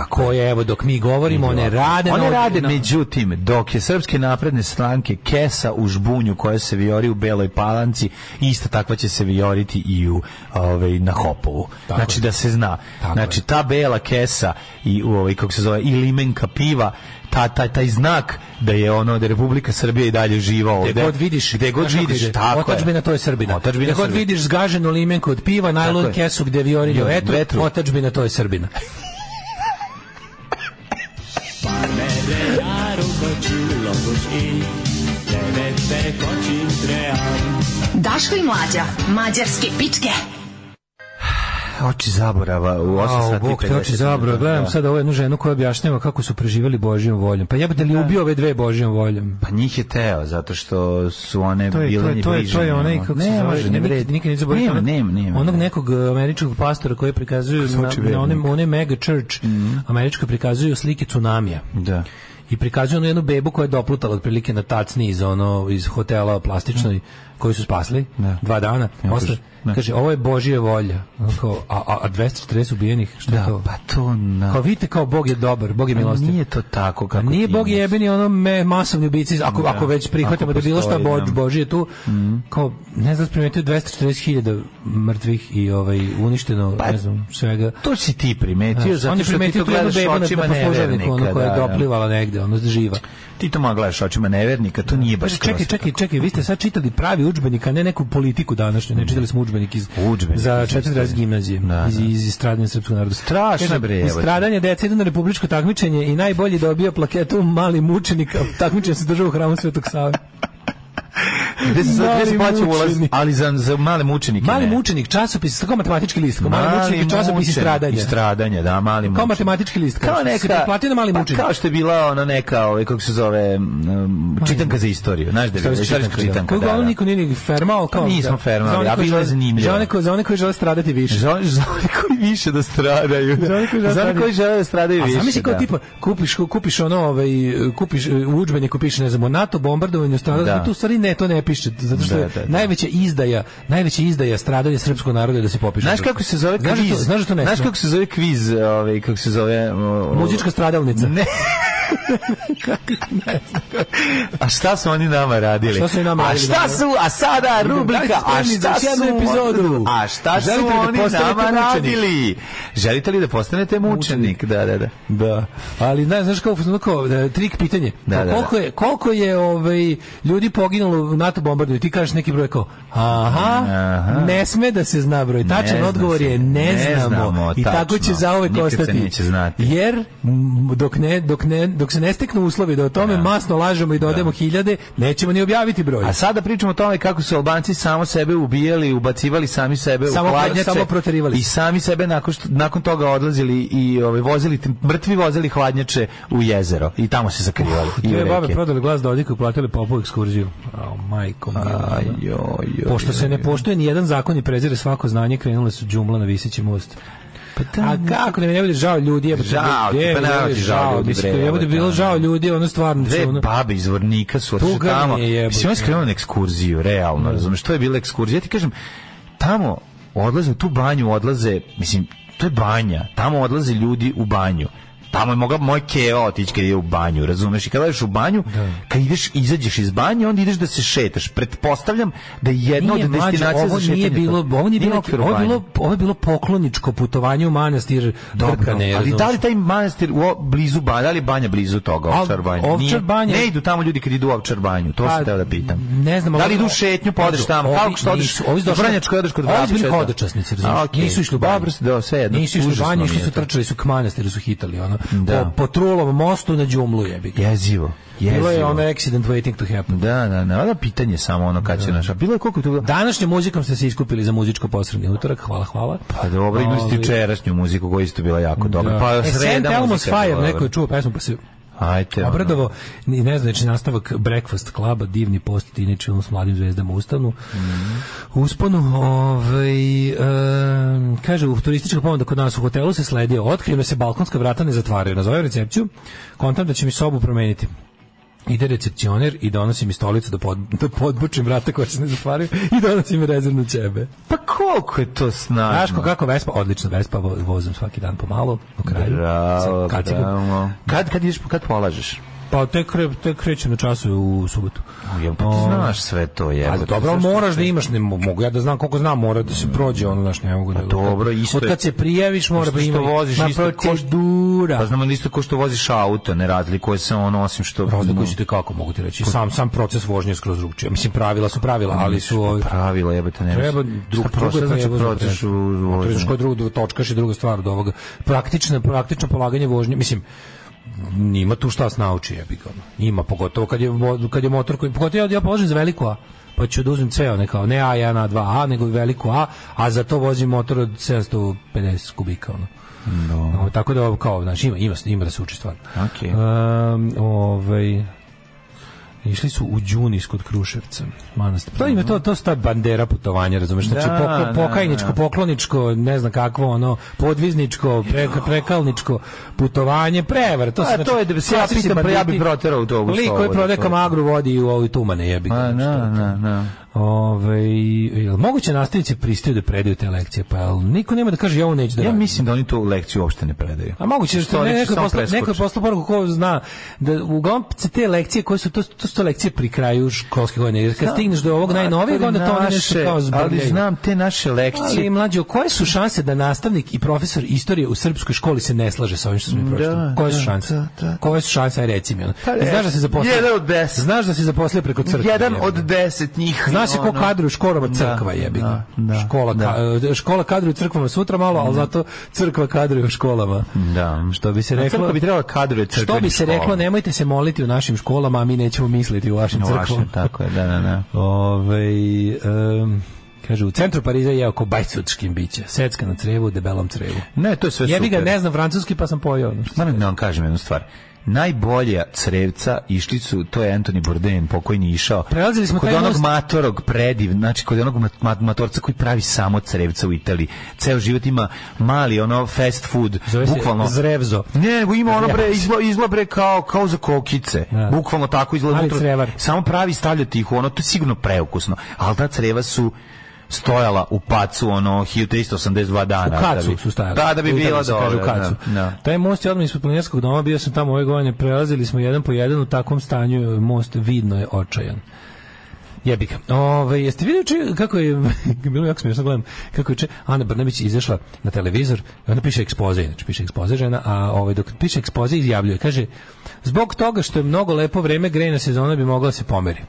koje, evo, dok mi govorimo, one rade.
One
na-
rade,
na-
međutim, dok je srpske napredne stranke kesa u žbunju koja se vijori u Beloj Palanci, ista takva će se vijoriti i u, ovaj, na Hopovu. znači,
je.
da se zna.
Tako
znači,
je.
ta bela kesa i, ovaj, kako se zove, i limenka piva, ta, taj, taj znak da je ono da je Republika Srbija i dalje živa ovde.
Gde god vidiš,
gde god
znaš kako
vidiš,
ide,
tako je.
Otadžbina to je Srbina.
Otadžbina
Gde god
Srbija.
vidiš zgaženu limenku od piva,
Tako
najlon
je.
kesu gde viori do
Jo,
vetru,
vetru.
otadžbina to je Srbina.
Daško i Mlađa, mađarske pičke.
oči zaborava u 8
Au,
sati. i
Bog te
50
oči zabrao.
minuta,
Gledam
da.
sada ovu jednu ženu koja objašnjava kako su preživjeli Božijom voljom. Pa jebate li ubio ove dve Božijom voljom?
Pa njih je teo, zato što su one
To je, to je,
bile
to je, to je
nebrižene,
onaj,
ono.
kako se
ne,
zove,
može, ne
nikad-
vredi.
Nikad ne zaboravim.
Nema,
onog-
nema, nema.
Onog
nema.
nekog e, američkog pastora koji prikazuju na,
Zvuči
na onem,
vernik.
one mega church,
Mhm.
američkoj prikazuju slike tsunamija.
Da.
i prikazuje onu jednu bebu koja je doplutala otprilike na tacni iz ono iz hotela plastičnoj koju su spasli
Mm. Da.
dva dana.
Ja,
Posle,
kaže, da.
kaže, ovo je Božija volja. Kao, a, a, a 240 ubijenih, što je
Da,
to?
pa to na...
Kao vidite kao Bog je dobar, Bog je
Pa
milostiv.
Nije to tako
A
kako
nije
ti
Bog
misliš.
jebeni ono me, masovni ubici, ako,
Da.
ako već prihvatamo
Ako
da bilo šta
postoji,
Bož,
da. Mm.
Božije je tu, kao, ne znam, primetio 240.000 mrtvih i ovaj, uništeno, ne znam, svega.
To si Pa ti primetio,
on
zato
je
što ti
primetio
to
tu jednu
gledaš
bebu na,
očima
na poslužavniku,
nevernika.
ono koja je
da, da.
doplivala negde, ono živa.
Ti to malo gledaš očima nevernika, to nije baš
Pa čekaj,
skroz
čekaj, čekaj, vi ste sad čitali pravi udžbenik, a ne neku politiku današnju. Ne čitali smo udžbenik iz
Udžbenik
za
iz
četiri
istorije.
razred gimnazije,
Da,
iz
da.
iz stradanja srpskog naroda.
Strašno,
Kaže,
bre, evo ti.
Stradanje dece idu na republičko takmičenje i najbolji dobio plaketu mali mučenik, a takmičenje se država u hramu Svetog Save.
Gde se sad gde se
Mali
plaća ulaz,
mučenik.
ali za, za male mučenike
Mali
ne.
mučenik, časopis, kao matematički list, kao mali, mučenik, i časopis i
mučenik
stradanje.
I stradanje, da, mali mučenik.
matematički list, kao
Kao
što si
neka,
pretplatio na mali
pa
mučenik.
Kao što je bila ona neka, ovaj, kako se zove, um, čitanka za istoriju. Znaš da je bila, istorijska čitanka, da,
Kako
da. Pa
niko nije ni fermao, kao
nismo
da.
fermali,
Za one
a
koji
bilo je
žele-
zanimljivo.
Za one koji- za one koji žele stradati više.
Žao za one koji više da stradaju.
Za one koji žele
Za one
stradaju.
koji žele da stradaju
A
više.
zamisli kao
da.
tipa kupiš kupiš ono ovaj kupiš e, u udžbeniku piše ne znam o NATO bombardovanju stradanja,
Da.
tu u stvari ne to ne piše zato što
Da,
je
da, da.
najveća izdaja, najveća izdaja stradanja srpskog naroda je da se popiše.
Znaš kako se zove
Znaš da to-
kviz?
znaš da to ne
Znaš
sme?
kako se zove kviz, ovaj kako se zove o- o-
muzička stradalnica.
Ne. a šta su oni nama radili?
Šta su oni nama
a
radili,
šta
da?
su, a sada rubrika,
Da
a
li ste spremni za
šta
još
su
jednu epizodu?
A šta su
Želite li da
oni
postanete
nama
mučenik?
radili? Želite li da postanete mučenik? Da, da, da.
Da. Ali ne, znaš kako fuzon kao da, trik pitanje.
Da, da, da.
koliko je koliko je ovaj ljudi poginulo u NATO bombardu ti kažeš neki broj kao aha,
Aha.
ne sme da se zna broj. Tačan
zna
odgovor
se.
je ne,
Ne
znamo.
znamo,
I tako će
tačno.
zauvek
Nikad se
ostati.
neće znati.
Jer m, dok ne dok ne dok se ne steknu uslovi da o tome masno lažemo i dodemo hiljade, nećemo ni objaviti broj.
A sada pričamo o tome kako su Albanci samo sebe ubijali, ubacivali sami sebe
Samo
u
pro-
hladnjače.
samo proterivali.
I sami sebe nakon, što, nakon toga odlazili i ovaj, vozili, mrtvi vozili hladnjače u jezero. I tamo se zakrivali. i u
Dve Oh, babe
reke.
prodali glas Dodiku i platili popu ekskurziju. Au, majko mila.
Ajoj, joj,
Pošto se ne
joj.
poštuje ni jedan zakon i prezire svako znanje, krenule su džumla na visići most. A kako ne mi ne bude žao ljudi, jebote.
Pa Žao ti,
gde
pa
mi ne
naravno
bude
ti žao ljudi,
mislim,
bre,
jebote,
jebote,
bilo
da.
žao ljudi, ono stvarno.
Dve pa-
ono-
babe iz Vornika su otišli
Tuga mi je
tamo.
jebote.
Mislim, oni su krenuli na ekskurziju, realno, razumiješ, to je bila ekskurzija. Ja ti kažem, tamo odlaze, u tu banju odlaze, mislim, to je banja, tamo odlaze ljudi u banju. Tamo je mogla moj keo otići kad je u banju, razumeš? I kada ideš u banju, kad ideš, izađeš iz banje, onda ideš da se šetaš. Pretpostavljam da je jedna
Nije,
od
mlađe,
destinacija
ovo
za šetanje.
nije bilo,
to.
ovo nije bilo,
okvir u
ovo je
banji.
bilo, ovo je bilo pokloničko putovanje u manastir
Dobro,
Brkane,
ali
razumeš?
da li taj manastir u o- blizu banja, da li je banja blizu toga,
Al-
Ovčar banja?
Ovčar
Nije.
banja-
Ne idu tamo ljudi kad idu u Ovčar banju, to
Pa,
sam teo da pitam.
Ne znam,
Da li
ali-
idu u šetnju, pa odeš tamo,
Ovi
kako što odeš,
nisu, ovi su
do
došli-
Vranjačkoj odeš kod
Ovi su bili
Vrapča, da.
hodočasnici,
A,
razumiješ?
okej.
Nisu išli u banju.
Dobro, da, sve jedno.
Nisu išli u
užasno
banju,
mi
išli
je
su
to.
trčali su k manastiru, su hitali, ono.
Da.
Po, po Trulovom mostu na Đumlu jebi. ga.
Jezivo,
Bilo je
jezivo.
ono accident waiting to happen.
Da, da, da, da, pitanje samo ono kad će naša. Bilo je koliko je to bilo?
Današnjom muzikom ste se iskupili za muzičko posredni utorak, hvala, hvala.
Pa dobro, imali ste
Ovi-
jučerašnju muziku koja je isto bila jako dobra. Pa
e, St.
sreda
Elmo's
muzika je
Fire,
bila
neko je
dobra.
čuo pesmu pa se
Ajte. ono.
obradovo. Ni- Ne znam, znači nastavak Breakfast Cluba, divni post tiniče s mladim zvezdama ustavnu.
Mhm.
Usponu, ovaj, em, kaže, u turističkog pomoda kod nas u hotelu se sledio, otkrio da se balkonska vrata ne zatvaraju. Nazovem recepciju, kontam da će mi sobu promeniti. Ide recepcioner i donosi mi stolicu da, pod, da podbučim vrata koja se ne zatvaraju i donosi mi rezervnu ćebe.
Pa koliko je to snažno?
Znaš ko kako Vespa, odlično Vespa, vo- vozim svaki dan pomalo, u kraju.
Bravo,
sa kacigom.
bravo. Kad, kad ideš, kad polažeš?
Pa tek, kre, tek krećem na času u subotu.
Jel pa ti znaš sve to je.
Ali dobro, ali moraš da imaš, ne mo- mogu ja da znam koliko znam, mora da se prođe ono, znaš, ne mogu da...
Pa dobro, isto
Od
je-
kad se prijaviš, mora
isto
da
što
ima...
voziš,
ma
isto ko-
procedura.
Pa znamo isto ko što voziš auto, ne razlikuje se ono osim što...
Razlikuju se kako mogu ti reći. Sam, sam proces vožnje je skroz drugčije. Mislim, pravila su pravila, ali su... ovi-
Pravila jebate ne.
Treba drug, drugo je
znači
prevoz,
proces u
prevoz.
vožnju?
Motorističko je drugo točkaš i druga stvar od ovoga. Praktično, praktično polaganje vožnje, mislim, nima tu šta se nauči, jebi ga. ono. Ima, pogotovo kad je, mo- kad je motor, koji, pogotovo ja, ja položim za veliko A. pa ću da uzmem ceo, ne kao ne A1, A2A, nego i veliku A, a za to vozim motor od 750 kubika, ono.
No.
O, tako da ovo kao, znači ima, ima, ima da se uči stvarno.
Okej.
Um, ovaj, Išli su u Đunis kod Kruševca. Manastir. To im je to, to su ta bandera putovanja, razumeš? Znači,
Da,
poko-
da,
pokajničko,
da.
pokloničko, ne znam kakvo, ono, podvizničko, prek- prekalničko putovanje, prevar. To,
A,
su, znači,
to je da se ja
klasični
pitam, pa ja
banditi.
bi proterao
Lik
autobus
koji
slobodno,
prodaje
to.
kamagru vodi i u ovi tumane, jebi ga.
A,
znači,
na,
to je to.
Pa, na, na.
Ove, jel moguće nastavnici pristaju da predaju te lekcije? Pa jel niko nema da kaže, ja ovo neću da
Ja
radim?
mislim da oni tu lekciju uopšte ne predaju.
A moguće što ne, neko
Istorički
je
samo
posla, neko je
preskoče.
poslao poruku ko zna da uglavnom se te lekcije koje su to, to su to lekcije pri kraju školske godine. Jer kad stigneš do ovog najnovijeg
Matori
onda to oni nešto
Pa, naše,
kao
Ali
zbrljaju.
znam te naše
Ali
lekcije.
mlađo, koje su šanse da nastavnik i profesor istorije u srpskoj školi se ne slaže sa ovim što smo mi pročitali?
Da,
koje su
da,
šanse?
da, da.
Koje su šanse, aj reci mi. ono.
Pa,
Znaš da se zaposlio?
jedan od deset.
Znaš da se zaposlio preko crkve.
Jedan
jebe
od
ga.
deset njih.
Zna se ko
ono-
kadruje u školama
Da,
crkva jebi ga.
da, da,
škola,
da.
ka- e, škola kadruje u crkvama sutra malo, ali zato crkva kadruje u školama.
Da.
Što bi se
A
reklo...
Crkva bi trebala kadruje crkvenih
Što bi se reklo,
škola.
nemojte se moliti u našim školama, a mi nećemo misliti u vašim
Na
crkvama.
vašem, tako je, da, da, da.
Ove, kaže, u centru Pariza je oko bajcutskim biće. Secka na crevu, u debelom crevu.
Ne, to je sve
Jebi ga,
super.
ne znam francuski, pa sam pojao. ono što-
Moram da vam kažem jednu stvar. Najbolja crevca išli su, to je Anthony Bourdain, pokojni išao.
Prelazili smo
kod
taj
onog
most.
matorog prediv, znači kod onog mat- mat- matorca koji pravi samo crevca u Italiji. Ceo život ima mali ono fast food,
Zove se
bukvalno.
Zrevzo.
Ne, nego ima ono bre izla, izla bre kao kao za kokice.
Da.
Bukvalno tako izgleda.
Ali
unutra.
crevar.
Samo pravi stavljati ih u ono, to je sigurno preukusno. Ali ta creva su stojala u pacu ono 1382
U
dana.
kacu
da bi,
su stajali.
Da, da bi
U Italiji
bila
se kaže
dobra.
U kacu.
Da, da.
Taj most je odmah ispod planinarskog doma, bio sam tamo ove godine, prelazili smo jedan po jedan u takvom stanju, most vidno je očajan. Jebi ga. Ove, jeste vidjeli če- kako je, bilo mi jako smiješno gledam, kako je če, Ana Brnabić izašla na televizor, i onda piše ekspoze, znači piše ekspoze žena, a ovaj, dok piše ekspoze izjavljuje, kaže, zbog toga što je mnogo lepo vreme, grejna sezona bi mogla da se pomeri.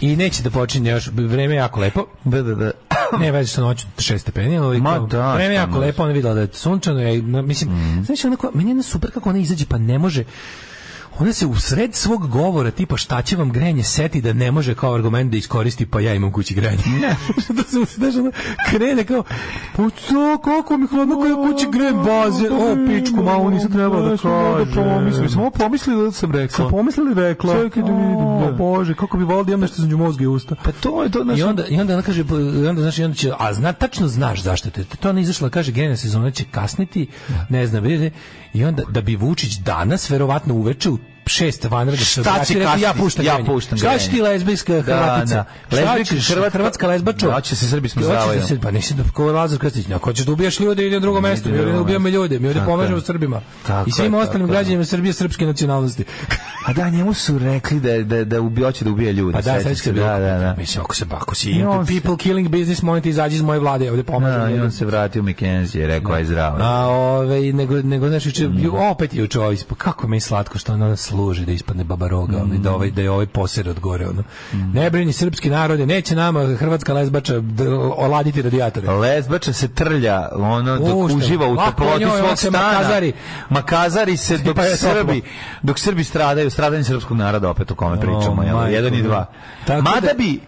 I neće da počinje još, vreme je jako lepo,
Da, da, da.
ne veze što noć 6 stepeni, ali
Ma
kao,
da,
vreme je
šta
jako
može.
lepo, ona je videla da je sunčano, ja, i na- mislim, znaš, ona koja- meni je ona super kako ona izađe, pa ne može, ona se u sred svog govora, tipa šta će vam grenje seti da ne može kao argument da iskoristi, pa ja imam kući grenje. Što se znaš, ona krene kao, pa co, kako mi hladno kada kući grenje baze, o, pičku, malo
Pa
nisam trebala da kažem. Samo pomislili da sam rekla. Sam pomislili rekla. Sve kad vidim, bože, kako bi volio da imam nešto između mozga i usta.
Pa to je to
I
naš...
onda, I onda ona kaže, pa, i onda, znaš, i onda će, a zna, tačno znaš zašto te, to ona izašla, kaže, gena sezona će kasniti, ne znam, vidite, i onda, da bi Vučić danas, verovatno uveče, u šest vanreda se
Šta
obrati,
će
rekao, ja
kasniti?
puštam
Ja
grenje.
puštam
Šta će
grenje.
ti lezbijska hrvatica?
da.
Šta
Lezbijka
ćeš,
Hrvatka-
hrvatska lezbačo?
Da će se Srbi smrzavaju.
Hoćeš da se- Pa nisi da kao Lazar Krstić, ne, hoćeš da ubijaš ljude, ide na drugo mesto, mi
na
ovdje ne
drugo
ubijamo
mesto.
ljude, mi ovdje
Tako je.
pomažemo Srbima.
Tako
I
je,
svim
tako
ostalim
je.
građanima Srbije srpske nacionalnosti.
A Pa da, njemu su rekli da, da, da ubi, hoće da ubije ljude.
Pa da,
sećam
sad
se,
se
da, da, da.
Mislim, ako se bako si,
I on se-
people killing business, molim te izađi iz moje vlade, ovdje pomažu.
Da, I on se vratio u McKenzie i rekao, aj zdravo.
A ove, nego, nego znaš, juče,
Mm.
ju- opet je učeo, ispo, kako mi je slatko što ona služi da ispadne babaroga, ono, i
Mm.
da, ovaj, da je ovaj poser od gore. Ono. Ne brini srpski narode, neće nama hrvatska lezbača d- oladiti radijatore.
Lezbača se trlja, ono, dok
Pušta.
uživa u
Lako
toploti
njoj, ona
svog
se
stana.
makazari.
Makazari se dok
Pa je toplo.
Srbi, dok Srbi stradaju, stradanje srpskog naroda, opet o kome pričamo, jel?
majko
jedan i dva.
moja. Tako
Mada
da-
bi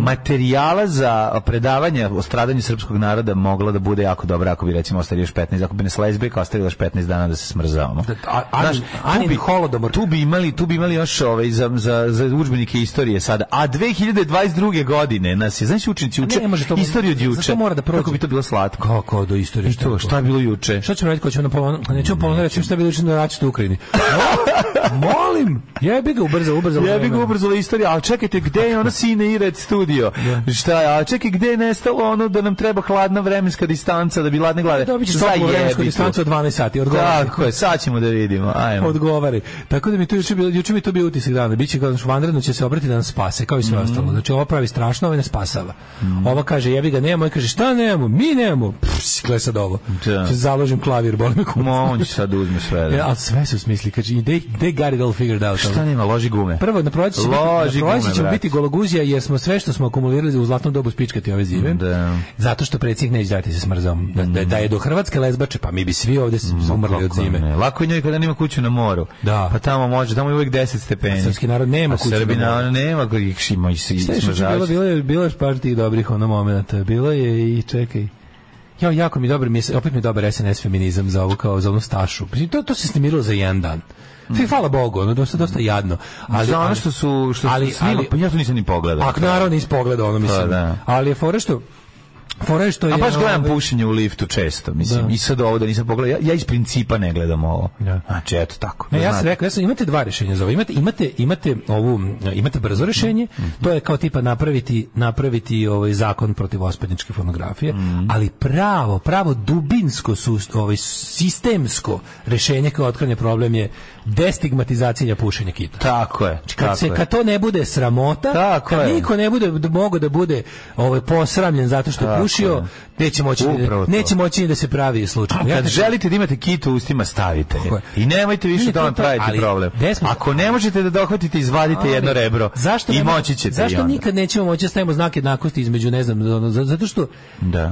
materijala za predavanje o stradanju srpskog naroda mogla da bude jako dobra ako bi recimo ostavili još 15, ako bi ne slezbika ostavili još 15 dana da se smrzavamo.
A- Anin-
Znaš, tu
Anin
bi-
holodomor.
Tu bi imali, tu bi imali još ovaj, za, za, za udžbenike istorije sada. A 2022. godine nas je, znaš, učenici uče
ne može to-
istoriju od
zato
juče.
mora da prođe.
Kako bi to bilo slatko.
Kako do istorije?
I to, šta je bilo juče?
E Šta ćemo raditi ko ćemo na polonu? Pa
Mm,
nećemo polonu reći šta bi došli na račun u Ukrajini. Mo- Molim! Jebi ga ubrzalo, ubrzalo.
Ja bih
vreme.
ubrzala istorija, ali čekajte, gde je ono sine i red studio? Šta je, a čekaj, gde je nestalo ono da nam treba hladna vremenska distanca da bi hladne glave?
Pa Dobit ćeš
Za
toplu vremensku
jebiku.
distancu od 12 sati. Odgovori.
Tako je, sad ćemo da vidimo, ajmo.
odgovari. Tako da mi to juče bilo, juče mi to bio utisak dana. Biće kao naš vanredno će se obratiti da nas spase, kao i sve
Mhm.
ostalo. Znači ova pravi strašno, ova nas spasava. Ova kaže jebi ga nemamo, i kaže šta nemamo? Mi nemamo. Pff, gle sad ovo.
Da.
Se založim klavir, boli me kurac.
Ma, on će sad da uzme sve.
E,
Da.
a sve su smisli, kaže, i they, they got it all figured out.
Šta nema, loži gume.
Prvo, na proleće će, biti, na
Loži
proleće
gume,
će
brate.
biti gologuzija jer smo sve što što smo akumulirali u zlatnom dobu spičkati ove zime.
Da.
Zato što predsjednik neće dati se smrzom. Da, da, da je do Hrvatske lezbače, pa mi bi svi ovde s- umrli od
Kako
zime.
ne? Lako je njoj kada nema kuću na moru.
Da.
Pa tamo može, tamo je uvijek 10 stepeni.
A srpski narod nema
A
kuću na
Srbi
moru.
narod nema koji ima i svi
Šta je što bilo, bilo je, bilo je još par tih dobrih ono momenata. Bilo je i čekaj. Ja, jako mi je dobar, mi je, opet mi je dobar SNS feminizam za ovu, kao za onu stašu. Mislim, To, to se snimirilo za jedan dan. Mm. Hvala Bogu, ono dosta, dosta jadno. Ali,
Za ono
ali-
što su, što
ali-
su snima,
ali-
pa ja to nisam ni pogledao.
Ako naravno iz pogleda, ono mislim.
Pa, da.
Ali je fora što... Fora je što je...
A baš gledam
ovaj,
pušenje u liftu često, mislim.
Da.
I sad ovo da nisam pogledao. Ja, ja iz principa ne gledam ovo.
Da.
Znači, eto tako.
Ne,
Da
ja
znate.
sam rekao, ja sam, imate dva rješenja za ovo. Imate, imate, imate, ovu, imate brzo rješenje, to je kao tipa napraviti, napraviti ovaj zakon protiv ospedničke fonografije, ali pravo, pravo dubinsko, sus- ovaj, sistemsko rješenje kao otkranje problem je destigmatizacija pušenja kita.
Tako je. tako
Znači, Kad, se,
je.
kad to ne bude sramota,
Tako
kad
je.
niko ne bude d- mogao da bude ovaj posramljen zato što je
Tako
pušio,
je.
neće moći, ni da,
Upravo to.
neće moći ni da se pravi slučaj.
Kad želite da imate kitu u ustima, stavite je.
Tako je.
I nemojte više
Nije
da vam
to to,
pravite
ali
problem.
desmo-
Ako ne možete da dohvatite, izvadite
Ali,
jedno rebro.
Zašto
I
nema-
moći ćete i
Zašto
onda.
nikad nećemo moći da stavimo znak jednakosti između ne znam ono, za- zato što
Da.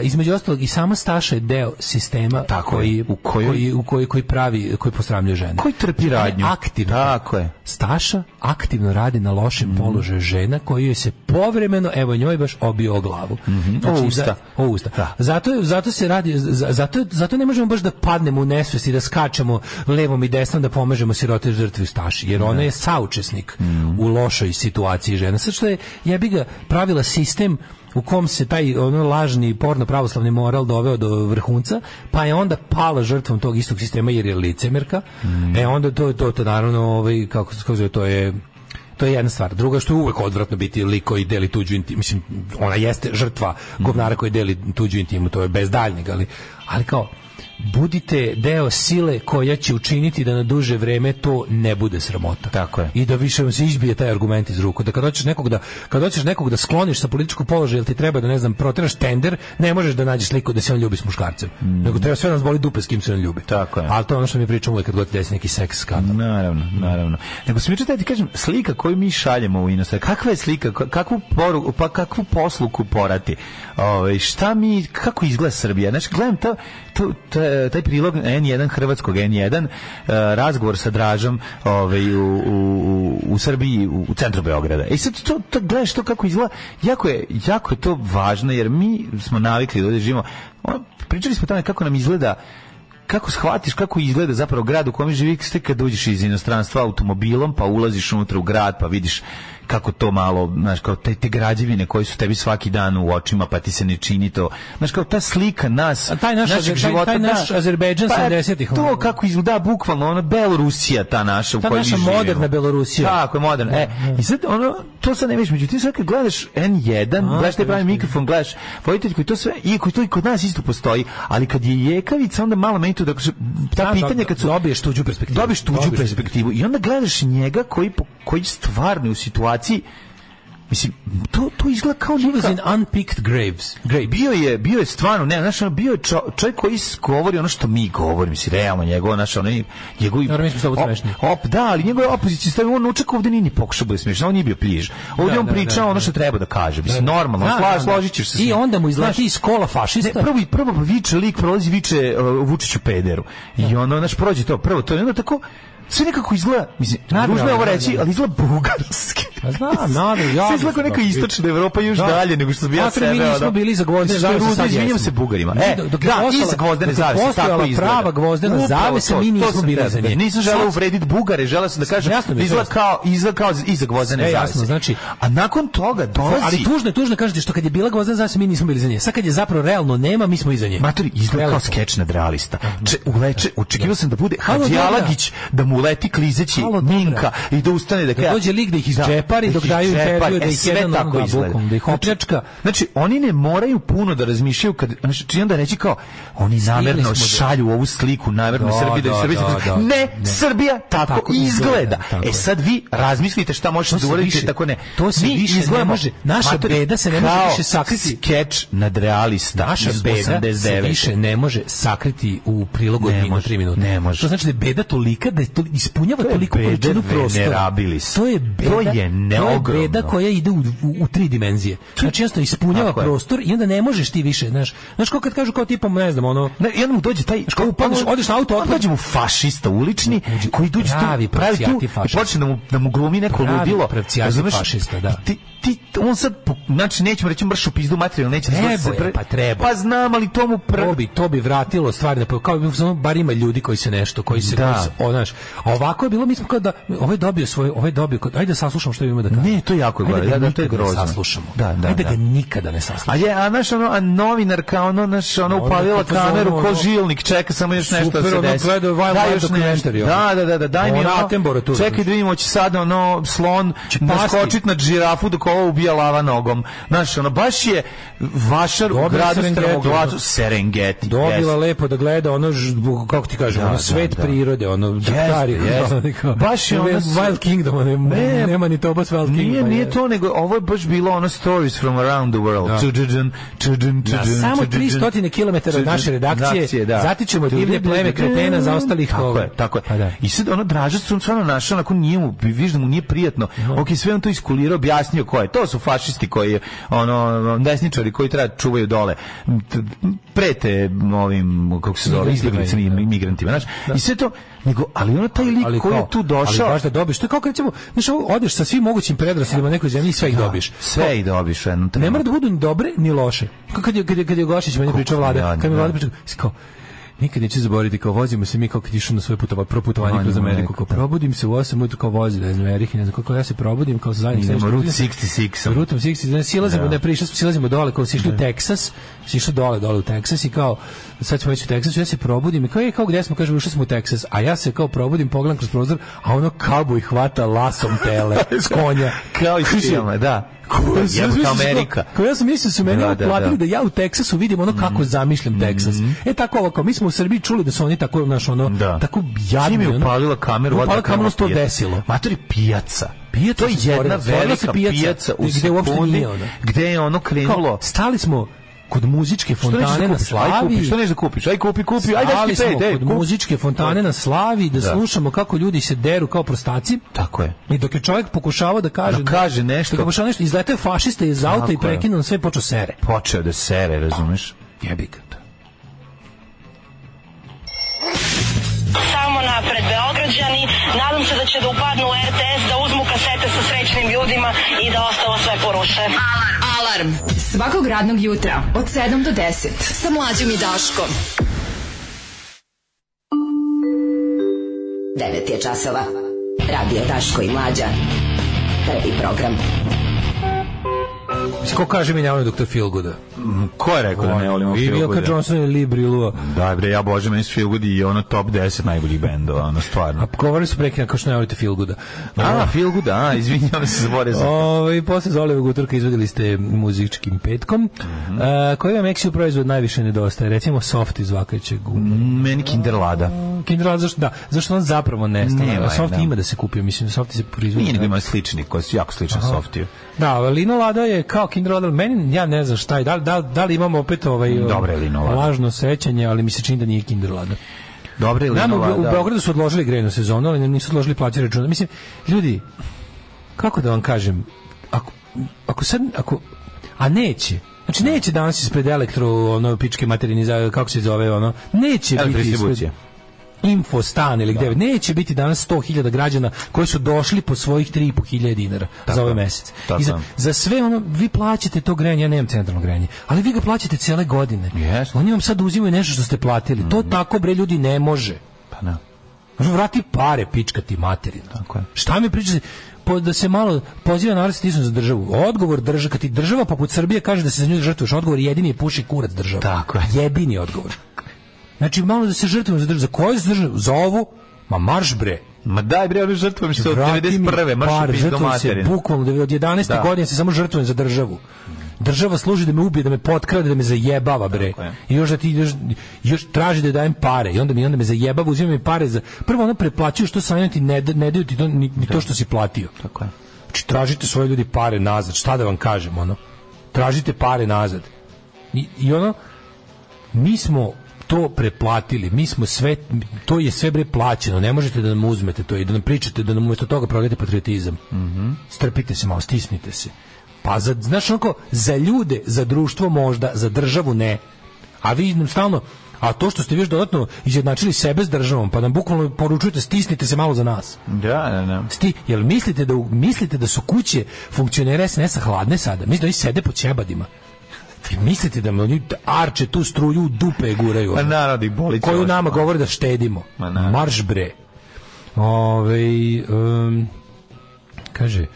e, između ostalog i sama Staša je deo sistema
Tako
koji
je, u kojoj-
koji u kojoj koji pravi koji posramljuje žene. Dakle,
Koji trpi radnju?
Aktivno.
Tako je. Mhm.
Staša aktivno radi na lošem položaju žena koji joj se povremeno evo njoj baš obio o glavu. Znači,
O
za-
Mhm. usta.
o usta.
Da.
Zato zato se radi za- zato zato ne možemo baš da padnemo u nesvest i da skačemo levom i desnom da pomažemo sirote žrtvi Staši jer ona je saučesnik u lošoj situaciji žena. Sad što je jebi ga pravila sistem u kom se taj ono lažni porno pravoslavni moral doveo do vrhunca, pa je onda pala žrtvom tog istog sistema jer je licemerka. E onda to to to naravno ovaj kako se kaže to je to je jedna stvar. Druga što je uvek odvratno biti lik koji deli tuđu intimu. Mislim, ona jeste žrtva
Mhm.
govnara koji deli tuđu intimu, to je bez daljnjega, ali, ali kao, budite deo sile koja će učiniti da na duže vreme to ne bude sramota.
Tako je.
I da više vam se izbije taj argument iz ruku. Da kad hoćeš nekog da, kad hoćeš nekog da skloniš sa političkog položaja, jer ti treba da, ne znam, proteraš tender, ne možeš da nađeš sliku da se on ljubi s muškarcem. Nego treba sve nas boli dupe s kim se on ljubi.
Mhm. Tako je.
Ali to je ono što mi pričamo uvek kad god desi neki seks skandal.
Naravno, naravno. Nego sam juče da ti kažem, slika koju mi šaljemo u inostranstvo, kakva je slika, ka- kakvu poruku, pa kakvu posluku porati? Ove, šta mi, kako izgleda Srbija? Znači, gledam to, to, ta- taj prilog N1, hrvatskog N1, e, razgovor sa Dražom ove, u, u, u, u Srbiji, u, u centru Beograda. I sad to, to gledaš to kako izgleda, jako je, jako je to važno, jer mi smo navikli da ovdje živimo. Ono, pričali smo o tome kako nam izgleda kako shvatiš kako izgleda zapravo grad u kome živiš tek kad uđeš iz inostranstva automobilom pa ulaziš unutra u grad pa vidiš kako to malo, znaš, kao te, te građevine koje su tebi svaki dan u očima pa ti se ne čini to. Znaš, kao ta slika nas,
A taj naš
našeg
Azer- taj-
života,
taj naš
da.
Azerbejdžan
Pa
70-ih, ono.
To kako izgleda, da, bukvalno, ona Belorusija ta naša u
Ta
kojoj mi
naša
živimo.
moderna Belorusija.
Tako je, moderna. E, i sad, ono, to sad ne vidiš, međutim, sad kad gledaš N1, gledaš taj pravi mikrofon, gledaš voditelj koji to sve, i koji to i kod nas isto postoji, ali kad je jekavica, onda malo meni to, dakle, ta
Znaš,
pitanja
do-
kad su...
dobiješ tuđu perspektivu.
Dobiješ tuđu
Dobiješ
perspektivu i onda gledaš njega koji, po- koji stvarno je u situaciji Mislim, to, to izgleda kao
He was
neka...
in unpicked graves.
Grej, bio je, bio je stvarno, ne, znaš, ono, bio je čo, čovjek koji s- govori ono što mi govorimo, mislim, realno njegov, znaš, ono, i- njegov...
Naravno, mi smo slobodno
op-
smešni.
Op, da, ali njegove opozicije stavio, on učak ovdje nije ni pokušao da bude smešan, on nije bio pliž. Ovdje
Da,
on
da,
pričao
da, da.
ono što treba da kaže, mislim, normalno,
Da,
sla,
da, da.
složit ćeš se. s
I
njim.
onda mu izleti
Znaš,
iz kola
Ne,
fašista.
prvo, prvo viče lik, prolazi viče uh, Vučiću pederu. I ono, znaš, prođe to, prvo to, i onda tako, sve nekako izgleda, mislim,
Nadrealno,
ružno je ovo reći,
nadrealno.
ali izgleda bugarski.
Pa znam, nadrealno,
Sve izgleda
mislim,
kao neka
da.
istočna Evropa još dalje nego što bi ja
Matre,
sebe...
mi nismo
ono-
bili za gvozdene
Što je
zavese,
ružno,
sad
izvinjam
jesmo.
se Bugarima.
Ne,
E,
dok- dok je
da,
postojala-
iz gvozdene
dok je
zavese, tako
postojala
izgleda.
prava gvozdena
Upravo
zavesa,
to,
mi
to
nismo
sam
bili
teo
za
da
nje.
Nisam želeo
Sad-
uvrediti Bugare, želeo sam da kažem,
Jasno mi je,
izgleda
jasno.
kao, izgleda kao iza gvozdene
Sve
zavese.
jasno, znači-
A nakon toga dolazi...
Ali tužno je, tužno je, kažete što kad je bila gvozdena zavesa, mi nismo bili za nje. Sad kad je zapravo realno nema, mi smo iza nje.
Matori izgleda kao
Prelepo.
skeč nadrealista. Če, uleče, očekivao sam da bude
Halo,
Hadjalagić, da mu uleti klizeći
Halo, dobra.
Minka i da ustane da kaže...
dođe lik da ih izđepari,
da
dok
ih
daju
izđepari.
intervju, da
E,
ih
sve
jedan
tako
ono, da,
izgleda.
bukom, da ih
Znači,
opljačka.
Znači, oni ne moraju puno da razmišljaju, kad, znači, čini onda reći kao, oni
smo
namerno
do-
šalju ovu sliku, namerno
Da,
Srbiji da,
da,
da, Srbija,
da, da.
ne,
Ne.
Srbija tako,
Tako izgleda,
izgleda.
tako je.
e sad vi razmislite šta možete da
se
uradite,
više-
tako ne.
to se
Mi
više ne
izgledamo,
može- naša
matori,
beda se ne može
kao
više sakriti.
Skeč nadrealista.
Naša
iz
beda se
89..
više ne može sakriti u prilogu od
Ne
minut,
može,
tri minuta.
ne može.
To znači da je beda tolika da je to tol- ispunjava
To je
toliko
beda
količinu prostora.
venerabilis.
To je beda,
To je neogromno.
beda koja ide u, u, u tri dimenzije. Znači, jednostavno ispunjava
Tako je.
prostor i onda ne možeš ti više, znaš. Znaš, kao kad kažu kao tipa, ne znam, ono,
Ne, i onda mu dođe taj pa
kao upadneš, Pa odeš na auto,
onda
otpadneš.
dođe mu fašista ulični koji dođe
pravi
tu, pravi tu
pravcijati
i
fašista.
počne da mu, da mu glumi neko
Pravi
ludilo.
pravcijati fašista, da.
I Ti, ti, on sad, po- znači nećemo reći mršu pizdu materijalno, neće da
Trebao
izgleda se
je, pa trebao.
Pa znam, ali to mu pr...
To bi, to bi vratilo stvari na po- kao bi samo bar ima ljudi koji se nešto koji se
Da.
koji se, o, znaš, a ovako je bilo mi smo kao da ovaj je dobio svoj ovaj je dobio kod- ajde da saslušamo što ima da kaže.
Ne, to je jako gore,
ajde da,
da,
ga
da, to je
nikad ne
grozno.
saslušamo.
Da, da,
ajde
da.
ga nikada ne saslušamo.
A je, a naš ono, a novinar kao ono, naš ono,
Ono,
upalila
kako zove
kameru,
ono,
ko
ono-
žilnik, čeka samo još nešto da
Super,
se
ono,
desi.
gledao je Wild
Da,
Wild
još nešto.
documentary, ono.
Da, da, da, da, daj mi
Ono,
ono,
Attenborough tu,
čekaj
znači.
da vidimo, će sad ono, slon
pasti.
naskočit na žirafu dok ovo ubija lava nogom. Znaš, ono, baš je vašar u
Dobila
gradu
Serengeti,
strmoglacu,
ono.
Serengeti.
Dobila
jes.
lepo da gleda ono ž- kako ti kažem,
Da,
ono
da,
svet
da.
prirode, ono daktari,
jeste.
ono, kao-
Baš je
Ono
ono sve-
Wild Kingdom, ono,
Ne,
nema ni toba s Wild Kingdom.
Nije, nije to, nego ovo je baš bilo ono stories from around the world.
Da.
Tududun, tududun,
Na
tududun,
samo
tududun.
300 km od naše redakcije
da.
zatičemo divlje pleme kretena zaostalih
Tako
ovaj.
je, tako je.
Pa da.
I sad ono Draža sam stvarno našao, onako nije mu, viš da mu nije prijatno. Ok, sve on to iskulirao, objasnio ko je. To su fašisti koji, ono, desničari koji treba da čuvaju dole. T- Prete ovim, kako se zove,
Migrantima,
izbjeglicama i
da.
migrantima. Znaš? I sve to, nego, ali ono taj lik koji je
kao,
tu došao,
Ali baš da dobiješ, to je kao kad recimo, znaš, ovo, odeš sa svim mogućim predrasudima u nekoj zemlji i sve ih dobiš.
sve i dobiš u jednom
Ne mora
trenutku.
da budu ni dobre ni loše. Kako kad je kad je kad je Gošić meni pričao vlada,
jadan,
kad mi vlada
da.
pričao, kao Nikad neću zaboraviti kao vozimo se mi kao kad išao na svoje putova, proputovanje
Vanje
kroz
u
Ameriku.
Ameriku,
Kao
da.
probudim se u 8 ujutru kao vozi da iz Amerike, ne znam kako ja se probudim kao zadnjih
Idemo
sedam
Route
minuta.
66-om.
Rutom 60, ne silazimo,
Da.
ne prišli, smo- silazimo dole, kao si išli u Teksas, si išli dole, dole u Teksas i kao, sad smo već u Teksasu, ja se probudim i kao, je, kao gde smo, kaže, ušli smo u Teksas, a ja se kao probudim, pogledam kroz prozor, a ono kabu i hvata lasom tele, s konja.
Kao i
Kaže,
filme, da.
Ko ja sam
Jebote,
mislio,
Amerika.
Kao, kao ja sam mislio su meni
Da,
da,
da, Mhm.
uplatili da,
da.
ja u Teksasu vidim ono kako zamišljam Teksas. E tako ovako, mi smo u Srbiji čuli da su oni tako naš ono
Da.
tako jadni.
Čim je
ono,
upalila kameru,
upalila
odmah
kameru ono se to
pijaca.
desilo.
Matori pijaca.
Pijaca
to je
se
jedna
stvorila, stvorila se
velika
pijaca,
pijaca, u
gde uopšte
sekundi
nije ona.
gde je ono
Kao,
krenulo.
stali smo kod muzičke
Što nećeš
fontane
da
na
kupiš? Aj
Slavi.
kupi, što nećeš da kupiš? Aj kupi, kupi, aj
Stali
daški
smo
pet, ej,
kod
kupi.
muzičke fontane na Slavi da,
Da.
slušamo kako ljudi se deru kao prostaci.
Tako je.
I dok je čovjek pokušavao da kaže
Da kaže nešto.
dok je pokušavao nešto, izletao je fašista iz auta
Tako
i
je.
prekinuo sve i počeo sere.
Počeo da sere, razumeš? Jebi ga to.
Samo napred Beograđani, nadam se da će da upadnu u RTS, da uzmu kasete sa srećnim ljudima i da ostalo sve poruše.
Alarm. Svakog radnog jutra od 7 do 10. Sa Mlađom i Daškom.
9 je časova. Radio Daško i Mlađa. Prvi program.
Ko kaže mi ne volim doktor Filguda?
Mm, Ko je rekao da Pa ne volimo
Ono, I Milka
Feelgood?
Johnson i Libri Lua.
Da, bre, ja bože, meni su Feelgood i ono top 10 najboljih bendova, ono
A pa-
stvarno.
govorili su prekina kao što ne volite Filguda.
A, Feelgood, a, izvinjavam se, zaboravio sam.
Ove, Ovaj, posle Zolevog utorka izvodili ste muzičkim petkom.
Mhm.
E, koji vam eksiju proizvod najviše nedostaje? Recimo soft iz vakajućeg guma.
Meni Kinderlada.
Kinder, zašto, da, zašto on zapravo nestane?
Nema
a
je,
soft
da.
ima da se kupio, mislim, soft se proizvodi.
Nije nego ima slični, koji su jako slični softiju.
Da, ali linolada je kao Kinder Lada, ali meni ja ne znam šta je, da, li- da, li- da li imamo opet ovaj
Dobra je linolada.
lažno sećanje, ali mi se čini da nije Kinder Lada.
Dobre ili
Nama u,
nova,
u
da.
Beogradu su odložili grejnu sezonu, ali nam nisu odložili plaće računa. Mislim, ljudi, kako da vam kažem, ako, ako sad, ako, a neće, Znači neće danas ispred elektro ono pičke materini za kako se zove ono neće biti ispred
Elektrodistribucija.
infostan ili gde neće biti danas 100.000 građana koji su došli po svojih 3.500 dinara za ovaj mesec.
Tako
I za,
je.
za sve ono vi plaćate to grejanje, ja nemam centralno grejanje, ali vi ga plaćate cele godine.
Yes.
Oni vam sad uzimaju nešto što ste platili. To tako bre ljudi ne može.
Mm. Pa da.
Možda vrati pare, pička ti materina.
Tako je.
Šta mi pričate? Po, da se malo poziva na rastisnu za državu. Odgovor država, kad ti država poput Srbije kaže da se za nju žrtvuješ, odgovor jedini je puši kurac država.
Tako je.
Jedini odgovor. Znači malo da se žrtvujemo za državu. Za koju se državu? Za ovu? Ma marš bre.
Ma daj bre, oni žrtvujem se od
Vrati mi
91.
par,
Maršu pizdu
žrtvujem se
materinu.
bukvalno od 11.
Da.
godine se samo žrtvujem za državu. Država služi da me ubije, da me potkrade, da me zajebava bre.
Tako je.
I još da ti još, još traži da dajem pare i onda mi onda me zajebava, uzima mi pare za prvo ono preplaćuju što sam ti ne, da- ne daju ti to, ni, ni to što si platio.
Tako je.
Znači tražite svoje ljudi pare nazad, šta da vam kažem ono. Tražite pare nazad. I, i ono mi smo to preplatili. Mi smo sve, to je sve bre plaćeno. Ne možete da nam uzmete to i da nam pričate da nam umjesto toga prodajete patriotizam. Mm -hmm. Strpite se malo, stisnite se. Pa za, znaš onako, za ljude, za društvo možda, za državu ne. A vi nam stalno, a to što ste vi još dodatno izjednačili sebe s državom, pa nam bukvalno poručujete stisnite se malo za nas.
Da, da, da.
Sti, jel mislite da, u- mislite da su kuće funkcionera SNS-a hladne sada? Mislite da oni sede po ćebadima? I mislite da oni arče tu struju u dupe guraju?
Pa
ono?
naravno, i boli će
Koju
vas
nama
malo.
govore da štedimo.
Ma, naravno.
Marš bre. Ove, em, kaže,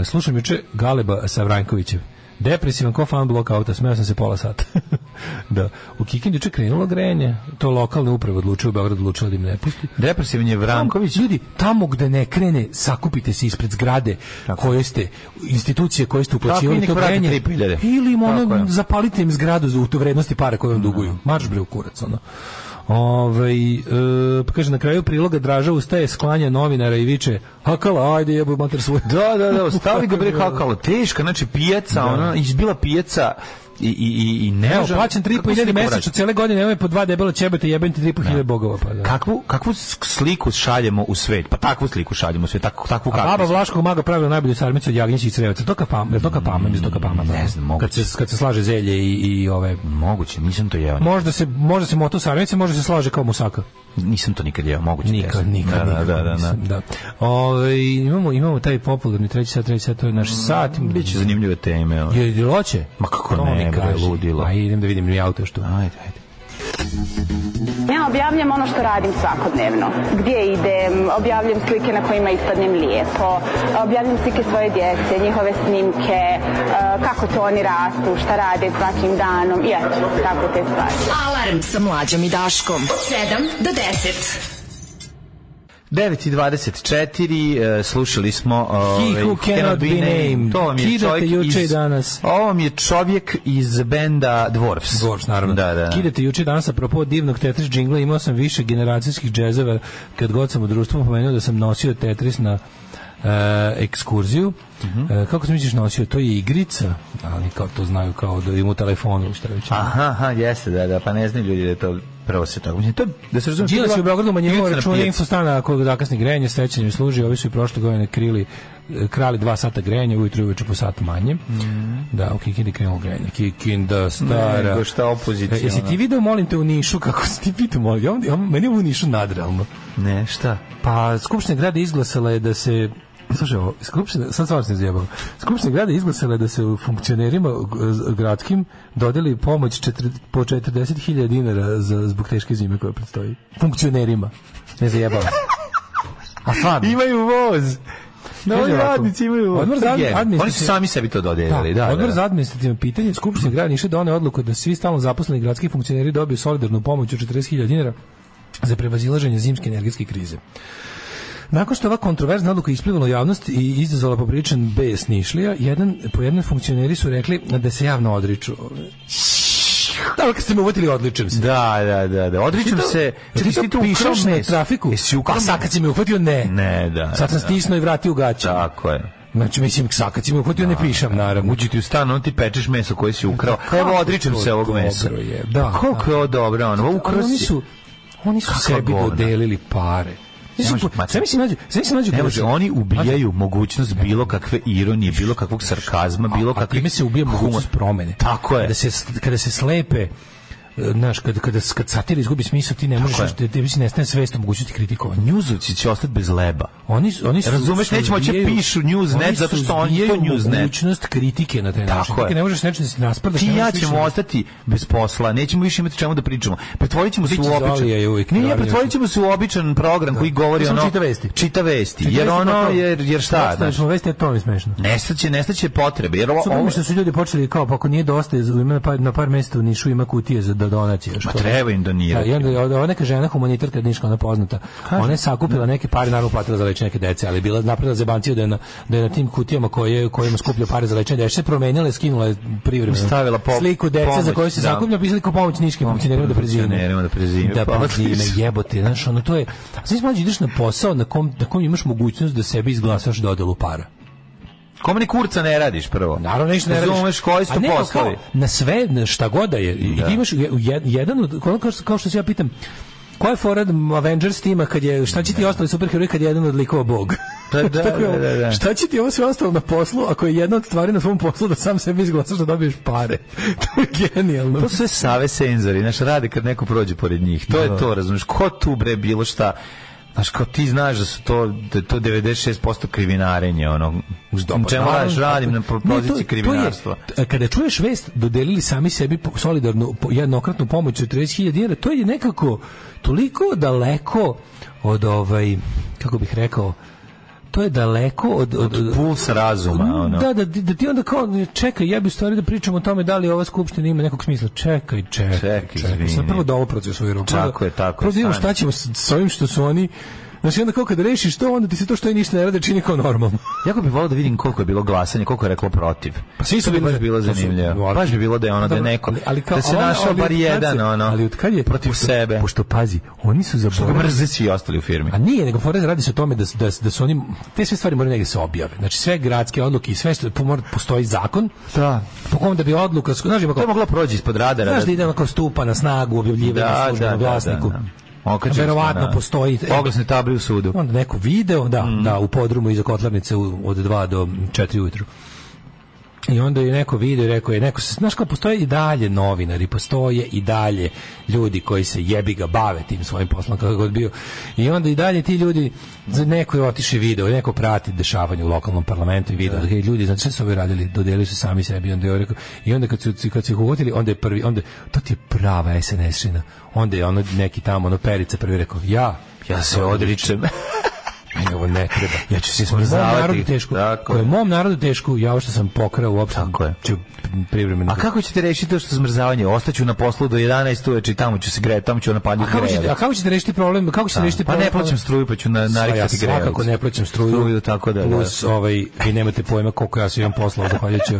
e, slušam juče Galeba sa Vrankovićem. Depresivan ko fan blok auta, smeo sam se pola sata. da. U Kikindi juče krenulo grejanje, to lokalne uprave odlučuje, Beograd odlučio da im ne pusti.
Depresivan je Vranković.
Ljudi, tamo gde ne krene, sakupite se ispred zgrade koje ste, institucije koje ste
Tako i
uplaćivali
nek
to
vrate
grejanje.
3.000.
Ili im ono,
Tako je.
zapalite im zgradu za u to vrednosti pare koje vam duguju. Marš bre u kurac, ono. Ovaj, e, pa kaže, na kraju priloga Draža ustaje, sklanja novinara i viče Hakala, ajde jebuj mater svoju.
Da, da, da, stavi ga bre kakalo, teška, znači pijaca, ona izbila pijaca i i i i ne
Evo,
može-
plaćam
kako se
3.500
neko
mesečno
vraća?
cijele godine, nemoj po dva debela ćebeta, jebem ti 3.500 bogova. Pa, da.
Kakvu kakvu s- sliku šaljemo u svet? Pa takvu sliku šaljemo u svet, takvu takvu
A baba
kakvu.
Vlaškog maga pravila najbolju sarmicu od jagnjeća i crevaca. To kapam, je li to kapam, je li to kapam.
Ne znam, moguće.
Kad se, kad se slaže zelje i, i ove...
Moguće, nisam to jeo.
Možda se, možda se moto sarmice, možda se slaže kao musaka.
Nisam to nikad jeo, moguće. da
Nikad,
jesam.
nikad,
da,
nikad.
da, da, da.
nisam, da. Ove, imamo, imamo taj popularni treći sat, treći sat, to je naš sat.
Biće zanimljive teme. ovo.
Je li loće?
Mm. Ma kako
To
ne,
mi
bre,
kaži.
ludilo.
Pa idem da vidim li auto što.
Ajde, ajde.
Ja objavljam ono što radim svakodnevno. Gdje idem, objavljam slike na kojima ispadnem lijepo, objavljam slike svoje djece, njihove snimke, eh, kako to oni rastu, šta rade svakim danom, i eto, tako te stvari.
Alarm sa mlađom i Daškom. Od 7 do 10.
9.24, e, slušali smo...
He who
ovaj,
cannot be named.
To vam je
Kidate
čovjek
juče i
iz,
danas.
Ovo vam je čovjek iz benda Dwarfs.
Dvorč, naravno.
Da, da, da.
Kidate juče danas, apropo divnog Tetris džingla, imao sam više generacijskih džezeva kad god sam u društvu pomenuo da sam nosio Tetris na e, ekskurziju.
Mhm.
E, kako se misliš nosio? To je igrica, ali kao to znaju kao da im u telefonu ili šta već.
Aha, aha, jeste, da, da, pa ne znaju ljudi da je to prvo se tako. Mislim, to je, da se razumije... to je
Đilas je u
bila
Beogradu manjivo
igrica na
računa
pijaci.
infostana ako zakasni grejanje, srećenje im služi, ovi su i prošle godine krili e, krali dva sata grejanja, ujutru i uveče po satu manje.
Mhm.
Da, u Kikindi krenulo grejanje. Kikinda, stara.
Nego šta
E,
opozicija.
Jesi ti video, molim te, u Nišu, kako si ti pitao, molim, ja, ja, meni je ovo u Nišu nadrealno.
Ne, šta?
Pa, Skupština grada izglasala je da se Slušaj, ovo, Skupština, sad stvarno se izjebao. Skupština grada izglasala je da se funkcionerima g- gradskim dodeli pomoć četiri, po 40.000 dinara za, zbog teške zime koja predstoji. Funkcionerima. Ne zajebavam se. A stvarno.
Imaju voz! Da,
Kaže
oni
ovako,
radnici imaju voz.
Odmor za
To je genijalno.
administrativno-
Oni su sami sebi to dodelili, da, da,
Odbor
da.
za administrativno pitanje Skupštine grada Niša doneo odluku da svi stalno zaposleni gradski funkcioneri dobiju solidarnu pomoć od 40.000 dinara za prevazilaženje zimske energetske krize. Nakon što je ova kontroverzna odluka isplivala u javnost i izazvala popričan bes Nišlija, jedan po jedan funkcioneri su rekli da se javno odriču. Dobro, kad ste me uvotili, odličem se.
Da, da, da, da. Odričem
Ti to-
se.
Ti to pišeš na trafiku?
Jesi ukrao
A sad kad si me uhvatio, ne.
Ne, da,
Sad sam
da.
stisnuo i vratio gaće.
Tako je.
Znači, mislim, sad kad si me uhvatio, ne pišam, naravno.
Uđi ti u stan, on ti pečeš meso koje si ukrao.
Pa Kako
Evo, odričem
to
se ovog
dobro
mesa.
je, da,
Koliko je ovo dobro, ono,
Ali
ukrao
oni
si.
su oni su
Kakva
sebi
govna.
dodelili pare. Oni su
može,
po-
ma-
Sve mi se nađu, sve mi se nađu.
Ne može,
grešni.
oni ubijaju mogućnost bilo kakve ironije, bilo kakvog sarkazma, bilo
a
kakve...
time se ubije mogućnost promene.
Tako je.
Kada se kada se slepe e, znaš, kad, kada, kad satira izgubi smisao, ti ne možeš,
je.
znaš, te- tebi se nestane svest o mogućnosti kritikovanja.
Njuzovci će ostati bez leba.
Oni, su- oni su
Razumeš, neće moći da
suzbijaju-
pišu Newsnet
oni
zato što oni to
suzbijaju
Newsnet.
mogućnost kritike na taj
Tako
način.
je.
Ti ne možeš nečim da se nasprdaš.
Ti
ne
i ja
možeš
ćemo
više-
ostati bez posla, nećemo više imati čemu da pričamo. Pretvorit ćemo se
Biće
u običan.
Zolija je uvijek
Ne, ne,
glavni
pretvorit ćemo se u običan program koji govori
Samo
ono
čita vesti.
Čita vesti.
Čitali
Jer
smo
ono
to.
jer jer šta,
Čitali
znaš,
smo vesti, a to mi je smešno.
nestaće, nestaće potrebe. Jer ovo,
Sad
ovo
ovo što su ljudi počeli kao pa ako nije dosta ima na par, na par mesta u Nišu ima kutije za da donacije što.
Ma Pa treba im
Da,
donirati.
i onda je ona neka žena humanitarka Niška, ona poznata. Ona je sakupila neke pare, naravno platila za lečenje neke dece, ali je bila napravila zebancija da je na, da je na tim kutijama koje, kojima skuplja pare za lečenje dece, se promenila i skinula je privremeno.
Stavila po-
Sliku dece za
pomoć,
koju se
da.
zakuplja, pisali kao pomoć Niškim funkcionerima da prezime.
funkcionerima da prezime,
Da
pa
prezime,
odlično.
jebote, znaš, ono to je... Znaš, mlađi ideš na posao na kom, na kom imaš mogućnost da sebi izglasaš dodelu para.
Kome ni kurca ne radiš prvo?
Naravno ništa ne radiš.
Razumeš koji su
A pa ne, kao-
poslovi?
Na sve, na šta god da je. I
Da.
ti imaš je- jed- jedan od, kao, kao što- kao što se ja pitam, koja je fora Avengers tima kad je, šta će ti ostali superheroji kad je jedan od likova bog?
Pa da,
Tako je ovo.
da, da, da.
Šta će ti ovo sve ostalo na poslu ako je jedna od stvari na svom poslu da sam sebi izglasaš da dobiješ pare? to je genijalno.
To su sve save senzori, znaš, rade kad neko prođe pored njih. To je
Da.
to, razumiješ, ko tu bre bilo šta, znaš, kao ti znaš da su to, da je to 96% krivinarenje, ono, u čemu
Naravno,
radiš,
tako-
radim na
Ne,
pro-
to- to
poziciji
je-
krivinarstva.
t- Kada čuješ vest, dodelili sami sebi po- solidarnu po- jednokratnu pomoć od 30.000 dinara, to je nekako toliko daleko od ovaj, kako bih rekao, to je daleko od, od, od
Puls razuma, ono.
da, da, da ti onda kao, čekaj, ja bi u stvari da pričam o tome da li ova skupština ima nekog smisla. Čekaj, čekaj,
Čekaj, izvini.
Sad prvo da ovo procesuiramo. Prvo da-
Tako je, tako je,
Prvo da vidimo šta
stani.
ćemo s, s ovim što su oni Znači onda kao kad rešiš to, onda ti se to što i ništa ne rade čini kao normalno.
Jako bih volio da vidim koliko je bilo glasanje, koliko je reklo protiv.
Pa svi su
To bi
bili
baš
za-
bilo
to su-
zanimljivo. Baš bi bilo da je ono da je
Dobro,
neko,
ali- ali kao-
da se
ali-
našao
ali
bar
od kad se-
jedan, ono,
ali od kad je-
protiv
pošto-
sebe.
Pošto pazi, oni su
Što ga
zaboravili.
mrze svi ostali u firmi.
A nije, nego Forez radi se o tome da, s- da, s- da su oni, te sve stvari moraju negdje se objave. Znači sve gradske odluke i sve što po- mora- postoji zakon,
Da.
po kom da bi odluka, znaš, ima
To je
kao,
moglo prođi ispod radara.
znaš da ide onako stupa na snagu, objavljivanje
Da,
da, službenom
da, da,
glasniku.
da, da. Okačili smo
Verovatno
na-
postoji. e,
Oglasne table u sudu.
Onda neko video, da, da, u podrumu iza kotlarnice u- od 2 do 4 ujutru. I onda je neko video i rekao je, neko se, znaš kao, postoje i dalje novinari, postoje i dalje ljudi koji se jebi ga bave tim svojim poslom, kako god bio. I onda i dalje ti ljudi, za neko je otiše video, neko prati dešavanje u lokalnom parlamentu i video, da. ljudi, znači sve su ovi radili, dodelili su sami sebi, i onda je ovaj rekao, i onda kad su, kad su ih uhvatili, onda je prvi, onda, to ti je prava SNS-ina, onda je ono neki tamo, ono perica prvi rekao, ja,
Ja se odričem.
meni ovo ne treba.
Ja ću se
Ako je mom
smrzavati.
narodu teško.
Tako
Ako je
je.
mom narodu teško, ja ovo što sam pokrao uopšte
Tako je.
ću privremeno.
A kako ćete rešiti to što smrzavanje? Ostaću na poslu do 11 uveče i tamo ću se grejati, tamo ću napaditi
A kako ćete, a kako ćete rešiti problem? Kako ćete rešiti
Pa
problem?
ne plaćam struju, pa ću na,
Sva, ja
narikati grejac.
svakako ne plaćam struju,
tako da, da.
plus ovaj vi nemate pojma koliko ja sam imam posla zahvaljujući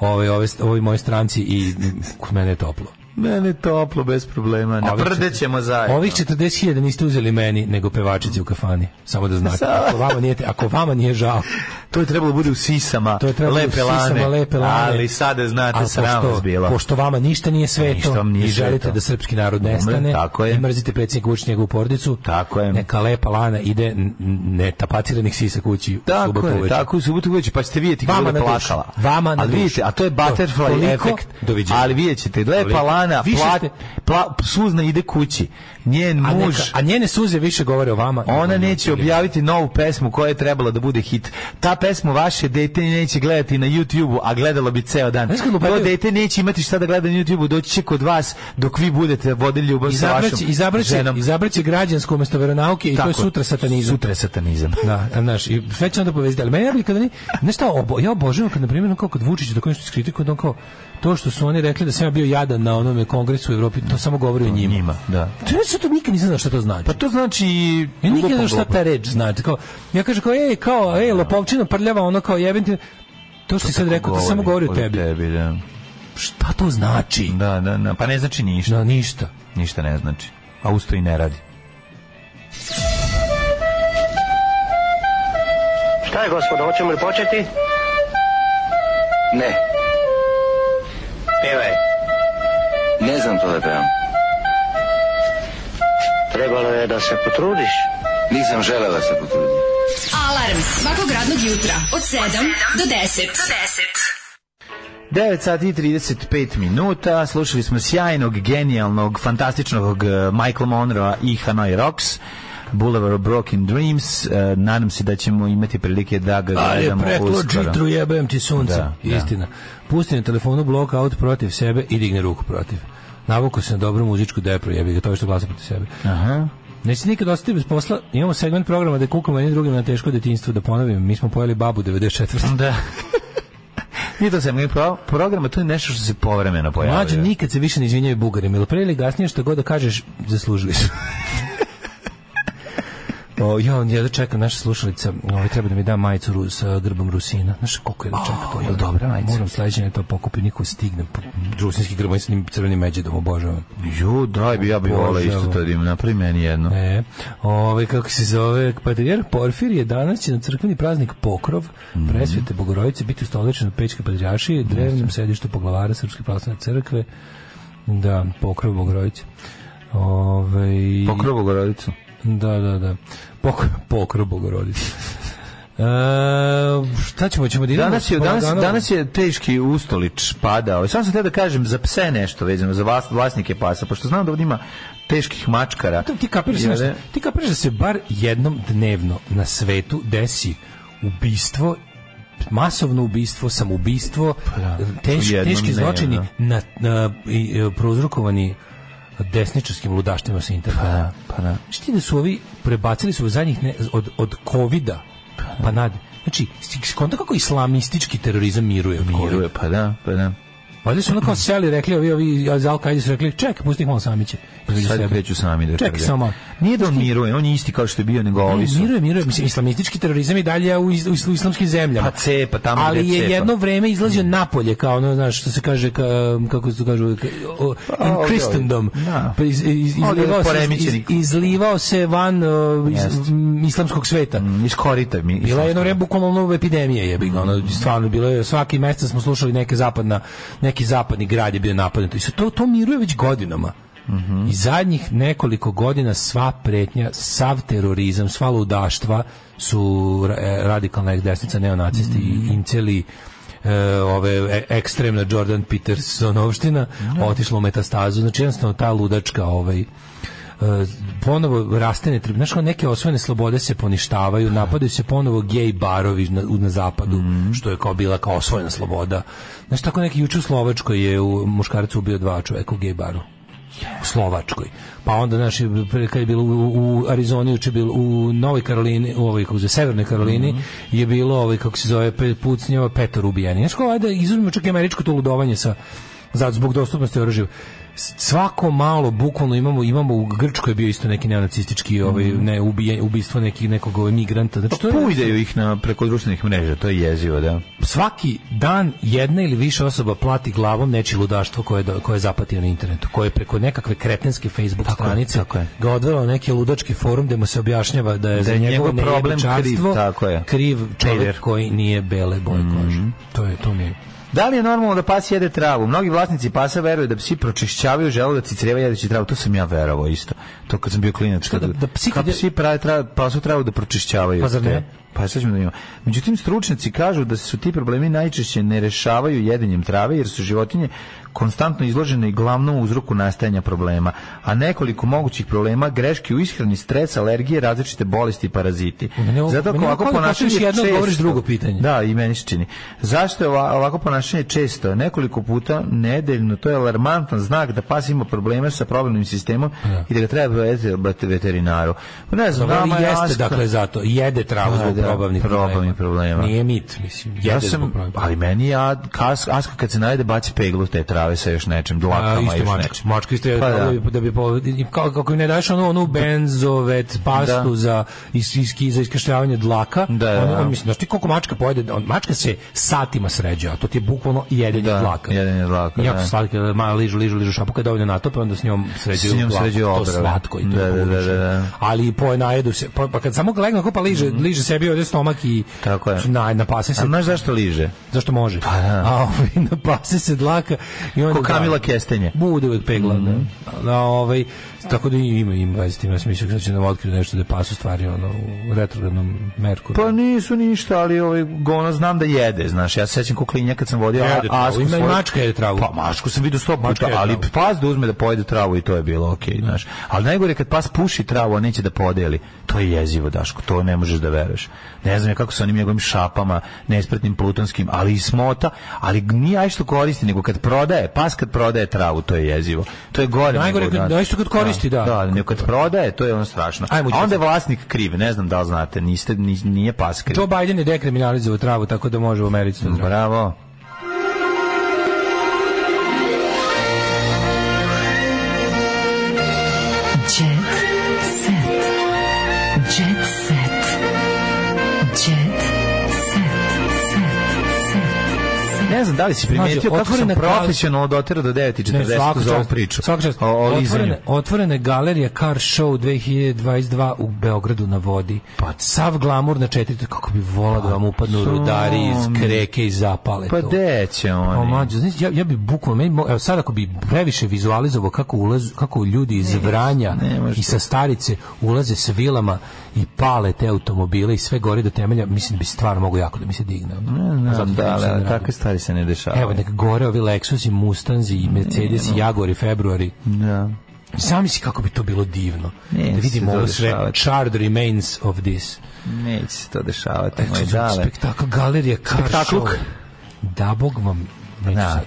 ovaj ove ovoj mojoj stranci i kod mene je toplo.
Mene je toplo, bez problema.
Ovih
Naprdećemo
čet-
ćemo zajedno.
Ovih 40.000 niste uzeli meni, nego pevačici u kafani. Samo da znate. Ako vama nije, ako vama nije žao.
To je trebalo bude u sisama,
To je trebalo
lepe,
u sisama,
lane,
lepe lane.
Ali sada znate,
Ali
sram vas bilo.
Pošto vama ništa nije
Ništa
sveto
vam nije
i želite
sveto.
da srpski narod
Umre,
nestane
tako je.
i mrzite predsjednika Vučića i njegovu porodicu,
Tako je.
neka lepa lana ide n- netapaciranih sisa kući u
Tako
subotu
je,
uveče.
tako u subotu uveče, pa ćete vidjeti kako
Vama
bude
na dušu.
plakala.
Vama na
ali vidite,
dušu.
a to je
To,
butterfly
toliko,
efekt.
doviđenja.
Ali vidjet ćete, lepa
Toliko.
Lana,
Više
pla,
ste-
pla, suzna ide kući. Njen
A,
muž,
neka, a njene suze više govore o vama. nego o
ona
njoj.
neće objaviti novu pesmu koja je trebala da bude hit. Ta pesma vaše dete neće gledati na YouTube-u, a gledalo bi ceo dan.
Znaš kad
To
lupetaju-
dete neće imati šta da gleda na YouTube-u, doći će kod vas dok vi budete vodili ljubav sa
Izabraće,
vašom
izabraće,
ženom.
izabraće građansko umjesto veronauke i to je sutra satanizam.
Sutra je satanizam.
Da, a znaš, i sve će onda povezati. Ali meni je kada ni, znaš šta, obo, ja obožavam kad, na primjer, ono kao kad Vučić tako nešto iskritikuje, da on ono kao, to što su oni rekli da sam ja bio jadan na onome kongresu u Evropi, to samo govori o njima.
njima, da.
To ja sad to nikad nisam znao šta to znači.
Pa to znači...
Ja nikad ne
glupo,
znam šta
glupo.
ta reč znači. Kao, ja kažem kao, ej, kao, ej, lopovčina prljava, ono kao jebem ti. To što si sad rekao, to samo govori o tebi.
da.
Šta to znači?
Da, da, da. Pa ne znači ništa.
Na ništa.
Ništa ne znači. A usto i ne radi.
Šta je, gospodo, hoćemo li početi?
Ne,
Pevaj.
ne znam to da pevam.
Trebalo je da se potrudiš.
Nisam želeo da se potrudim.
Alarm svakog radnog jutra od 7 do 10. Do 10.
9 sati i 35 minuta, slušali smo sjajnog, genijalnog, fantastičnog eh, Michael Monroe i Hanoi Rocks. Boulevard of Broken Dreams, eh, nadam se da ćemo imati prilike da ga
Ali je
gledamo
preklo
uskoro.
džitru, jebem ti sunce.
Da, da.
Istina. Pusti na telefonu blok out protiv sebe i digne ruku protiv. Navuku se na dobru muzičku depru, jebi ga, to je što glasa protiv sebe.
Aha.
Neće se nikad ostati bez posla. Imamo segment programa da kukamo jednim drugim na teško detinjstvo. Da ponovim, mi smo pojeli babu 94.
Da. Nije to sam pro, programa, to je nešto što se povremeno pojavlja.
Mlađe, nikad se više ne izvinjaju bugarima. Ili pre ili gasnije što god da kažeš, zaslužili su. O, ja, on jedva čekam, naša slušalica, ovaj, treba da mi da majicu ru- sa grbom Rusina. Znaš koliko je da čeka to? Je dobra majica? Moram sledeće ne to pokupiti, niko stignem. Po, rusinski grbac s njim crvenim međedom, obožavam.
Ju, daj bi, ja bi volao isto to da im napravi meni jedno.
E, ovaj, kako se zove, patrijarh Porfir je danas će na crkveni praznik Pokrov,
Mhm.
presvete Bogorodice, biti ustoličen u Pećke patrijaršije, drevnom sedištu poglavara Srpske pravoslavne crkve, da, Pokrov Bogorodice. Ove,
Pokrov Bogorodicu.
Da, da, da. Pok, pokrov Bogorodice. E, šta ćemo, ćemo da idemo?
Danas je,
s
danas,
Bogdanom?
danas je teški ustolič padao. Samo sam te da kažem za pse nešto vezano, za vas, vlasnike pasa, pošto znam da ovdje ima teških mačkara.
Ti kapiraš
Jel
nešto?
ne?
Ti kapiraš da se bar jednom dnevno na svetu desi ubistvo masovno ubistvo, samoubistvo, teš,
Pa jednom
teški
dnevno.
zločini na, na, i, e, prouzrokovani desničarskim ludaštima sa interneta. Pa da,
pa da.
Šti da su ovi prebacili su u zadnjih ne, od, od covida pa nad... Znači, s- skonta kako islamistički terorizam miruje. od covida.
Miruje, pa da, pa da.
Valjda su ono kao seli, rekli ovi, ovi iz Al-Qaida su rekli, čekaj, pusti ih malo samiće.
Pa Sad kreću sami da
Čekaj
trgaju.
samo malo.
Nije da on miruje, on je isti kao što je bio, nego ovi su.
Miruje, miruje, mislim, islamistički terorizam i dalje u, iz, u is- u islamskim zemljama.
Pa cepa, tamo
ali
gde
je
cepa.
jedno vreme izlazio
Mm.
napolje, kao ono, znaš, što se kaže, ka, kako se to kaže, ka, o, in
ovdje,
Christendom.
ovdje. Pa, Da.
Pa iz- iz-
Ovdje je
izlivao, se, iz- iz-
poremećenik.
izlivao se van o, iz-
Jeste.
m, islamskog sveta.
Mm, Iz korita mi.
Bila je jedno vreme bukvalno ono epidemija je bila, ono stvarno bilo je svaki mjesec smo slušali neke zapadna neki zapadni grad je bio napadnut i sad to to miruje već godinama. I zadnjih nekoliko godina sva pretnja, sav terorizam, sva ludaštva su ra- e, radikalna desnica, neonacisti i inceli e, ove e- ekstremna Jordan Petersonovština otišla u metastazu. Znači jednostavno ta ludačka ovaj e, ponovo raste ne znaš kao neke osvojene slobode se poništavaju napadaju se ponovo gej barovi na, u- na zapadu što je kao bila kao osvojena sloboda znaš tako neki juče u Slovačkoj je u muškarac ubio dva čovjeka u gej baru u Slovačkoj. Pa onda naši kad je bilo u, u Arizoni, juče je bilo u Novoj Karolini, u ovoj kako se zove, Severnoj Karolini je bilo ovaj kako se zove pe- pucnjava petor ubijeni. Znači kao ajde izuzmemo čak i američko to ludovanje sa za zbog dostupnosti oružja. S- Svako malo bukvalno imamo imamo u Grčkoj je bio isto neki neonacistički ovaj ne ubije, ubistvo nekih nekog ovaj, migranta. Znači to je-
Pujdeju Pa ih na, preko društvenih mreža, to je jezivo, da.
svaki dan jedna ili više osoba plati glavom nečije ludaštvo koje, do- koje je zapatio na internetu, koje je preko nekakve kretenske Facebook
Tako je,
stranice
tako je.
ga odvelo na neki ludački forum gde mu se objašnjava da je za
je
njegovo
njegov problem kriv,
nejednačarstvo
tako je. Mhm.
kriv čovjek
Peder.
koji nije bele boje kože. To je, to mi je.
Da li je normalno da pas jede travu? Mnogi vlasnici pasa veruju da psi pročišćavaju želudac i crijeva jedeći travu. To sam ja verovao isto. To kad sam bio klinac. Kad,
da- da psi
kad
kad je-
psi prave travu, pasu travu da pročišćavaju.
Pa zar ne?
te- Pa sad ćemo da vidimo. Međutim, stručnjaci kažu da su ti problemi najčešće ne rešavaju jedenjem trave jer su životinje konstantno izložene i glavnom uzroku nastajanja problema, a nekoliko mogućih problema greške u ishrani, stres, alergije, različite bolesti i paraziti.
Meni ovo-
Zato
meni ovo
ovako
kao da
ponašanje
pošalješ jedno,
često-
odgovoriš drugo pitanje.
Da, i meni se čini. Zašto je ova- ovako ponašanje često? Nekoliko puta nedeljno, to je alarmantan znak da pas ima probleme sa problemnim sistemom i da ga treba prevezati veterinaru. Pa Ne znam,
Dobro, ali
nama je
jeste,
jasno-
dakle, zato. Jede travu
Da,
zbog
da,
probavnih
probavnih problema.
Nije mit, mislim. Jede
Ja
zbog
sam,
probavnih
ali meni ja, kas, aska kad se najde baci peglu te trave sa još nečem,
A,
dlakama i
isto
još
mačka.
nečem.
Mačka isto je
Pa da.
da. bi, da bi po, i kao, kako im ne daš ono, onu benzovet pastu
Da.
za, is, is, za iskašljavanje dlaka,
Da, da,
on,
da.
on mislim, znaš ti koliko mačka pojede, on, mačka se satima sređa, a to ti je bukvalno jedenje
Da,
dlaka.
jedenje dlaka,
Jako
da.
slatka, da malo ližu, ližu, ližu šapu, kad dovoljno natope, onda s njom sređuju
S njom
dlaku.
sređuju
to
obrve.
slatko i to
Da,
je
da, da,
odlično.
da, da. Mhm.
Ali po najedu se, pa, pa kad samo legne kupa liže, liže sebi ovdje stomak i
Tako je.
na, napase se.
A znaš zašto liže?
Zašto može? Pa,
da.
A ovaj, napase se dlaka i onda...
Ko Kamila Kestenje.
Bude uvek pegla,
Mhm.
da. Na, ovaj, tako da ima, ima, veze s tim, ja sam mislio znači da će nam otkriti nešto da je pas u stvari ono, u retrogradnom merku.
Pa nisu ništa, ali ovaj, ono znam da jede, znaš, ja se sećam ko klinja kad sam vodio
Jede travu,
asku
ima i
svoju-
mačka jede travu.
Pa mačku sam vidio sto
Mačka
puta,
jede
ali
travu.
pas da uzme da pojede travu i to je bilo okej, znaš. Ali najgore je kad pas puši travu, a neće da podeli. To je jezivo, Daško, to ne možeš da veruješ. Ne znam ja kako sa onim njegovim šapama, nespretnim plutonskim, ali i smota, ali nije aj što koristi, nego kad prodaje, pas kad prodaje travu, to je jezivo. To je gore.
Najgore
nego
kad-
da-
da, isto kad koristi, da.
Da, nego kad prodaje, to je ono strašno.
Ajmo,
a onda je vlasnik kriv, ne znam da li znate, niste, ni- nije pas kriv.
Joe Biden je dekriminalizovao travu, tako da može u Americi to travu.
Bravo.
Jet set. Jet
ne znam da li si primetio kako sam profesionalno doterao do 9.40 za ovu priču.
Svaka čast.
O, o lizanju.
Otvorene, otvorene galerija Car Show 2022 u Beogradu na vodi.
Pa-
Sav glamur na četiri, kako bi vola da vam upadnu rudari iz kreke i zapale
Pa
to.
de će
Pa
oni?
mlađe, znaš, ja, ja bi bukvalno, meni, mo- evo sad ako bi previše vizualizovao kako, ulaz, kako ljudi iz Vranja i sa starice ulaze s vilama i pale te automobile i sve gori do temelja, mislim da bi stvarno mogo jako da mi se digne. Zato
Ne znam da,
ništa ne
ali
radim.
takve stvari se ne dešavaju.
Evo, nek gore ovi Lexus i Mustanzi i Mercedes i Jaguar i Februari.
Da.
Sami si kako bi to bilo divno.
Neće
da
se
vidimo
to
ovo sve.
dešavati.
Charred remains of this.
Neće se to dešavati, moj
Eto,
dale.
spektakl, galerija, car show.
Spektakluk.
Da bog vam, neću
Da.
sad.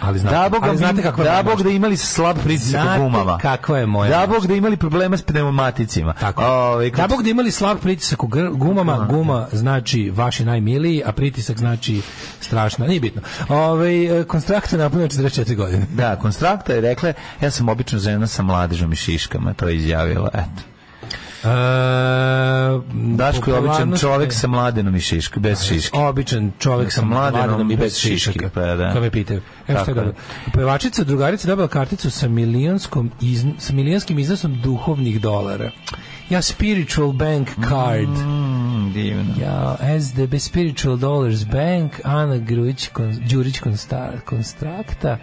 Ali znate,
Da bog,
ali znate
da,
kako
da bog da imali slab pritisak u
Znate
gumama.
kakva je moja
Da bog da imali problema s pneumaticima.
Tako.
Ovaj,
Da bog da imali slab pritisak u gr- gumama, guma znači vaši najmiliji, a pritisak znači strašno, nije bitno. Ove, konstraktor napunio 44 godine.
Da, konstrakta je rekla, ja sam obično žena sa mladežom i šiškama, to je izjavila, eto.
E,
Daško je običan
popularnost
čovjek
je-
sa mladenom i šiškom, bez šiške.
Običan čovjek sa
Sa mladenom
mladenom i
bez
bez šiške.
šiške, pa da.
Kao me pitaju. Evo što je
Tako je.
dobro. Pevačica drugarica dobila karticu sa milionskom izn, sa milionskim iznosom duhovnih dolara. Ja spiritual bank card.
Mm, divno.
Ja, SDB Spiritual Dollars Bank, Ana Grujić, kon, Đurić Konsta- Konstrakta,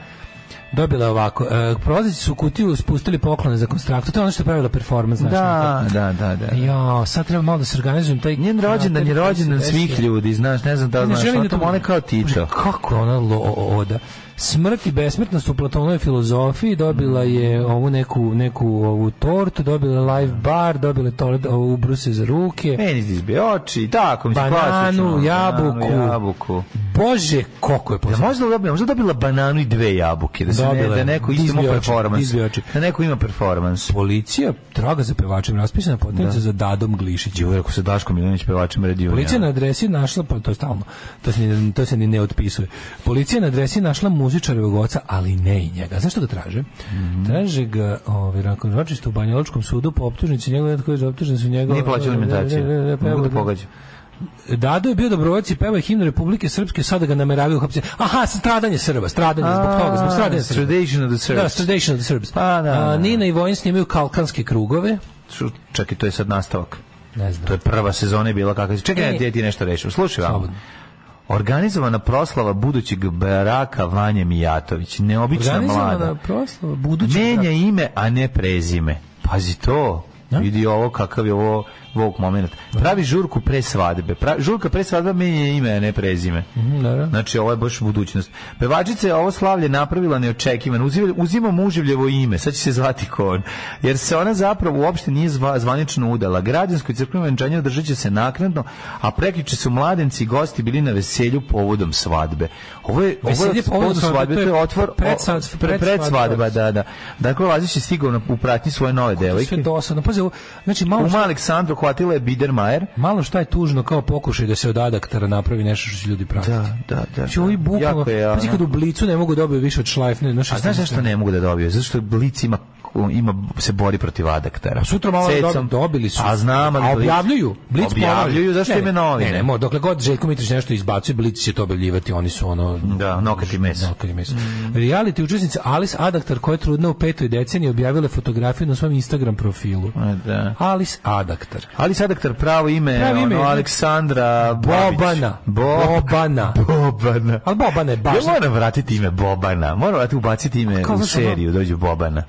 dobila je ovako, e, prolazeći su u kutiju spustili poklone za Konstraktu, to je ono što je pravila performans, znaš. ono
Da, da, da, da.
Jo, sad treba malo da se organizujem taj...
Njen rođendan je rođendan svih ljudi, znaš, ne znam da li
Ne
znaš,
želim
ona
da
to
to-
ona kao Tito.
Kako je ona lo- oda? Smrt i besmrtnost u Platonovoj filozofiji dobila je ovu neku, neku ovu tortu, dobila je live bar, dobila je tole, ovu bruse za ruke.
Penis izbije oči, tako, mislim,
Bananu,
klasično. Bananu,
jabuku.
jabuku.
Bože, koliko je
Da
poznata.
možda dobila, možda dobila bananu i dve jabuke, da se ne,
Dobila je.
da neko isto ima
Izbije oči,
performans.
izbije oči.
Da neko ima performans.
Policija traga za pevačem, raspisana potnica za Dadom Glišićem.
Đure, ako se Daško Milinović pevačem redi
Policija na adresi našla, pa to je stalno, to se, ni, to se ni ne otpisuje. Policija na adresi našla muzičarovog oca, ali ne i njega. Znaš što ga traže?
Mhm.
Traže ga ovaj, nakon ročišta u Banjaločkom sudu po optužnici njegove, koji je optužen su njegove...
Nije plaćao alimentaciju. Ne mogu da pogađa.
Dado je bio dobrovoljac i pevao je himnu Republike Srpske, sada ga nameravaju uhapsiti. Aha, stradanje Srba, stradanje zbog toga, zbog stradanja Srba.
Tradition of the Search.
Da, Stradation of the Serbs.
Pa, da,
A,
da.
Nina i Vojin snimaju kalkanske krugove.
Ču- Čekaj, to je sad nastavak.
Ne znam.
To je prva sezona je bila kakva. Čekaj,
E.
ne, ti- ti nešto rešim. Slušaj vam.
Slobodno.
Organizovana proslava budućeg baraka Vanje Mijatović. Neobična mlada.
Organizovana proslava budućeg
Menja ime, a ne prezime. Pazi to. Vidi ovo kakav je ovo vok moment. Pravi žurku pre svadbe. Pra- žurka pre svadbe menja ime, a ne prezime.
Mhm, da, da.
Znači, ovo je baš budućnost. Pevačica je ovo slavlje napravila neočekivan. Uzima, uzima muževljevo ime, sad će se zvati ko on. Jer se ona zapravo uopšte nije zva- zvanično udala. Građansko i crkveno venčanje održat će se naknadno, a prekiče su mladenci i gosti bili na veselju povodom svadbe. Ovo je, ovo
Veselje
je
povodom
povodom
svadbe,
svadbe, to je otvor...
pred
o-
sad-
pre-
pred
pred
svadba.
svadba, da, da. Dakle, Lazić je stigao na, u pratnji svoje nove
Sve
devojke.
dosadno. Pazi, ovo, znači malo
Uma
šta,
Aleksandru hvatila je Bidermajer.
malo šta je tužno kao pokušaj da se od adaktara napravi nešto što će ljudi pratiti.
Da, da, da,
Znači, ovi
da.
bukvalno,
Jako je,
pazi
ono-
kad u blicu ne mogu dobiti više od šlajfne. Znaš,
A znaš zašto ne mogu da dobiju? Zato što Blic ima ima se bori protiv adaktara.
A Pa sutra malo
Cecom.
dob- dobili su.
A znam, ali
A
Blic-
objavljuju. Blic ponavlja.
objavljuju, zašto
Ne,
ime novine?
Ne, ne, mo, dokle god Željko Mitrović nešto izbacuje, Blic će to objavljivati, oni su ono...
Da, Mm. nokat i meso.
Nokat i meso. Reality učesnice Alice Adaktar, koja je trudna u petoj deceniji, objavila je fotografiju na svom Instagram profilu.
A, E, da.
Alice Adaktar.
Ali sad aktor pravo ime,
Pravo
pravo
ime
ime
je-
ono, Aleksandra Babić.
Bobana.
Bob-
Bobana.
Bobana.
Ali Bobana je baš...
Ja moram vratiti ime Bobana. Moram vratiti ubaciti ime
Kako
u
znaš, ono-
seriju, dođe Bobana.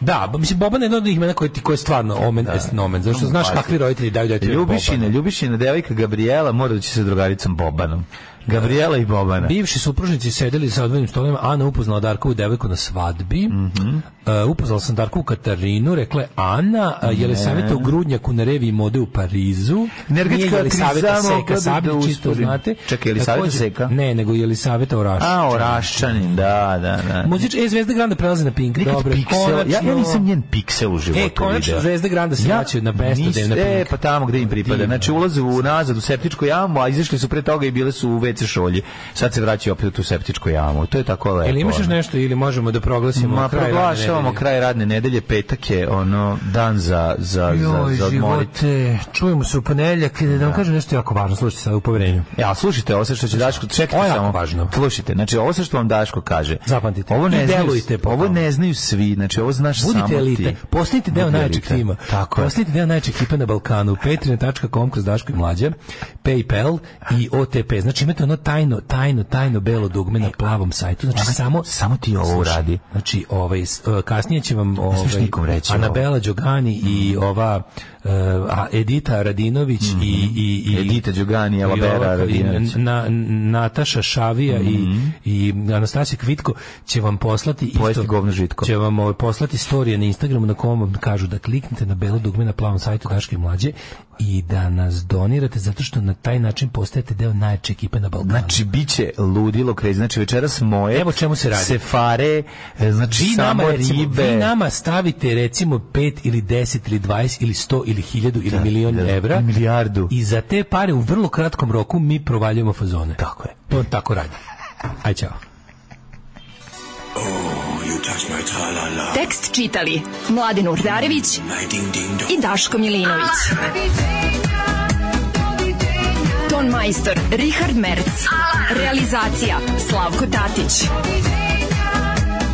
Da, ba- mislim Boban je jedno od imena koje ti koje je stvarno omen da. nomen, zašto znaš
Pazi.
kakvi roditelji daju dete
Ljubišina, Ljubišina, devojka Gabriela, mora da će sa drugaricom Bobanom. Gabriela i Bobana.
Bivši supružnici sedeli sa odvojenim stolima, Ana upoznala Darkovu devojku na svadbi,
Mhm.
E, upoznala sam Darkovu Katarinu, rekla je Ana, a, Jelisaveta u Grudnjaku na reviji mode u Parizu,
Energetska
nije Jelisaveta
kriza mogla
Seka
bi
Sabljić,
da
čisto
uspori.
znate.
Čekaj, Jelisaveta
Takođe-
Seka?
Ne, nego Jelisaveta Oraš.
A, Oraščanin, da, da, da.
Muzič, e, Zvezda Granda prelazi na Pink,
Nikad
dobro,
piksel, ja, ja nisam njen piksel u životu
E, konačno
video.
Zvezda Granda se vraćaju na Bestu,
nis-
da je na
E,
Pink.
pa tamo gde im pripada.
Divno.
Znači, ulaze u nazad u septičku jamu, a izašli su pre toga i bile su u WC pice šolje, sad se vraća opet u tu septičku jamu. To je tako lepo.
Ili imaš još
ono.
nešto ili možemo da proglasimo
Ma,
kraj radne
proglašavamo
nedelje?
kraj radne nedelje, petak je ono dan za, za,
Joj,
za, za odmorit.
živote, čujemo se u ponedjeljak da vam kažem nešto jako važno, slušajte sad u poverenju.
Ja, slušajte, ovo sve što će Daško, čekajte
Ovo je jako
samo.
važno.
Slušajte, znači ovo sve što vam Daško kaže.
Zapamtite.
Ovo
I
ne, znaju,
delujte po
ovo
tome.
ne znaju svi, znači ovo znaš samo ti.
Budite elite, postanite deo
Budi
najjačeg
elita.
tima.
Tako je.
Postanite deo najjačeg tipa na Balkanu. Patreon.com kroz Daško i Mlađa, Paypal i OTP. Znači imate ono tajno, tajno, tajno belo dugme na plavom sajtu. Znači samo...
Samo ti ovo
Slušaj,
uradi.
Znači, ovaj, s- e, kasnije će vam ovaj,
smiješ nikom reći Mhm. ovo.
Anabela Đogani i ova e, a, Edita Radinović i, i, i
Mhm. Edita Đugani,
i
Alabera,
ova- i
Radinović. Mhm.
na, Nataša Šavija i, i Anastasija Kvitko će vam poslati
Pojesti govno žitko.
će vam ovaj, poslati storije na Instagramu na kom vam kažu da kliknite na belo dugme na plavom sajtu Daške i mlađe i da nas donirate zato što na taj način postajete deo najjače ekipe na Balkanu.
Znači, bit će ludilo krezi. Znači, večeras moje...
Evo čemu se radi.
Sefare, e, znači,
vi
samo
nama, recimo,
ribe.
vi nama stavite recimo 5 ili 10 ili 20 ili 100 ili 1000 ili milion evra
Milijardu.
i za te pare u vrlo kratkom roku mi provaljujemo fazone.
Tako je.
To tako radi. Aj, čao.
Tekst čitali Mladin Urdarević i Daško Milinović. Ton majstor Richard Merc. Realizacija Slavko Tatić.